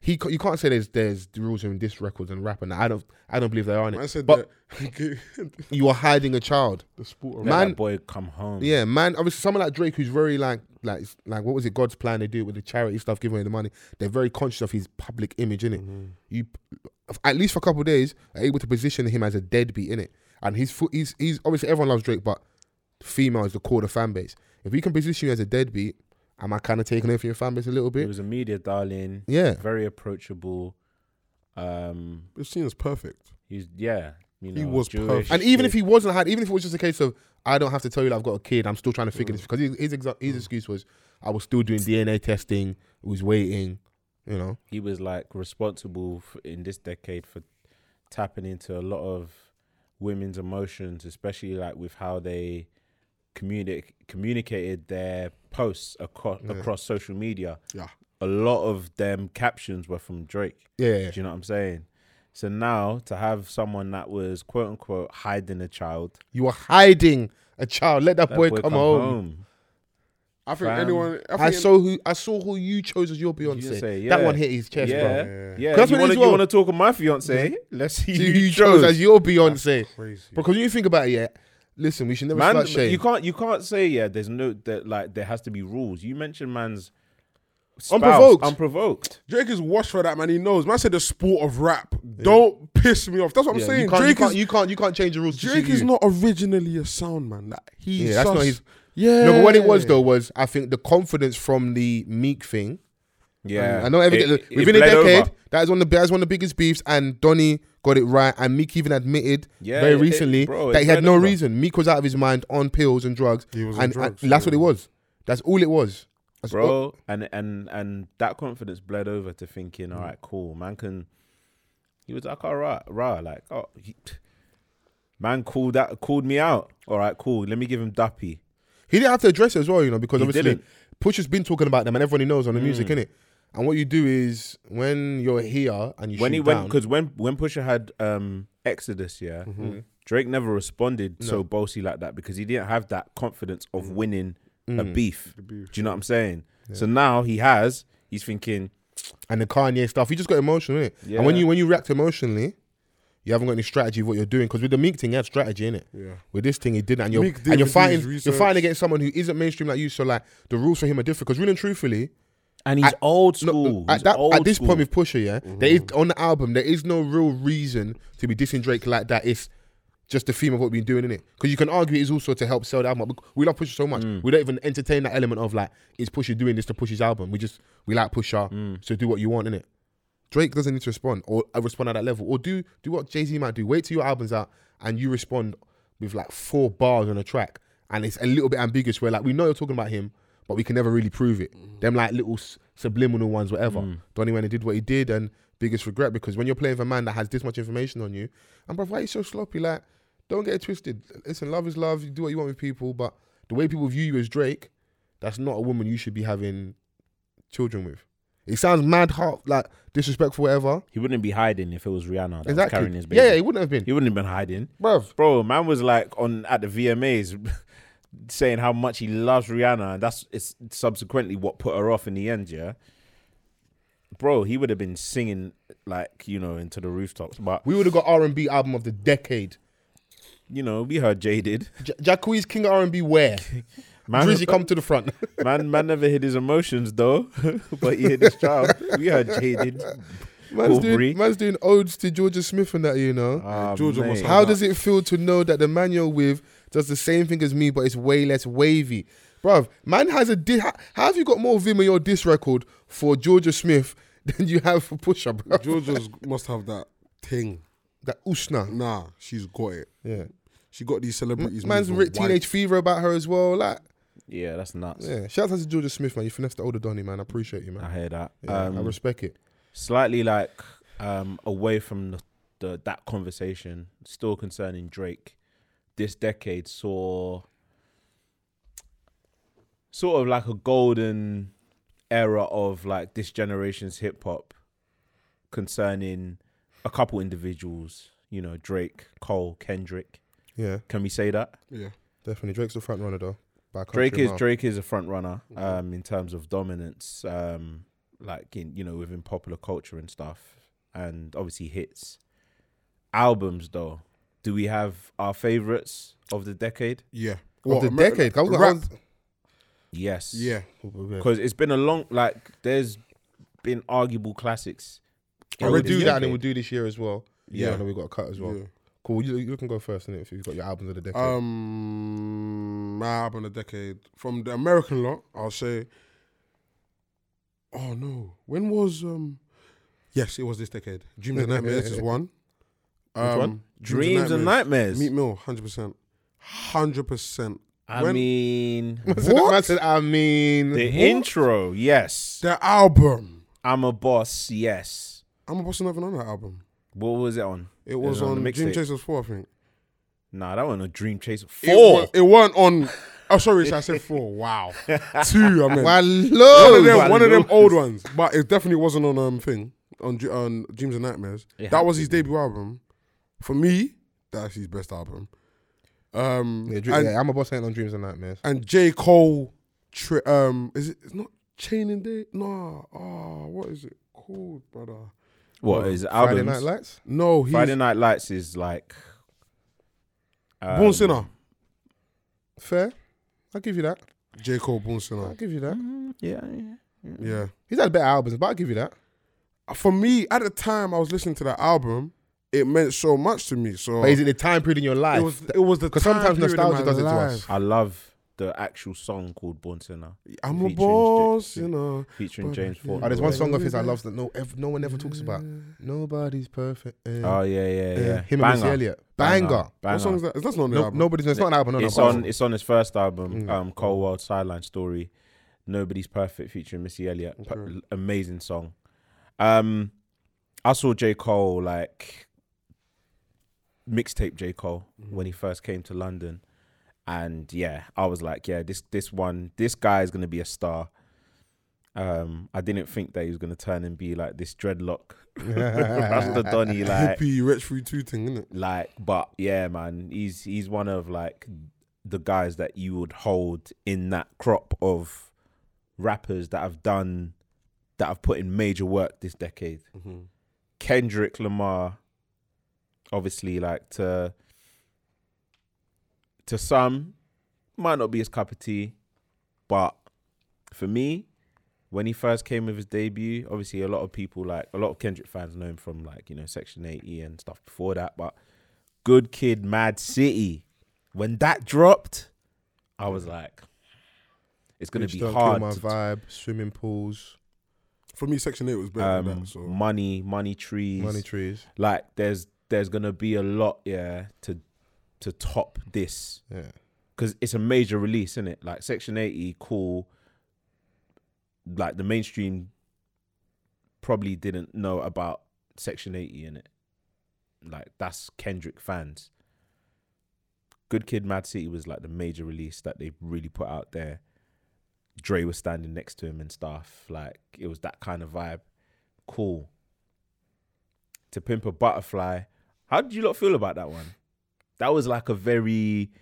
He ca- you can't say there's there's rules in this records and rap and that. I don't I don't believe there are Man any. said But that. you are hiding a child. the sport. let Man- that boy come home. Yeah, man. Obviously, someone like Drake, who's very like, like, like, what was it? God's plan. They do it with the charity stuff, giving away the money. They're very conscious of his public image, innit? You, f- at least for a couple of days, are able to position him as a deadbeat in it. And he's, fu- he's he's obviously everyone loves Drake, but female is the core of the fan base. If we can position you as a deadbeat, am I kind of taking over your fan base a little He bit? was a media darling. Yeah. Very approachable. Um, This scene is perfect. he's yeah. You know, He was Jewish, perfect. And even if he wasn't had, even if it was just a case of I don't have to tell you that I've got a kid, I'm still trying to figure this because his his, exa- his excuse was I was still doing DNA testing, was waiting, you know. he was like responsible for, in this decade for tapping into a lot of women's emotions, especially like with how they communic- communicated their posts across across social media. Yeah. a lot of them captions were from Drake. Yeah, yeah, yeah. do you know what I'm saying? So now to have someone that was quote unquote hiding a child, You were hiding a child. Let that, that boy, come, home. I think Fam. anyone. I, think I saw who I saw who you chose as your Beyonce. Beyonce, That yeah. one hit his chest, yeah, bro. yeah. That's You what it is, want to well. talk of my fiance? Let's see You, who you chose as your Beyonce. crazy. Because you think about it, yeah. Listen, we should never Man, start but shame. you can't you can't say yeah. There's no that like there has to be rules. You mentioned man's spouse, Unprovoked. unprovoked. Drake is washed for that, man. He knows. Man said the sport of rap. Don't piss me off. That's what I'm Yeah, saying. you can't, you Drake can't, is you can't you can't change the rules. to Drake suit is you. not originally a sound man. Like, he's Yeah, that's not just- his- Yeah. No, but what it was though was I think the confidence from the Meek thing. Yeah, I know every It- it within a bled decade over. that is one of the that is one of the biggest beefs, and Donny got it right, and Meek even admitted Yeah, very it- it- recently bro, it that he had bled no over. reason. Meek was out of his mind on pills and drugs, He was on and, drugs, and that's what it yeah. was. That's all it was, That's all- bro. And and and that confidence bled over to thinking, all right, cool, man can. He was like, all right, rah, like, oh, he- man called that called me out. All right, cool. Let me give him duppy. He didn't have to address it as well, you know, because He obviously didn't. Hmm. Pusha's been talking about them, and everybody knows on the music, innit? And what you do is when you're here and you when shoot he went down- Mm-hmm. because when when Pusha had um Exodus, yeah, Drake never responded so bossy like that because he didn't have that confidence of winning a Mm. beef. Do you know what I'm saying? So now he has. He's thinking, and the Kanye stuff. You just got emotional, innit? And when Yeah. you when you react emotionally, you haven't got any strategy of what you're doing. Because with the Meek thing, you had strategy in it. Yeah. With this thing, he didn't. And you're Meek did and you're with his fighting you're research. fighting against someone who isn't mainstream like you. So like the rules for him are different. Because really and truthfully, and he's At- old look, school. at, He's that, old at this school. point with Pusha, yeah, there is Mm-hmm. on the album there is no real reason to be dissing Drake like that. It's just the theme of what we've been doing in it. Because you can argue it is also to help sell the album. up. We love Pusha so much. Mm. We don't even entertain that element of like, is Pusha doing this to push his album? We just we like Pusha, Mm. so do what you want in it. Drake doesn't need to respond or uh, respond at that level. Or do do what Jay Z might do. Wait till your album's out and you respond with like four bars on a track, and it's a little bit ambiguous. Where like we know you're talking about him, but we can never really prove it. Them like little s- subliminal ones, whatever. Donny when he did what he did, and biggest regret because when you're playing with a man that has this much information on you, and bro, why are you so sloppy? Like, don't get it twisted. Listen, love is love. You do what you want with people, but the way people view you as Drake, that's not a woman you should be having children with. It sounds mad, heart like disrespectful, whatever. he wouldn't be hiding if it was Rihanna that was exactly. carrying his baby. yeah, yeah, it wouldn't have been, he wouldn't have been hiding. bruv. Bro, man was like on at the VMAs saying how much he loves Rihanna, and that's it's subsequently what put her off in the end, yeah. Bro, he would have been singing like, you know, into the rooftops. But We would have got R and B album of the decade. you know, we heard jaded. J- Jacquees King R and B, where Man, Drizzy come to the front. man man never hid his emotions though. but he hid his child. We heard jaded. man's, Aubrey. doing, man's doing odes to Georgia Smith and that, you know. Ah, Georgia mate. must have- How Nah. does it feel to know that the man you're with does the same thing as me, but it's way less wavy? Bruv, man has a. Di- how how have you got more vim in your diss record for Georgia Smith than you have for Pusha, bro? Georgia's must have that thing. that Ushna. Nah, she's got it. Yeah. She got these celebrities. Man's moving writ Teenage wide. Fever about her as well. Like, Yeah, that's nuts. yeah. Shout out to Georgia Smith, man. You finessed the older Donny, man. I appreciate you, I man. hear that. Yeah, I Um, respect it. slightly like um, away from the, the that conversation, still concerning Drake. This decade saw sort of like a golden era of like this generation's hip hop concerning a couple individuals. You know, Drake, Cole, Kendrick. Yeah, Can we say that? Yeah. definitely. Drake's the front runner, though. By a country Drake is mile. Drake is a front runner um, in terms of dominance, um, like in you know within popular culture and stuff, and obviously hits. Albums though, do we have our favorites of the decade? Yeah. Of What, the Oh, Ameri- decade. I was- I rap? was- Yes. Yeah. Because it's been a long like there's been arguable classics And we'll do that, and then we'll do this year as well. Yeah, Yeah. and then we got a cut as well. Oh, Yeah. Cool. You, you can go first, innit? If you've got your albums of the decade. Um, my album of the decade from the American lot, I'll say. Oh no, when was um? Yes, it was this decade. Dreams and Nightmares is one. Um, one? Dreams and Nightmares. Meat Mill, hundred percent, hundred percent. I When- mean, what? I, said, I mean, the intro, yes. The album. I'm a boss, yes. I'm a boss nothing on that album. What was it on? It was the on Dream mixtape. Chasers Four, I think. Nah, that wasn't a Dream Chaser. It, Four. wa- it wasn't on. Oh, sorry, so I said four. Wow, two. I mean, I one love of them, One one of of them those. old ones. But it definitely wasn't on um thing on Dr- on Dreams and Nightmares. It that had was to his debut album. For me, that's his best album. Um, Yeah, and, Dr- yeah, I'm a boss ain't on dreams and nightmares. and J Cole, tri- um, is it? It's not Chain and Day. Nah, ah, what is it called, brother? what is it, Friday albums? Night Lights. No, he's Friday Night Lights is like um, Born Sinner. Fair. I'll give you that. J Cole, Born I'll Sinner. give you that. Yeah, Yeah. Uh, He's had better albums, but I'll give you that. For me, at the time I was listening to that album, it meant so much to me. So But is it the time period in your life? it was it was the Because time sometimes period in nostalgia my does it to life. us. I love the actual song called Born Sinner. I'm a featuring boss, Ja- you know. featuring But- James Ford. Oh, there's one song of his I Yeah. love that no ev- no one ever talks about. Nobody's perfect. eh, Oh yeah, yeah, eh, yeah. Him and Banger. Missy Elliott. Banger. What Banger. song is that? That's not on the No, album. nobody's. It's Mm. not an album. No, no, it's but- on. It's on his first album, um, Cold World Sideline Story. Nobody's perfect featuring Missy Elliott. P- amazing song. Um, I saw J Cole like mixtape J Cole Mm. when he first came to London, and yeah, I was like, yeah, this this one, this guy is gonna be a star. Um, I didn't think that he was gonna turn and be like this dreadlock, Rasta Donny, like hippie rich free two thing, isn't it? like but yeah man he's he's one of like the guys that you would hold in that crop of rappers that have done that have put in major work this decade Mm-hmm. kendrick lamar obviously like to to some might not be his cup of tea but for me when he first came with his debut, obviously a lot of people like a lot of Kendrick fans know him from like you know Section 80 and stuff before that. But Good Kid, Mad City, when that dropped, I was like, it's gonna Mm. Bitch be Don't Kill hard. My to- vibe, swimming pools, For me, Section Eight was better than um, that. So money, money trees, money trees. like there's there's gonna be a lot yeah to to top this Yeah. because it's a major release, isn't it? Like Section 80, cool. Like the mainstream probably didn't know about Section 80 in it. Like that's Kendrick fans. Good Kid, Mad City was like the major release that they really put out there. Dre was standing next to him and stuff. Like it was that kind of vibe. Cool. To Pimp a Butterfly. How did you lot feel about that one? That was like a very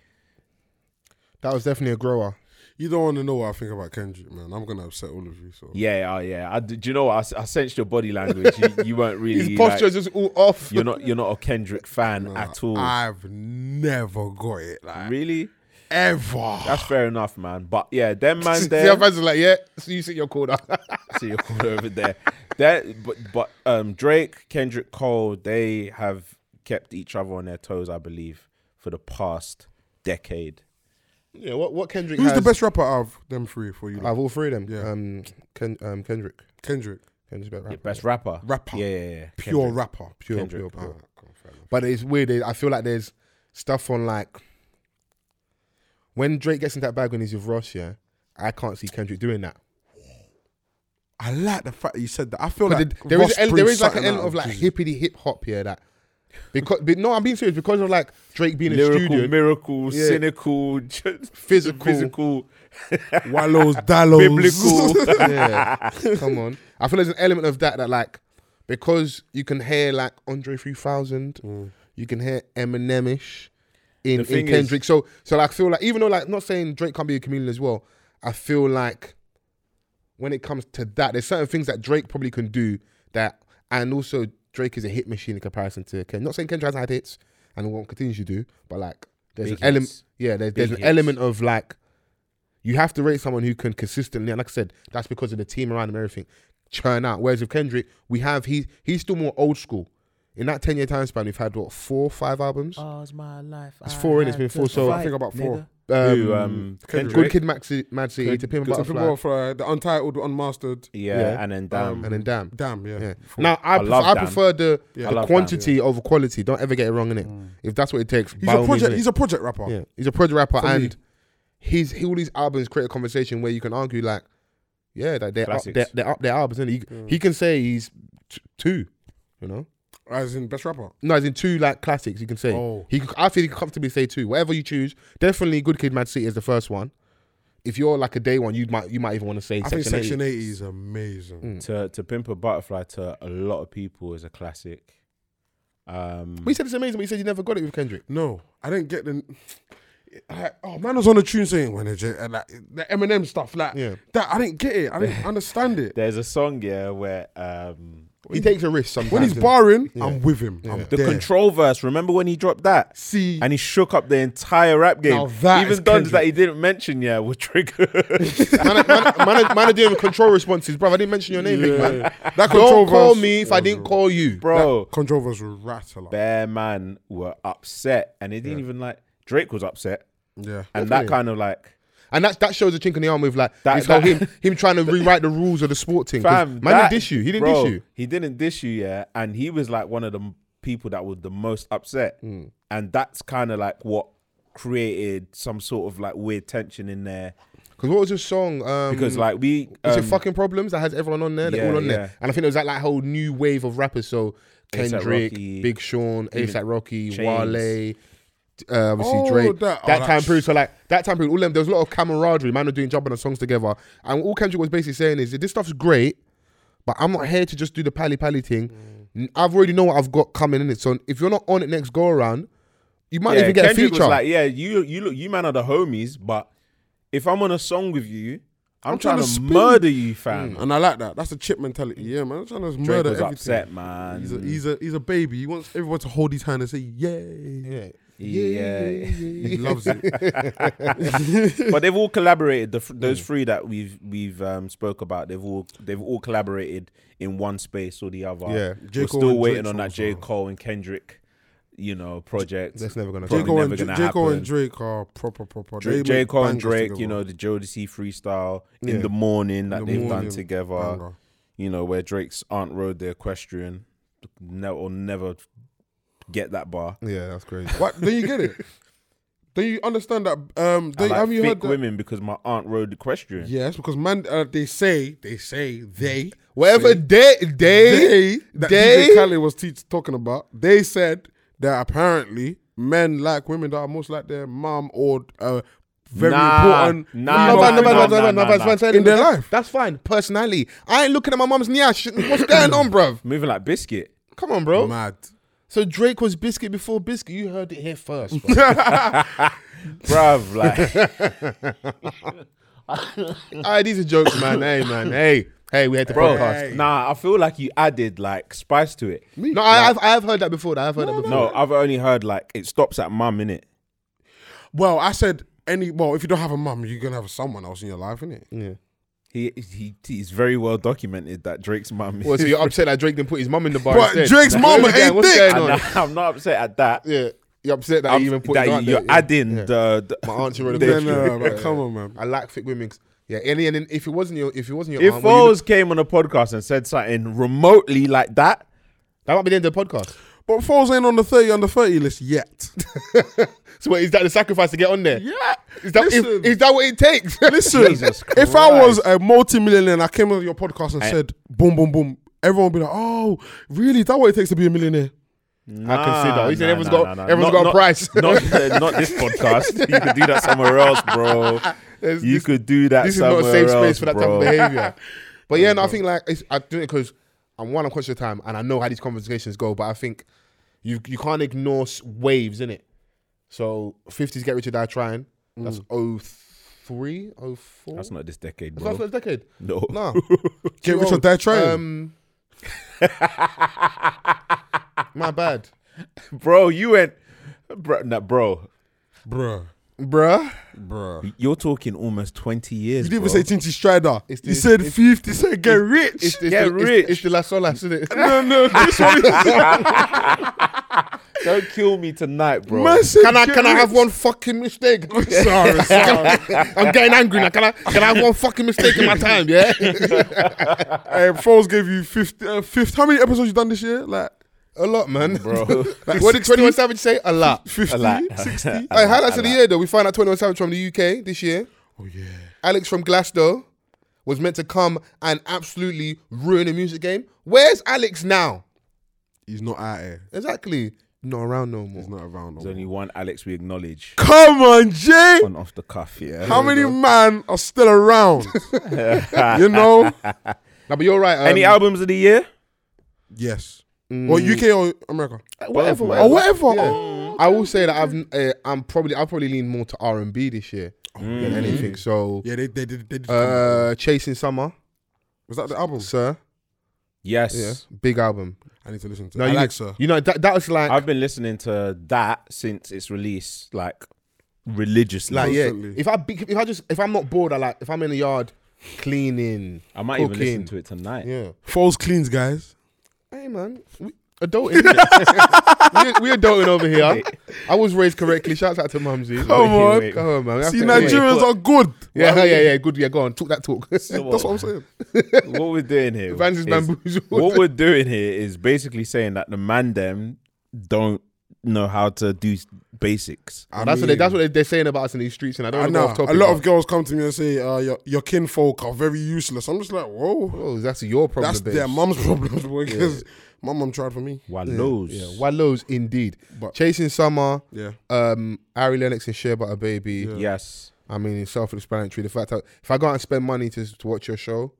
That was definitely a grower. you don't want to know what I think about Kendrick, man. I'm gonna upset all of you. So Yeah, oh yeah. I, d- do you know what? I s- I, sensed your body language. You, you weren't really. His posture like, is just all off. you're not. You're not a Kendrick fan Nah, at all. I've never got it like really? ever. That's fair enough, man. But yeah, them man The there. other fans are like, yeah, so you sit your corner. see your corner over there. That, but but um, Drake, Kendrick Cole, they have kept each other on their toes, I believe, for the past decade. yeah, what, what Kendrick Who's has. the best rapper out of them three for you? Out of all three of them. Yeah. Um, Ken, um, Kendrick. Kendrick, Kendrick's better rapper. Best rapper. Rapper. Yeah, yeah, yeah. pure Kendrick. rapper, Pure, Kendrick. pure, pure. Ah, cool, fair enough. But it's weird. eh, I feel like there's stuff on like when Drake gets in that bag when he's with Ross. Yeah, I can't see Kendrick doing that. I like the fact that you said that. I feel 'Cause like there- there is Ross an- there brings is like an something element out of like Jesus. hippity hip hop here that because but no, I'm being serious because of like Drake being a Lyrical, student, miracle, Yeah. cynical, Physical. physical, Wallows, Dallows, biblical. yeah, come on. I feel there's an element of that that like because you can hear like Andre 3000, you can hear Eminem ish in, Mm. The thing in Kendrick. so so like, I feel like even though like not saying Drake can't be a chameleon as well, I feel like when it comes to that, there's certain things that Drake probably can do that, and also Drake is a hit machine in comparison to Ken. Not saying Kendrick hasn't had hits and won't continue to do, but like there's Big an element, hits. yeah, there's, there's an Big hits. element of like you have to rate someone who can consistently, and like I said, that's because of the team around him and everything. churn out. Whereas with Kendrick, we have he he's still more old school. In that ten year time span, we've had what four, five albums. All's Oh, my life. It's four in. It's been four. So I think about four. Um, Who, um, Kendrick. Good Kid, Maxi, Mad City, Good- To Pimp a Good to Butterfly, Pimp a Butterfly, the untitled, unmastered. Yeah, Yeah. Um, and then damn. and then Damn. Damn, yeah. Yeah. Four. Now I, I pref- love I Damn. prefer the, Yeah. I the love Mm. quantity over quality. Don't ever get it wrong in it. If that's what it takes, He's by all means, a project. innit? He's a project rapper. Yeah, he's a project rapper, For me. and his he, all these albums create a conversation where you can argue like, yeah, that they're up, Classics. they're, they're up their albums, and he Mm. he can say he's t- two, you know. As in best rapper. No, as in two like classics. You can say Oh. he. could- I feel he can comfortably say two. Whatever you choose, definitely Good Kid, Mad City is the first one. If you're like a day one, you might you might even want to say I think Section Eight. Mm. Section 80 is amazing. To to pimp a butterfly to a lot of people is a classic. Um, But he said it's amazing. But he said you never got it with Kendrick. No, I didn't get the. Like, oh man, I was on a tune saying when it, and like the Eminem stuff, like Yeah. that. I didn't get it. I didn't understand it. there's a song yeah where um, he takes a risk sometimes. When he's innit? barring, I'm with him. I'm the there. control verse. Remember when he dropped that? See, And he shook up the entire rap game. Now that is Even guns Kendrick. that he didn't mention, yeah, were triggered. man, man, man, man are doing control responses, bro. I didn't mention your name, big man. that control Don't call verse- me if I didn't call you, Bro, Control verse was rattler. Bear Man were upset, and they didn't even like Drake was upset, Yeah, and that Definitely. kind of like And that that shows a chink in the arm with like That- this whole that- him him trying to rewrite the rules of the sport thing. 'Cause fam, man that- didn't dish you. He didn't bro, dish you. He didn't dish you, yeah, and he was like one of the m- people that was the most upset, Hmm. and that's kind of like what created some sort of like weird tension in there Because what was his song? Um, because like we is um, it fucking problems that has everyone on there? They're yeah, all on yeah. there. And I think it was that like whole new wave of rappers. So A$AP Kendrick, Rocky, Big Sean, ASAP Rocky, Chainz. Wale. Uh, obviously Oh, Drake. that- That, oh, that time sh- period. So like that time period, all them there was a lot of camaraderie. Man were doing jumping on songs together. And all Kendrick was basically saying is this stuff's great, but I'm not here to just do the pally pally thing. Mm. N- I've already know what I've got coming in it. So if you're not on it next go around, you might yeah, even get Kendrick a feature. was like, yeah, you you look, you man are the homies, but if I'm on a song with you, I'm, trying, tryna to, spin. murder you, fam. Mm. Hmm. and I like that. That's a chip mentality. Yeah, man, I'm trying to Drake murder was everything. upset, man. He's a, he's a he's a baby. He wants everyone to hold his hand and say, "Yay!" yeah. yeah. He loves it. but they've all collaborated. The, f- Mm. those three that we've we've um, spoke about, they've all they've all collaborated in one space or the other. Yeah. J. we're Cole still and waiting Drake's on that also. J Cole and Kendrick, you know, project. That's never gonna Probably J. Cole, never and, J. gonna J. Cole and happen. Drake are proper, proper. Dra- They J make Cole bangers and Drake, you together. know, the Jodeci freestyle Yeah. in the morning that the they've morning done together. banger. You know, where Drake's aunt rode the equestrian, no, or never get that bar. Yeah, that's crazy. What? Then you get it. Then you understand that. Um, I they, like have you thick heard that? women because my aunt rode the equestrian. Yes, because man, uh, they say they say they Whatever say, day day they that day- DJ Khaled was teach, talking about. They said that apparently men like women that are most like their mom or uh, very Nah, important. nah, No, nah, but- no, but- nah, nah, no, but- nah, no, nah, but it's nah. fine, fine, In their that's- life. That's fine. Personality. I ain't looking at my mom's nyash. What's going on, bruv? Moving like biscuit. Come on, bro. Mad. So Drake was Biscuit before Biscuit. You heard it here first. bruv. Bruv, like All right, these are jokes, man. Hey, man. Hey, hey, we had the podcast. nah, I feel like you added like spice to it. No, I, I've, I've heard that before. That I've heard that before. No, I've only heard like it stops at mum, innit? Well, I said any. Well, if you don't have a mom, you're gonna have someone else in your life, innit? Yeah. He he he's very well documented that Drake's mum. Well, so you're upset that Drake didn't put his mum in the bar. But instead? Drake's Like, mum what's ain't going- what's thick. going on? I'm not upset at that. Yeah, you're upset that I'm- he even put that his aunt you're there, yeah. adding the, the- My auntie wrote a the- question. No, but come on, man. I like thick women. Yeah, and, and, and if it wasn't your, if it wasn't your, If aunt, would you Foles came on a podcast and said something remotely like that, that might be the end of the podcast. But Foles ain't on the thirty under thirty list yet. So wait, is that the sacrifice to get on there? yeah. Is that, is, Listen. is that what it takes? Listen, Jesus if I was a multi-millionaire and I came on your podcast and I- said boom, boom, boom, everyone would be like, "Oh, really? Is that what it takes to be a millionaire?" nah, consider. He said everyone's got- everyone's everyone's got a price. Not, uh, not this podcast. You could do that somewhere else, bro. This- you this- could do that. this is somewhere not a safe else, space for that bro. type of behavior. But yeah, no, I think like it's, I do it because I'm one, I'm conscious of time, and I know how these conversations go. But I think you you can't ignore s- waves in it. So 50s Get Rich or Die Trying. Mm. That's 03, 04. That's not this decade, That's not bro. first decade. No. No. Get Too rich or old. die trying. Um, my bad. bro, you went, bro, nah, bro. Bruh. Bruh. Bruh. You're talking almost 20 years. You didn't even bro. say Tinty Strider. It's you the- said it's- 50, said get rich. It's, it's Get the, rich. It's, it's the La Sola, isn't it? no, no, this one is Don't kill me tonight, bro. massive. Can I get can I have rich. one fucking mistake? sorry, sorry. I'm getting angry now. Can I can I have one fucking mistake in my time? Yeah. hey, Foles gave you fifth, uh, fifth. How many episodes you done this year? Like A lot, man. Bro. Like, what did 21 Savage say? A lot. 50, lot. 60? Hey, highlights of the year though. We found out 21 Savage from the UK this year. Oh, yeah. Alex from Glasgow was meant to come and absolutely ruin the music game. Where's Alex now? He's not out here. Exactly. Not around no more. He's not around. no There's only one Alex we acknowledge Come on, Jay. on off the cuff. Yeah. How many man are still around? you know? Nah, but you're right. Um, Any albums of the year? Yes. Mm. Well, UK or America? uh, Whatever. Or whatever. Yeah. Oh, Mm-hmm. I will say that I've uh, I'm probably I'll probably lean more to R and B this year than anything. So Mm. Yeah, they, they did. They did uh, Chasing Summer, was that the album? sir. Yes. Yeah, big album. I need to listen to. No, it. I you, like sir. You know that that was like I've been listening to that since its release, like religiously. like yeah. constantly. If I be, if I just if I'm not bored, I like if I'm in the yard cleaning. I might even cooking. listen to it tonight. Yeah. Falls cleans, guys. Hey man, we adulting. we, we adulting over here. I was raised correctly. Shouts out to Mumsy. Come on. Come on, man. We have See, to- Nigerians are good. Yeah, yeah, yeah, yeah. Good. Yeah, go on. Talk that talk. So That's what I'm saying. what we're doing here. Vans is is- bamboozled. What we're doing here is basically saying that the man them don't know how to do s- basics. I that's what they, mean- that's what they- they're saying about us in these streets, and I don't I wanna go know. off topic, A lot of but- girls come to me and say, uh, your, your kinfolk are very useless. I'm just like, whoa. Oh, that's your problem. That's babes. their mum's problem. Because my mum tried for me. Wallows. Yeah, Wallows indeed. But- Chasing Summer, Yeah. um, Ari Lennox and Shea Butter Baby. Yes. I mean, it's self-explanatory. The fact that if I go out and spend money to, to watch your show,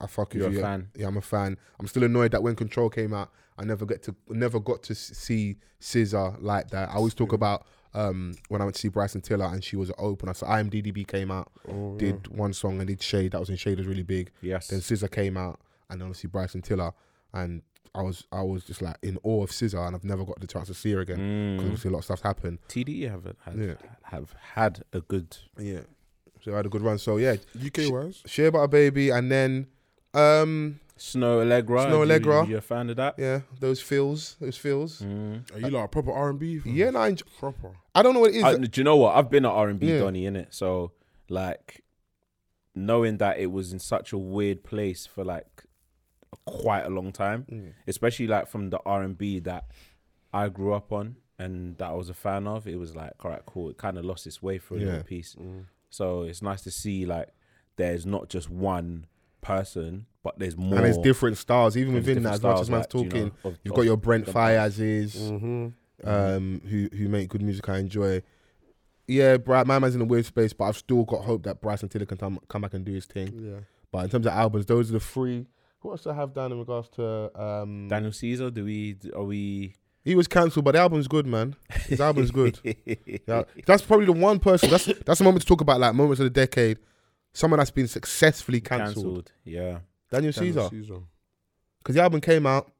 I fuck with You're a you. fan. Yeah, I'm a fan. I'm still annoyed that when Control came out, I never get to never got to s- see Scissor like that. I always talk about um, when I went to see Bryson Tiller and she was an opener. So I am DDB came out, did one song and did Shade. That was in Shade was really big. Oh, Yes. Then Scissor came out and obviously Bryson Tiller and. I was I was just like in awe of Scissor, and I've never got the chance to see her again Mm. because obviously a lot of stuff's happened. TDE have, have, Yeah. E have had a good. Yeah, so I had a good run. So yeah, UK wise. Shea Butter Baby, and then um Snow Allegra. Snow you- Allegra. You, are a fan of that? yeah, those feels, those feels. Mm. Are you like a proper R&B? fan? Yeah, no, I, enj- Proper. I don't know what it is. I, do you know what? I've been an R and B Yeah. Donny in it, so like knowing that it was in such a weird place for like quite a long time, Mm. especially like from the R and B that I grew up on and that I was a fan of. It was like, all right, cool. It kind of lost its way for a Yeah. little piece. So it's nice to see like there's not just one person, but there's more. and there's different styles, even There's within that. different As much as styles, man's like, you know, talking, of- you've of got your Brent the Fiazes, Mm-hmm. um, who who make good music I enjoy. Yeah, Bri- my man's in a weird space, but I've still got hope that Bryson Tiller can come come back and do his thing. Yeah. But in terms of albums, those are the three. What else do I have down in regards to? Um, Daniel Caesar, do we? Are we? He was cancelled, but the album's good, man. His album's good. Yeah, that's probably the one person. That's that's the moment to talk about like moments of the decade. Someone that's been successfully cancelled. Cancelled. Yeah. Daniel Daniel Caesar, Caesar. because the album came out,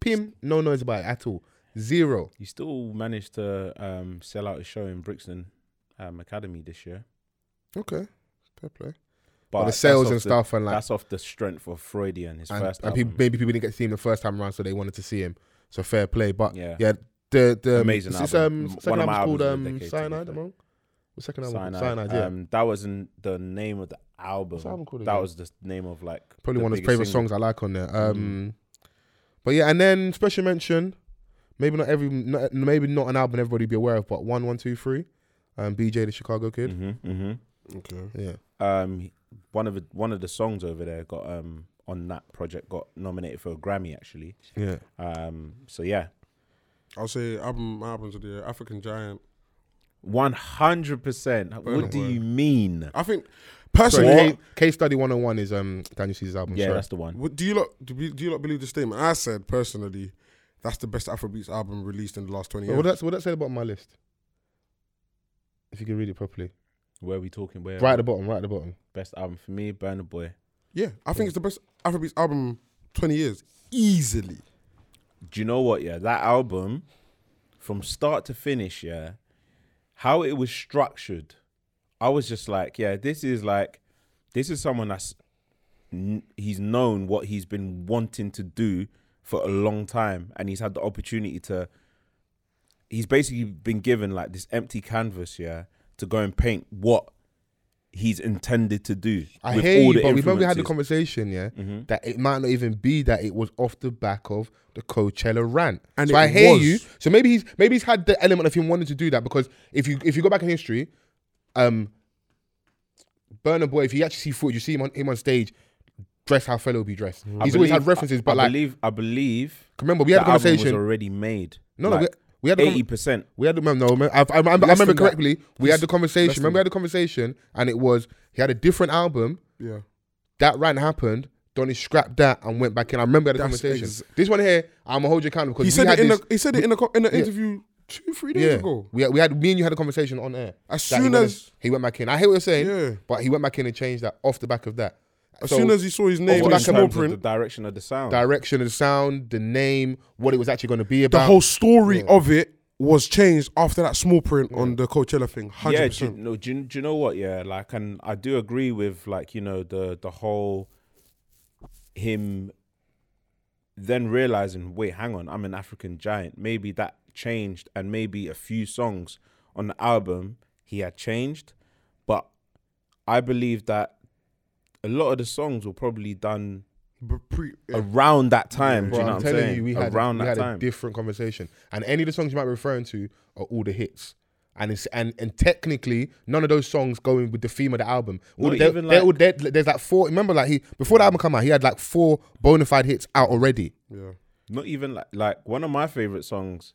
pim, no noise about it at all, zero. He still managed to um, sell out his show in Brixton um, Academy this year. Okay, fair play. But the sales that's and off the- stuff and like- that's off the strength of Freudian, his And, first and album. people, maybe people didn't get to see him the first time around, so they wanted to see him. So fair play, but yeah, Yeah. the the Amazing it's, it's, album. um, M- second one of my album's called albums of the um, decade, to be Cyanide. fair. am I wrong? What's the second album? Cyanide. Cyanide. yeah. um, that wasn't the name of the album. What's the album called that again? was the name of like Probably the one of his biggest Mm-hmm. favorite single. songs I like on there. Um, But yeah, and then special mention, maybe not every, not, maybe not an album everybody be aware of, but one, one, two, three, um, BJ the Chicago Kid. Mhm, Okay. Yeah, mhm. Um, one of the, one of the songs over there got um on that project got nominated for a Grammy actually. yeah. Um, so yeah, I'll say album my albums of the year, African Giant. one hundred percent. What do you mean? I think Sorry, personally, K- Case Study One Hundred One is um Daniel Caesar's album. Yeah, sorry. that's the one. What, do you lot do you, do you lot believe the statement? I said personally, that's the best Afrobeats album released in the last twenty But years. What that's what that said about my list. If you can read it properly, Where are we talking? Where right at the bottom, right at the bottom. best album for me? Burner Boy. yeah, I think it's the best Afrobeats album twenty years easily. do you know what? Yeah, that album from start to finish, yeah, how it was structured, I was just like, yeah, this is like, this is someone that's n- he's known what he's been wanting to do for a long time, and he's had the opportunity to. He's basically been given like this empty canvas, yeah, to go and paint what he's intended to do. I hear you, but remember we had the influences. Mm-hmm. conversation, yeah, that it might not even be that it was off the back of the Coachella rant. And so it I hear was. you. So maybe he's maybe he's had the element of him wanting to do that because if you if you go back in history, um, Burner Boy, if you actually see footage, you see him on him on stage, dress how fellow be dressed. Mm-hmm. I he's always had believe- references, I- but I like believe I believe. Remember, we had the a album conversation- was already made. No, no, we- we had a con- eighty percent. We had the no, no, I, I remember, I Less remember than that. correctly. We had the less conversation. than Remember, we had the conversation, and it was he had a different album. Yeah. That rant happened. Donny scrapped that and went back in. I remember we had the That's conversation. ex- this one here, I'm gonna hold you accountable because He said we had it in this, the he said it in the co- in the yeah. interview two three days yeah. ago. We had, we had me and you had a conversation on air. As that he soon went- as- he went back in, I hear what you're saying, Yeah. but he went back in and changed that off the back of that. As So, soon as he saw his name the in back the of small Blueprint. the, print, direction of the sound. direction of the sound, the name, what it was actually going to be the about, whole story of it was changed after that small print on the Coachella thing. Hundred yeah, do, you- percent. no, do, you- do you know what? Yeah, like, and I do agree with like you know the the whole him then realizing, wait, hang on, I'm an African giant. Maybe that changed, and maybe a few songs on the album he had changed, but I believe that a lot of the songs were probably done Pre- around that time. do Bro, you know I'm what I'm telling saying? you, we had, around we that had time. a different conversation. And any of the songs you might be referring to are all the hits. And it's and and technically none of those songs going with the theme of the album. All Not they- even they're like- all- they're- there's like four. Remember, like he before the album come out, he had like four bona fide hits out already. yeah. not even like like one of my favorite songs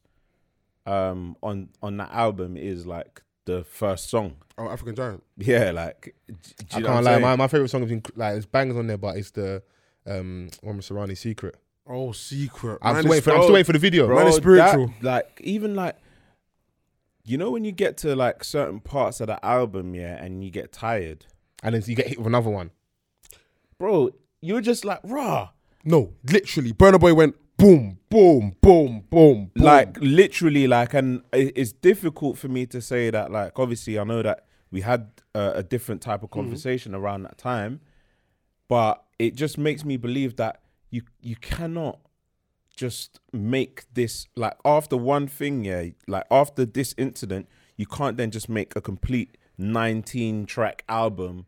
um on on that album is like the first song Oh, African Giant. yeah like d- do I you know what I'm can't lie, saying? my, my favorite song is in, like there's bangers on there, but it's the um one with Serrani Secret. Oh, secret. I'm Man, still waiting it's- for I'm still waiting for the video. Bro, Man, it's spiritual. that- like even like you know when you get to like certain parts of the album yeah and you get tired And then you get hit with another one. bro you're just like rah No, literally, Burner Boy went boom, boom, boom, boom, boom. like literally like and i- it's difficult for me to say that like obviously i know that we had uh, a different type Mm-hmm. of conversation around that time but it just makes me believe that you you cannot just make this like after one thing yeah like after this incident you can't then just make a complete 19 track album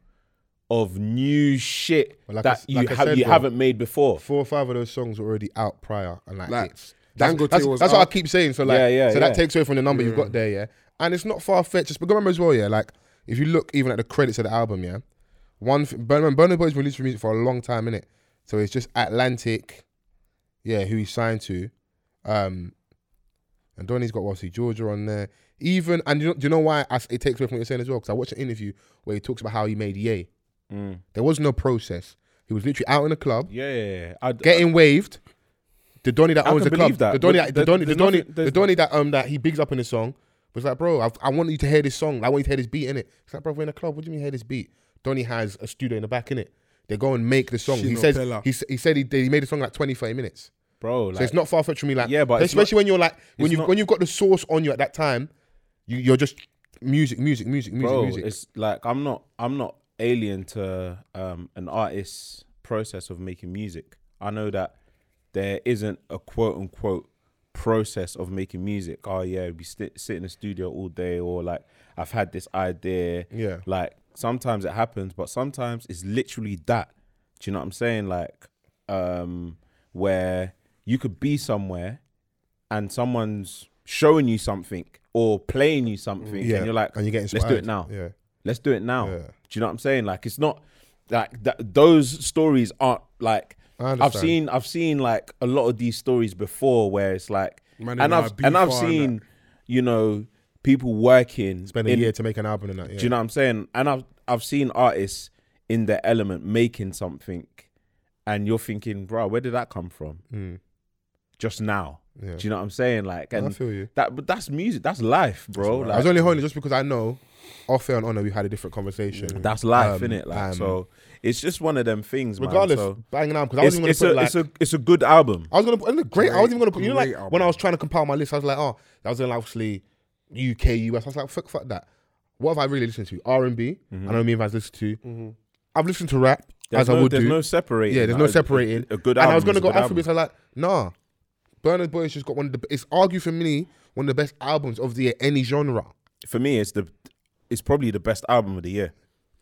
of new shit Well, like I that s- you, like I have, said, you bro. haven't made before four or five of those songs were already out prior and like, Like, hits. That's, Dangote that's, was that's what I out. keep saying. So like, Yeah, yeah, so that yeah. takes away from the number you've got there, yeah. And it's not far fetched. But remember as well, yeah. Like if you look even at the credits of the album, yeah. One, th- Burner Burner Boy's released for music for a long time, innit? So it's just Atlantic, yeah, who he signed to, um, and Donny's got obviously Georgia on there. Even and you know, do you know why I s it takes away from what you're saying as well? Because I watched an interview where he talks about how he made Ye. There was no process. He was literally out in a club yeah, yeah, yeah. I'd- uh, getting waved. The Donny that I owns can the club, believe that. the Donny, But that, the there- Donny, the there's Donny, nothing- the there's- Donny that um that he bigs up in his song was like, bro, I've, I want you to hear this song. I want you to hear this beat in it. It's like, bro, we're in a club. What do you mean hear this beat? Donny has a studio in the back in it. They go and make the song. He Shino says Pella. he, s- he said he, did- he made the song like 20, 30 minutes. bro like, so it's not far fetched from me, like Yeah, but it's especially not- when you're like when it's you not- when you've got the source on you at that time, you, you're just music, music, music, music, bro, music. it's like I'm not I'm not alien to um, an artist's process of making music. I know that there isn't a quote unquote process of making music. Oh yeah, we sit sit in the studio all day, or like I've had this idea. Yeah. like sometimes it happens, but sometimes it's literally that. Do you know what I'm saying? Like, um, where you could be somewhere and someone's showing you something or playing you something, Yeah, and you're like, and you get Let's do inspired." it now. Yeah. Let's do it now. Yeah. Do you know what I'm saying? Like it's not like that those stories aren't like I I've understand. seen I've seen like a lot of these stories before where it's like Man, and they I've might be and I've far and seen, you know, people working Spend a in- year to make an album and that. Yeah. Do you know what I'm saying? And I've I've seen artists in their element making something and you're thinking, bro, where did that come from? Just now. Mm. Yeah. Do you know what I'm saying? Like and feel you. that but that's music, that's life, bro. I Like, was only holding it just because I know off air and honor we had a different conversation. That's life, Um, innit? Like um, so, it's just one of them things, regardless, Man. So banging out because I was it's, even gonna it's put a like Oh. it's a it's a good album. I was gonna put and look, great. I was even gonna put you know like Great album. when I was trying to compile my list, I was like, oh, that was gonna obviously UK, US. I was like, fuck, fuck that. What have I really listened to? R and B. I know me and Vaz listen to. Mm-hmm. I've listened to rap Mm-hmm. There's as no, I would there's do. no separating. Yeah, there's no Like, separating. A, a good and album. I was is gonna a go good album. Afrobeats. I like nah. Bernard Boy has just got one of the. It's argued for me one of the best albums of the year, any genre. For me, it's the it's probably the best album of the year.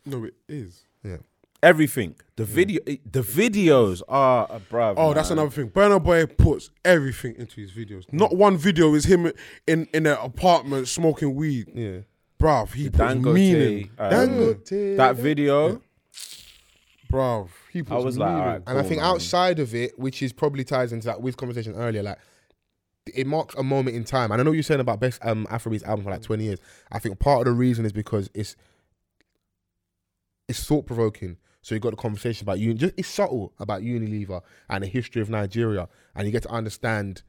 No, it is. Yeah. Everything. The video. it- The videos are, uh, bruv. Oh, that's man. another thing. Burner Boy puts everything into his videos. Not one video is him in in an apartment smoking weed. Yeah. Bruv, he puts Dangote, meaning. uh, Dangote. That video. Bruv, he puts I was like, meaning. all right, And I think outside of it, which is probably ties into that with conversation earlier, like it marks a moment in time. And I know you're saying about best um Afrobeats album for like 20 years. I think part of the reason is because it's it's thought provoking. So you got the conversation about you just it's subtle about Unilever and the history of Nigeria, and you get to understand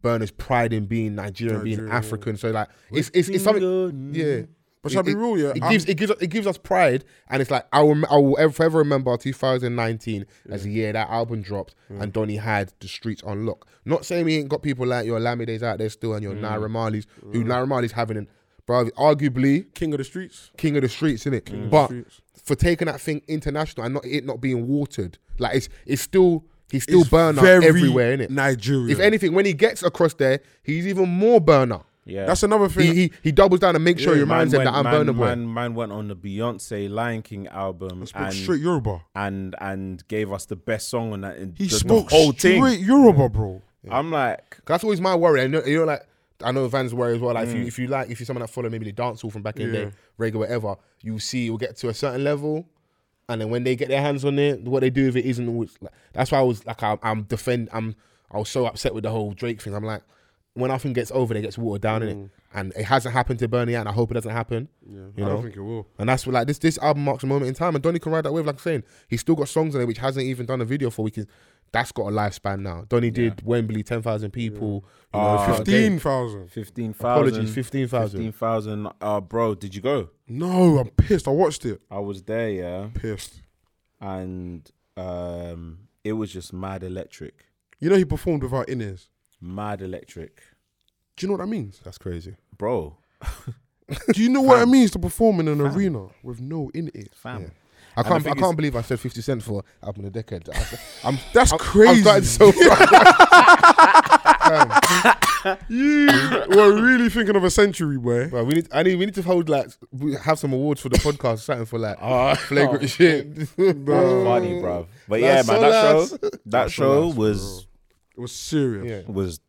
Burner's pride in being Nigerian, being Nigerian. African. So like it's it's, it's something yeah. But shall I It- be it- real, yeah? It I'm- gives it gives it gives us pride, and it's like I will I will ever, forever remember 2019 as the year that album dropped and Donny had the streets on lock. Not saying we ain't got people like your Lamides out there still and Mm. your Naira Marley's, who Naira Marley's having an bro, arguably King of the Streets. king of the streets, innit? the but streets. for taking that thing international and not it not being watered, like it's it's still he's still It's burner very everywhere, innit? Nigerian. If anything, when he gets across there, he's even more burner. Yeah. That's another He, thing. he he doubles down and makes sure he Man reminds them went- that I'm man, burner boy. Man, man went on the Beyonce Lion King album spoke and, straight Yoruba. and and gave us the best song on that. And He the, the spoke whole straight thing. Yoruba, bro. I'm like, 'Cause That's always my worry. And you're like, I know Van's worry as well. Like, if you if you like, if you're someone that follow maybe the dance hall from back in the Mm. Yeah. day, reggae, whatever, you see, you'll get to a certain level, and then when they get their hands on it, what they do with it isn't. Always, like, that's why I was like, I, I'm defend. I'm I was so upset with the whole Drake thing. I'm like, when nothing gets over, it gets watered down in it, and it hasn't happened to Bernie, yet, and I hope it doesn't happen. Mm. I don't think it will. And that's what like this this album marks a moment in time. And Donny can ride that wave, like I'm saying. He's still got songs on it which hasn't even done a video for. We can that's got a lifespan now. Donny did Wembley, ten thousand people. you know, Ah. throughout the day. Fifteen thousand. fifteen thousand. Apologies, 15,000. Fifteen thousand. Uh, bro, did you go? No, I'm pissed. I watched it. I was there, yeah, Pissed. and um, it was just mad electric, You know he performed without in-ears. mad electric, Do you know what that means? That's crazy. bro. Do you know what it means to perform in an arena with no in-ears? Fam. I the can't thing I is- can't believe I said fifty cent for album of the decade. I, am That's I'm crazy. starting so proud. you were really thinking of a century, boy. Bro, we need I need we need to hold like we have some awards for the podcast something for like flagrant shit. Ah. That's Bro. funny, bro. But That's yeah, so man, that lads. show, that show was It was serious. Yeah. was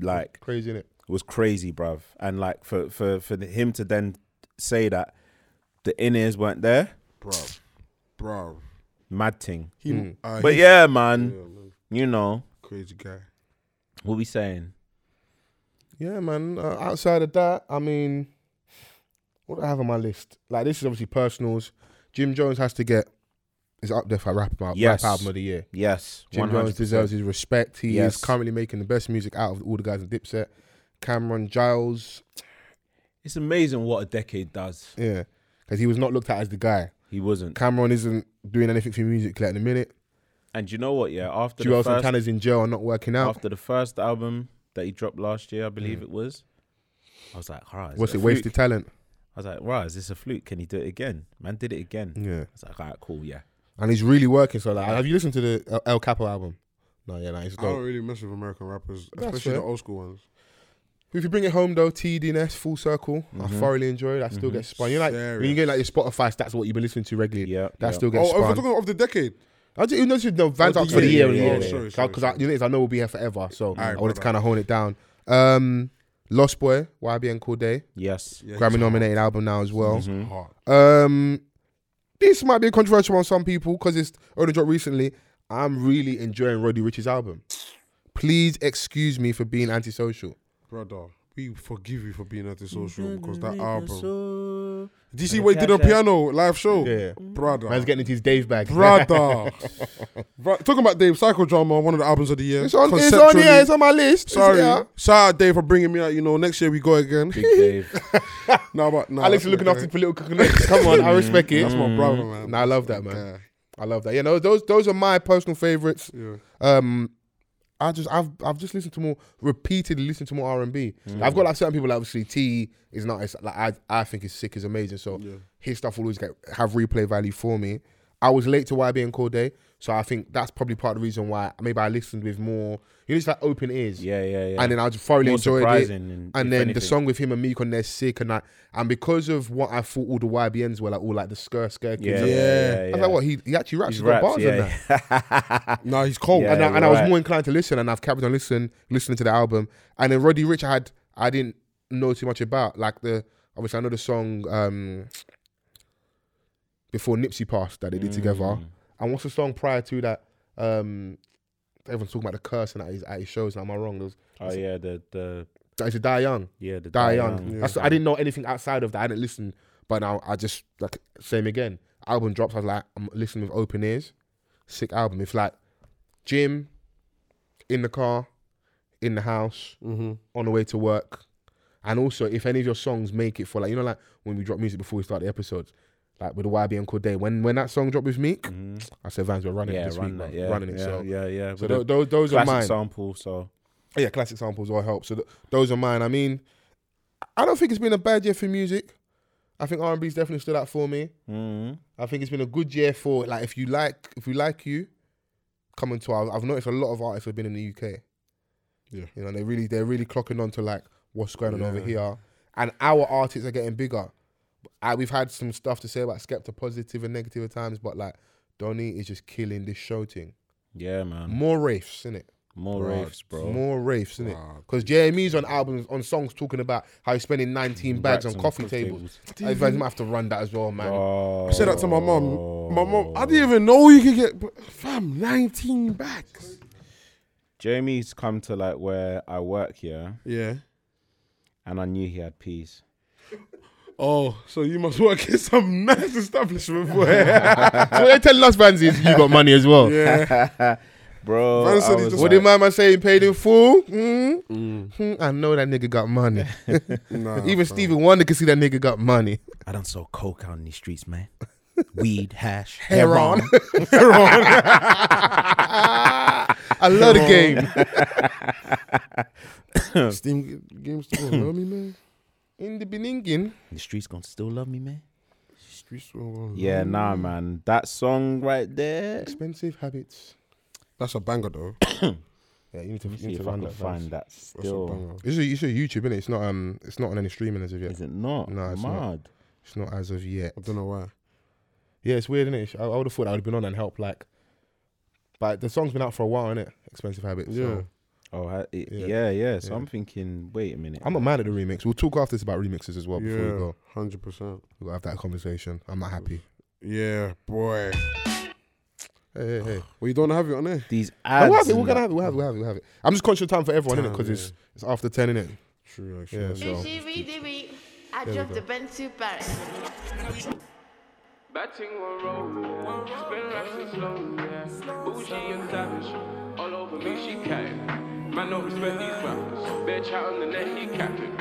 like Crazy, innit? was crazy, bruv. And like for for for him to then say that the in ears weren't there, Bruv. Bruv. mad thing. He, Hmm. uh, But he- yeah, man, you know Crazy guy. what we saying. Yeah, man. Uh, outside of that, I mean, what do I have on my list? Like, this is obviously personals. Jim Jones has to get is up there for rap, rap Yes. album of the year. Yes, Jim 100%. Jones deserves his respect. He Yes. is currently making the best music out of all the guys in Dipset. Cameron Giles, It's amazing what a decade does. yeah, because he was not looked at as the guy. He wasn't. Cameron isn't doing anything for music like in a minute. And you know what? Yeah, after Joel the first, Santana's in jail and not working out. Mm. after the first album that he dropped last year, I believe it was. I was like, alright. is What's a it? fluke? Wasted talent. I was like, right, is this a fluke? Can he do it again? Man did it again. Yeah. I was like, alright, cool, yeah. And he's really working. So, like, have you listened to the El- El Capo album? No, yeah, no, it's I don't dope. really mess with American rappers, That's especially fair. the old school ones. If you bring it home though, TDNS full circle. I thoroughly enjoyed. it. I still get spun. You know, like when you Serious. get like your Spotify stats, what you've been listening to regularly. Yeah, that yeah. still Oh, gets if we're spun. talking of the decade. I just, you know, no, Van's Oh, up the for the year, year, yeah, yeah, yeah, yeah. Sorry, sorry, because I, you know, it is, I know we'll be here forever. So I Alright, wanted to brother. kind of hone it down. Um, Lost Boy, YBN Corday, Yes. Yeah, Mm-hmm. Grammy nominated album now as well. he's hard. Um, this might be controversial on some people because it's only dropped recently. I'm really enjoying Roddy Rich's album. Please excuse me for being antisocial. Brother, we forgive you for being antisocial because that album. Did you see what he did on piano live show? Yeah. Brother. Man's getting into his Dave bag. Brother. Bro- Talking about Dave, Psychodrama, one of the albums of the year. It's on, it's on here. It's on my list. It's Sorry. here. Shout out Dave for bringing me out. You know, next year we go again. Big Dave. no, but no. Alex is looking after political connections. Come on, I respect it. That's my brother, man. Nah, I love that, man. I love that. Yeah, no, those those are my personal favorites. Yeah. Um, I just I've I've just listened to more repeatedly listened to more R and B. I've got like certain people like obviously T is not as like I I think is sick is amazing. So his stuff will always get have replay value for me. I was late to YB and Corday, so I think that's probably part of the reason why maybe I listened with more you know just like open ears. Yeah, yeah, yeah. And then I just thoroughly More enjoyed it. surprising and- And, if then the anything. song with him and Meek on there sick and I and because of what I thought all the YBNs were like all like the skir skir kids. Yeah, and- I yeah, yeah, was yeah. like, what he, he actually raps, He's he's got raps, bars in yeah. that. No, he's cold. Yeah. and I, and I was right. more inclined to listen, and I've carried on listening, listening to the album. And then Roddy Rich, I had I didn't know too much about. Like the obviously, I know the song um, before Nipsey passed that they did together. Mm. And what's the song prior to that? Um, everyone's talking about the cursing at his at his shows. Now, am I wrong? There was, Oh yeah, the the that is a Die Young. yeah the Die Die Young. Young. That's, I didn't know anything outside of that. I didn't listen, but now I just like same again. Album drops. I was like, I'm listening with open ears. Sick album. If like gym, in the car, in the house, Mm-hmm. on the way to work, and also if any of your songs make it for like you know like when we drop music before we start the episodes. Like with the YB and Corday, when when that song dropped with Meek, I said Vans, we're running Mm-hmm. Yeah, it this run week, that. bro. Yeah, running it. Yeah, so yeah, yeah. so With tho- the tho- those are classic mine. sample. So Yeah, classic samples all help. So th- those are mine. I mean, I don't think it's been a bad year for music. I think R and B's definitely stood out for me. mm-hmm. I think it's been a good year for like if you like if you like you coming to. I've, I've noticed a lot of artists have been in the UK. Yeah. you know they really they're really clocking on to like what's going on over Yeah. here, and our artists are getting bigger. I, we've had some stuff to say about Skepta positive and negative at times, but like Donny is just killing this show thing. yeah, man, More rafes, innit? more raves, bro. Mm-hmm. More rafes, isn't it? Wow. Because JME's on albums, on songs talking about how he's spending 19 bags Racks on on coffee coffee tables. I might have to run that as well, man. Oh, I said that to my mom. My mom, I didn't even know you could get, but fam, 19 bags. Jamie's come to like where I work here, Yeah. and I knew he had peas. Oh, so you must work in some nice establishment for her. so they're telling us, Vans, is you got money as well. yeah. Bro, Man said I he was just- What like, did mama say? Paid in full? Mm? Hmm, I know that nigga got money. Nah, Even Stevie Wonder can see that nigga got money. I don't sell coke out in these streets, man. Weed, hash, Heron. I love the game. Steam games still won't love me, man. In the Beningin. The streets gonna still love me, man. Streets still won't love Yeah, me. Mm. nah, man. That song right there. Expensive habits. That's a banger, though. Yeah, you need to, you See need to if I run can that. Vans. find that That's a still. banger. It's a, it's a YouTube, innit? It's not um, it's not on any streaming as of yet. Is it not? No, it's not. Mad. It's not as of yet. I don't know why. Yeah, it's weird, innit? I, I would have thought I would have been on and helped, like. But the song's been out for a while, innit? Expensive Habits. so- Yeah. Oh, ha- it, Yeah. yeah. yeah, So I'm thinking, wait a minute. I'm not mad at the remix. We'll talk after this about remixes as well before we Yeah. go. 100%. We'll have that conversation. I'm not happy. Yeah, boy. Hey, hey, hey. Well, you don't have it on there? These No, ads. we'll have it. and We're going to that- have it. We'll have it. We'll have it. We'll have it. I'm just conscious of time for everyone, innit? Time, Because it's, it's after 10, innit? True, actually. Yeah, Yeah, so. I dropped a Ben to Paris. Batting one roll, spin racks and slow, yeah. Bougie and lavish, all over me she came. Man know respect these rappers, bitch out on the net he capping.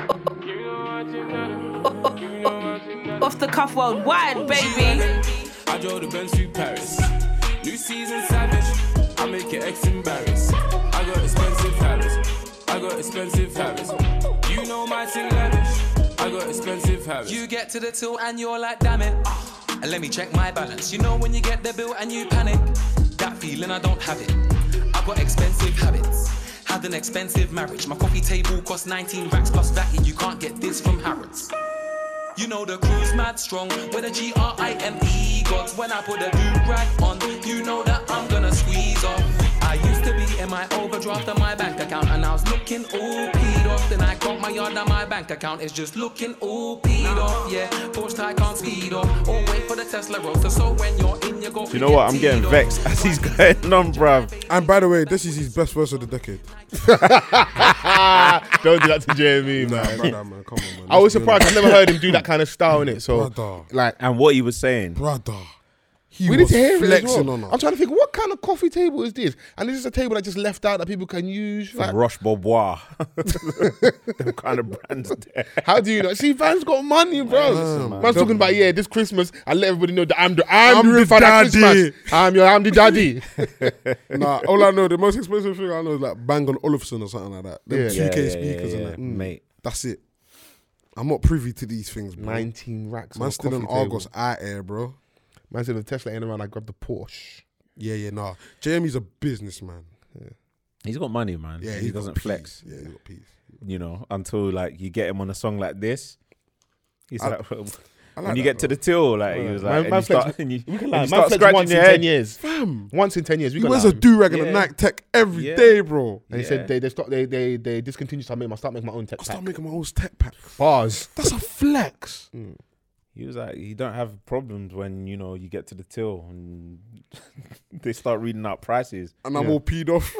Give me no one to none, give me no one to none. Off the cuff worldwide, baby. I drove the Benz through Paris. New season savage. I make your ex embarrassed. I got expensive habits. I got expensive habits. You know my thing lavish. I got expensive habits. You get to the till and you're like, damn it. And let me check my balance. You know when you get the bill and you panic. That feeling I don't have it. I've got expensive habits. Had an expensive marriage. My coffee table cost 19 racks plus VAT. You can't get this from Harrods. You know the crew's mad strong. When a G R I M E got when I put a do rag on, you know that I'm gonna squeeze off. I used to be in my overdraft on my bank account, and I was looking all peed off. Then I got my yard and my bank account is just looking all peed off. Yeah, Porsche Taycan speed off, or wait for the Tesla Roadster. So when you're in, you go. Do you know what? I'm getting vexed as he's going on, bruv. And by the way, this is his best verse of the decade. Ah, Don't do that to E, Jamie, Nah, man. brother, man. Come on, man. I was Let's be surprised. honest. I've never heard him do that kind of style, innit? So, Brother. like, And what he was saying, Brother. He we need was to hear it as flexing well. on her. I'm trying to think, what kind of coffee table is this? And this is a table that just left out that people can use. like- From Roche Bobois. Them kind of brands there. How do you know? See, Van's got money, bro. Man's talking about yeah, this Christmas. I let everybody know that I'm the I'm, I'm the, the rich man at daddy. Christmas. I'm your I'm the daddy. nah, all I know, the most expensive thing I know is like Bang on Olufsen or something like that. Them Yeah. 2K Yeah, yeah, speakers yeah, and yeah, that. Mm. mate. That's it. I'm not privy to these things, bro. Nineteen racks. Man still on Argos eye air, bro. Man said the Tesla ain't around. I grabbed the Porsche. Yeah, yeah, nah. Jamie's a businessman. He's got money, man. Yeah, he he's got doesn't peas. flex. Yeah, he got peas. you know, until like you get him on a song like this. He's I- like, when like that you get to the till, like he was Man- like, and man you start, flex- and you, We can and lie. you Man start flex scratching once in your head. ten years. Once in ten years, we He can wears lie. a do rag and a Yeah. Nike tech every day, Yeah. bro. And he Yeah. said they they start they they they discontinued. So I made my start making my own tech I pack. Mm. start making my own tech pack. bars. That's a flex. Mm. He was like, you don't have problems when you know you get to the till and they start reading out prices. And I'm all peed off.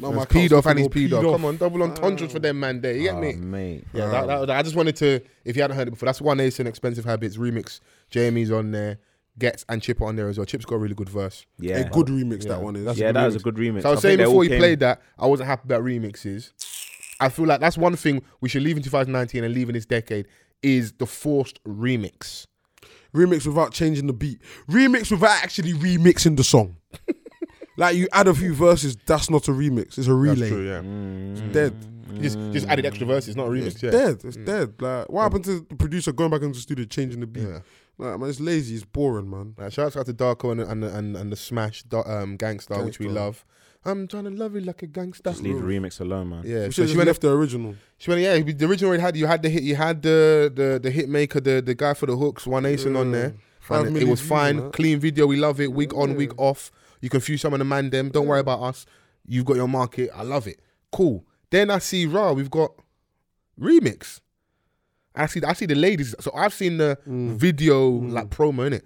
no, Man's my peed couch off and looking he's all peed off. Come on, double entendres Oh. for them, man. There, you get Ah, me? mate. Yeah, that, that, that- I just wanted to, if you hadn't heard it before, that's One Ace and Expensive Habits remix. Jamie's on there, Gets and Chipper on there as well. Chip's got a really good verse. Yeah, A good remix, that one is. That's yeah, a good that was remix. a good remix. So I was think saying they all before he came- played that, I wasn't happy about remixes. I feel like that's one thing we should leave in 2019 and leave in this decade is the forced remix. remix without changing the beat. Remix without actually remixing the song. like you add a few verses, that's not a remix. It's a relay. yeah. Mm. It's dead. Just, just added extra verses, not a remix. It's yeah. Mm. Um, dead. It's dead. Like what happened to the producer going back into the studio changing the beat? Yeah. Like man, it's lazy. It's boring, man. Uh, shouts out to Darko and and and, and the Smash da- um, gangster, which we Gangstar. love. I'm trying to love you like a gangster. Just leave the remix alone, man. Mm. Yeah, we so should she have went left the original. She went, yeah, the original already had you had the hit, you had the the the hit maker, the the guy for the hooks, one Asen on there. Mm. Five And it million was views fine, on that. clean video. We love it. Week on, week off. You confuse some of the man them. Don't worry about us. You've got your market. I love it. Cool. Then I see raw. We've got remix. I see. I see the ladies. So I've seen the video like promo in it.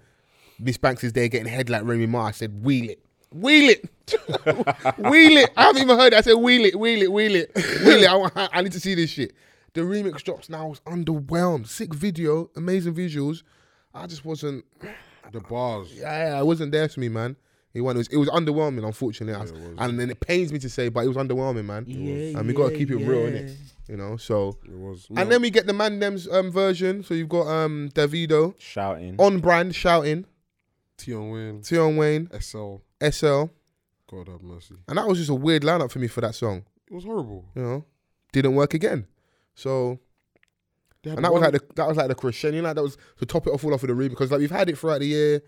Miss Banks is there getting head like Remy Ma. I said, wheel it. Wheel it, wheel it. I haven't even heard. It. I said, wheel it, wheel it, wheel it, wheel it. I, want- I need to see this shit. The remix drops now. I was underwhelmed. Sick video, amazing visuals. I just wasn't. The bars. Yeah, it wasn't there for me, man. It, wasn't, it was it was underwhelming, unfortunately. I- and then it pains me to say, but it was underwhelming, man. Yeah, and we gotta yeah, keep it real, yeah. innit? You know, so. It was. And then we get the Mandem's um, version. So you've got um, Davido Shouting. on brand shouting, Tion Wayne, Tion Wayne, SL. SL, God have mercy. and that was just a weird lineup for me for that song. It was horrible. You know, didn't work again. So They had and that was one- like the that was like the crescendo. Like that was to top it off all off with the remix because like we've had it throughout the year,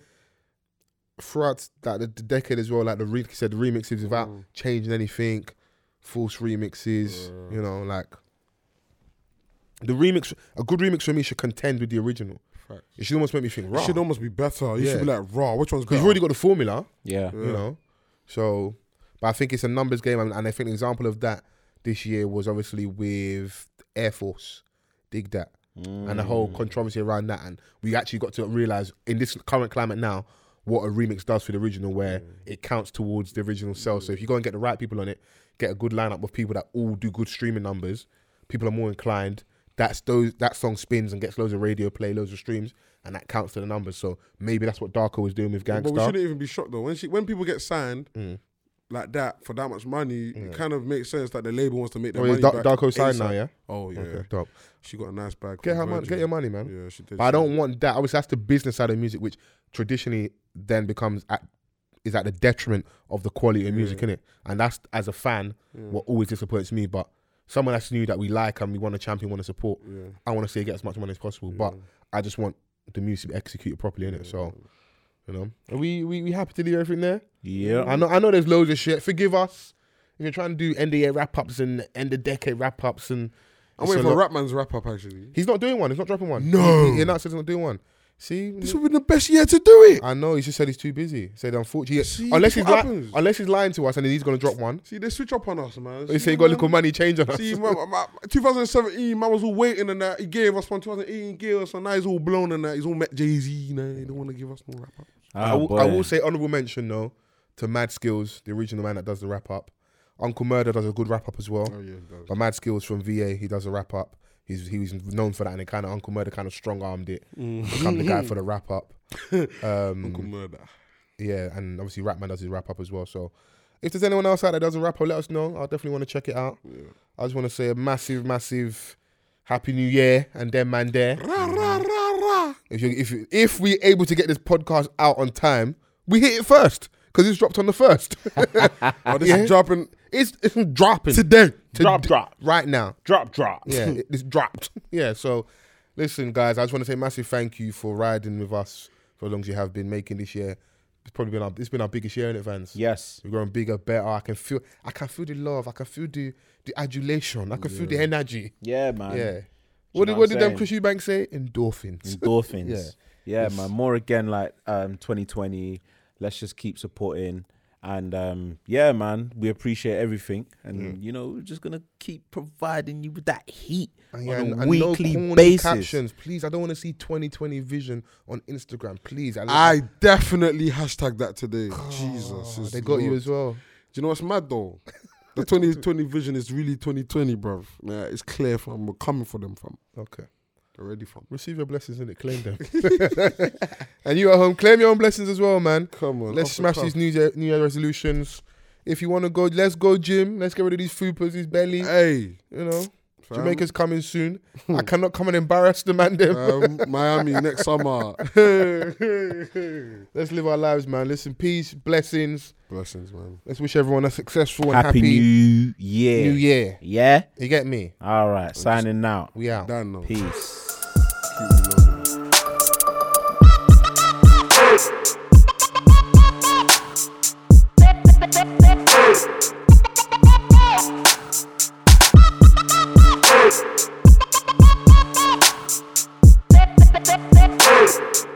throughout like the, the decade as well. Like the re- he said the remixes without Mm. changing anything, false remixes. You know, like the remix. A good remix for me should contend with the original. Facts. It should almost make me think. It Raw. should almost be better. You Yeah. should be like raw. Which one's better? You've already got the formula Yeah. you know. So, but I think it's a numbers game, and, and I think an example of that this year was obviously with Air Force, dig that, and the Mm. whole controversy around that, and we actually got to realize in this current climate now what a remix does for the original, where Mm. it counts towards the original sales. So if you go and get the right people on it, get a good lineup of people that all do good streaming numbers, people are more inclined. That's those that song spins and gets loads of radio play, loads of streams, and that counts to the numbers. So maybe that's what Darko was doing with But we Gangstar. shouldn't even be shocked though. When she, when people get signed Mm. like that for that much money, it kind of makes sense that the label wants to make their Oh, yeah, money. Dar- back Darko signed now, ASAP. yeah? Oh yeah. Okay, dope. She got a nice bag. Get from her money, Virgin. get your money, man. Yeah, she did. But I she don't did. want that. Obviously, that's the business side of music, which traditionally then becomes at is at the detriment of the quality of music, innit? And that's as a fan, what always disappoints me. But someone that's new that we like and we want to champion, want to support, I want to see it get as much money as possible. But I just want the music to be executed properly, innit? So, you know, are we we, we happy to leave everything there? Yeah. I know I know there's loads of shit. Forgive us if you're trying to do end of year wrap ups and end of decade wrap ups and. I'm it's waiting a for lot- Rapman's wrap up actually. He's not doing one. He's not dropping one. No. He, he announced he's not doing one. See, This would have been the best year to do it. I know. He just said he's too busy. He said unfortunately, See, unless he's this what li- happens. unless he's lying to us and then he's gonna drop one. See, they switch up on us, man. He See, said he got a man. little money change on us. See, man, man, man, 2017, man was all waiting and that. He gave us one. 2018, he gave us one. Now he's all blown and that. He's all met Jay Z. Now he don't want to give us no wrap up. I Ah, will- I boy. will say honorable mention though to Mad Skills, the original man that does the wrap up. Uncle Murder does a good wrap up as well. Oh, yeah, he does. But Mad Skills from VA, he does a wrap up. He's, he was known for that, and it kind of Uncle Murder kind of strong armed it. Become the guy for the wrap up. Um, Uncle Murder. Yeah, and obviously Rapman does his wrap up as well. So if there's anyone else out there that doesn't rap up, let us know. I definitely want to check it out. I just want to say a massive, massive Happy New Year and then man there. If you if you, if we able to get this podcast out on time, we hit it first because it's dropped on the first. Oh, this is dropping. It's, it's dropping today. drop, drop right now. Drop, drop. Yeah, it- it's dropped. Yeah. So, listen, guys, I just want to say a massive thank you for riding with us for as long as you have been making this year. It's probably been our it's been our biggest year in it, Vans. Yes. We're growing bigger, better. I can feel I can feel the love. I can feel the the adulation. I can feel the energy. Yeah, man. Yeah. you What know did what what I'm did them saying? Chris Eubank say? Endorphins. Dolphins. yeah, It's- man. More again, like um, 2020. Let's just keep supporting, and um, yeah, man. We appreciate everything, Mm. and you know, we're just gonna keep providing you with that heat And, yeah, on and- a and no weekly corny basis. Captions, please. I don't want to see 2020 vision on Instagram, please. I, I definitely hashtag that today. Jesus. they got you as well. Do Ah, you know what's mad though? The 2020 vision is really 2020, bruv. Nah, it's clear, fam. We're coming for them, fam. Okay. Already, fam. Receive your blessings and it claim them. and you at home, claim your own blessings as well, man. Come on. Let's off the smash cuff. these new year, new year resolutions. If you want to go, let's go gym. Let's get rid of these fupas, these belly. Hey, You know, fam. Hmm. Jamaica's coming soon. I cannot come and embarrass the man. Them. Um, Miami next summer. let's live our lives, man. Listen, peace, blessings. Blessings, man. Let's wish everyone a successful and Happy, happy, New Year. New Year. Yeah. You get me? All right. Signing out. We out. Done, though. Peace. Hey!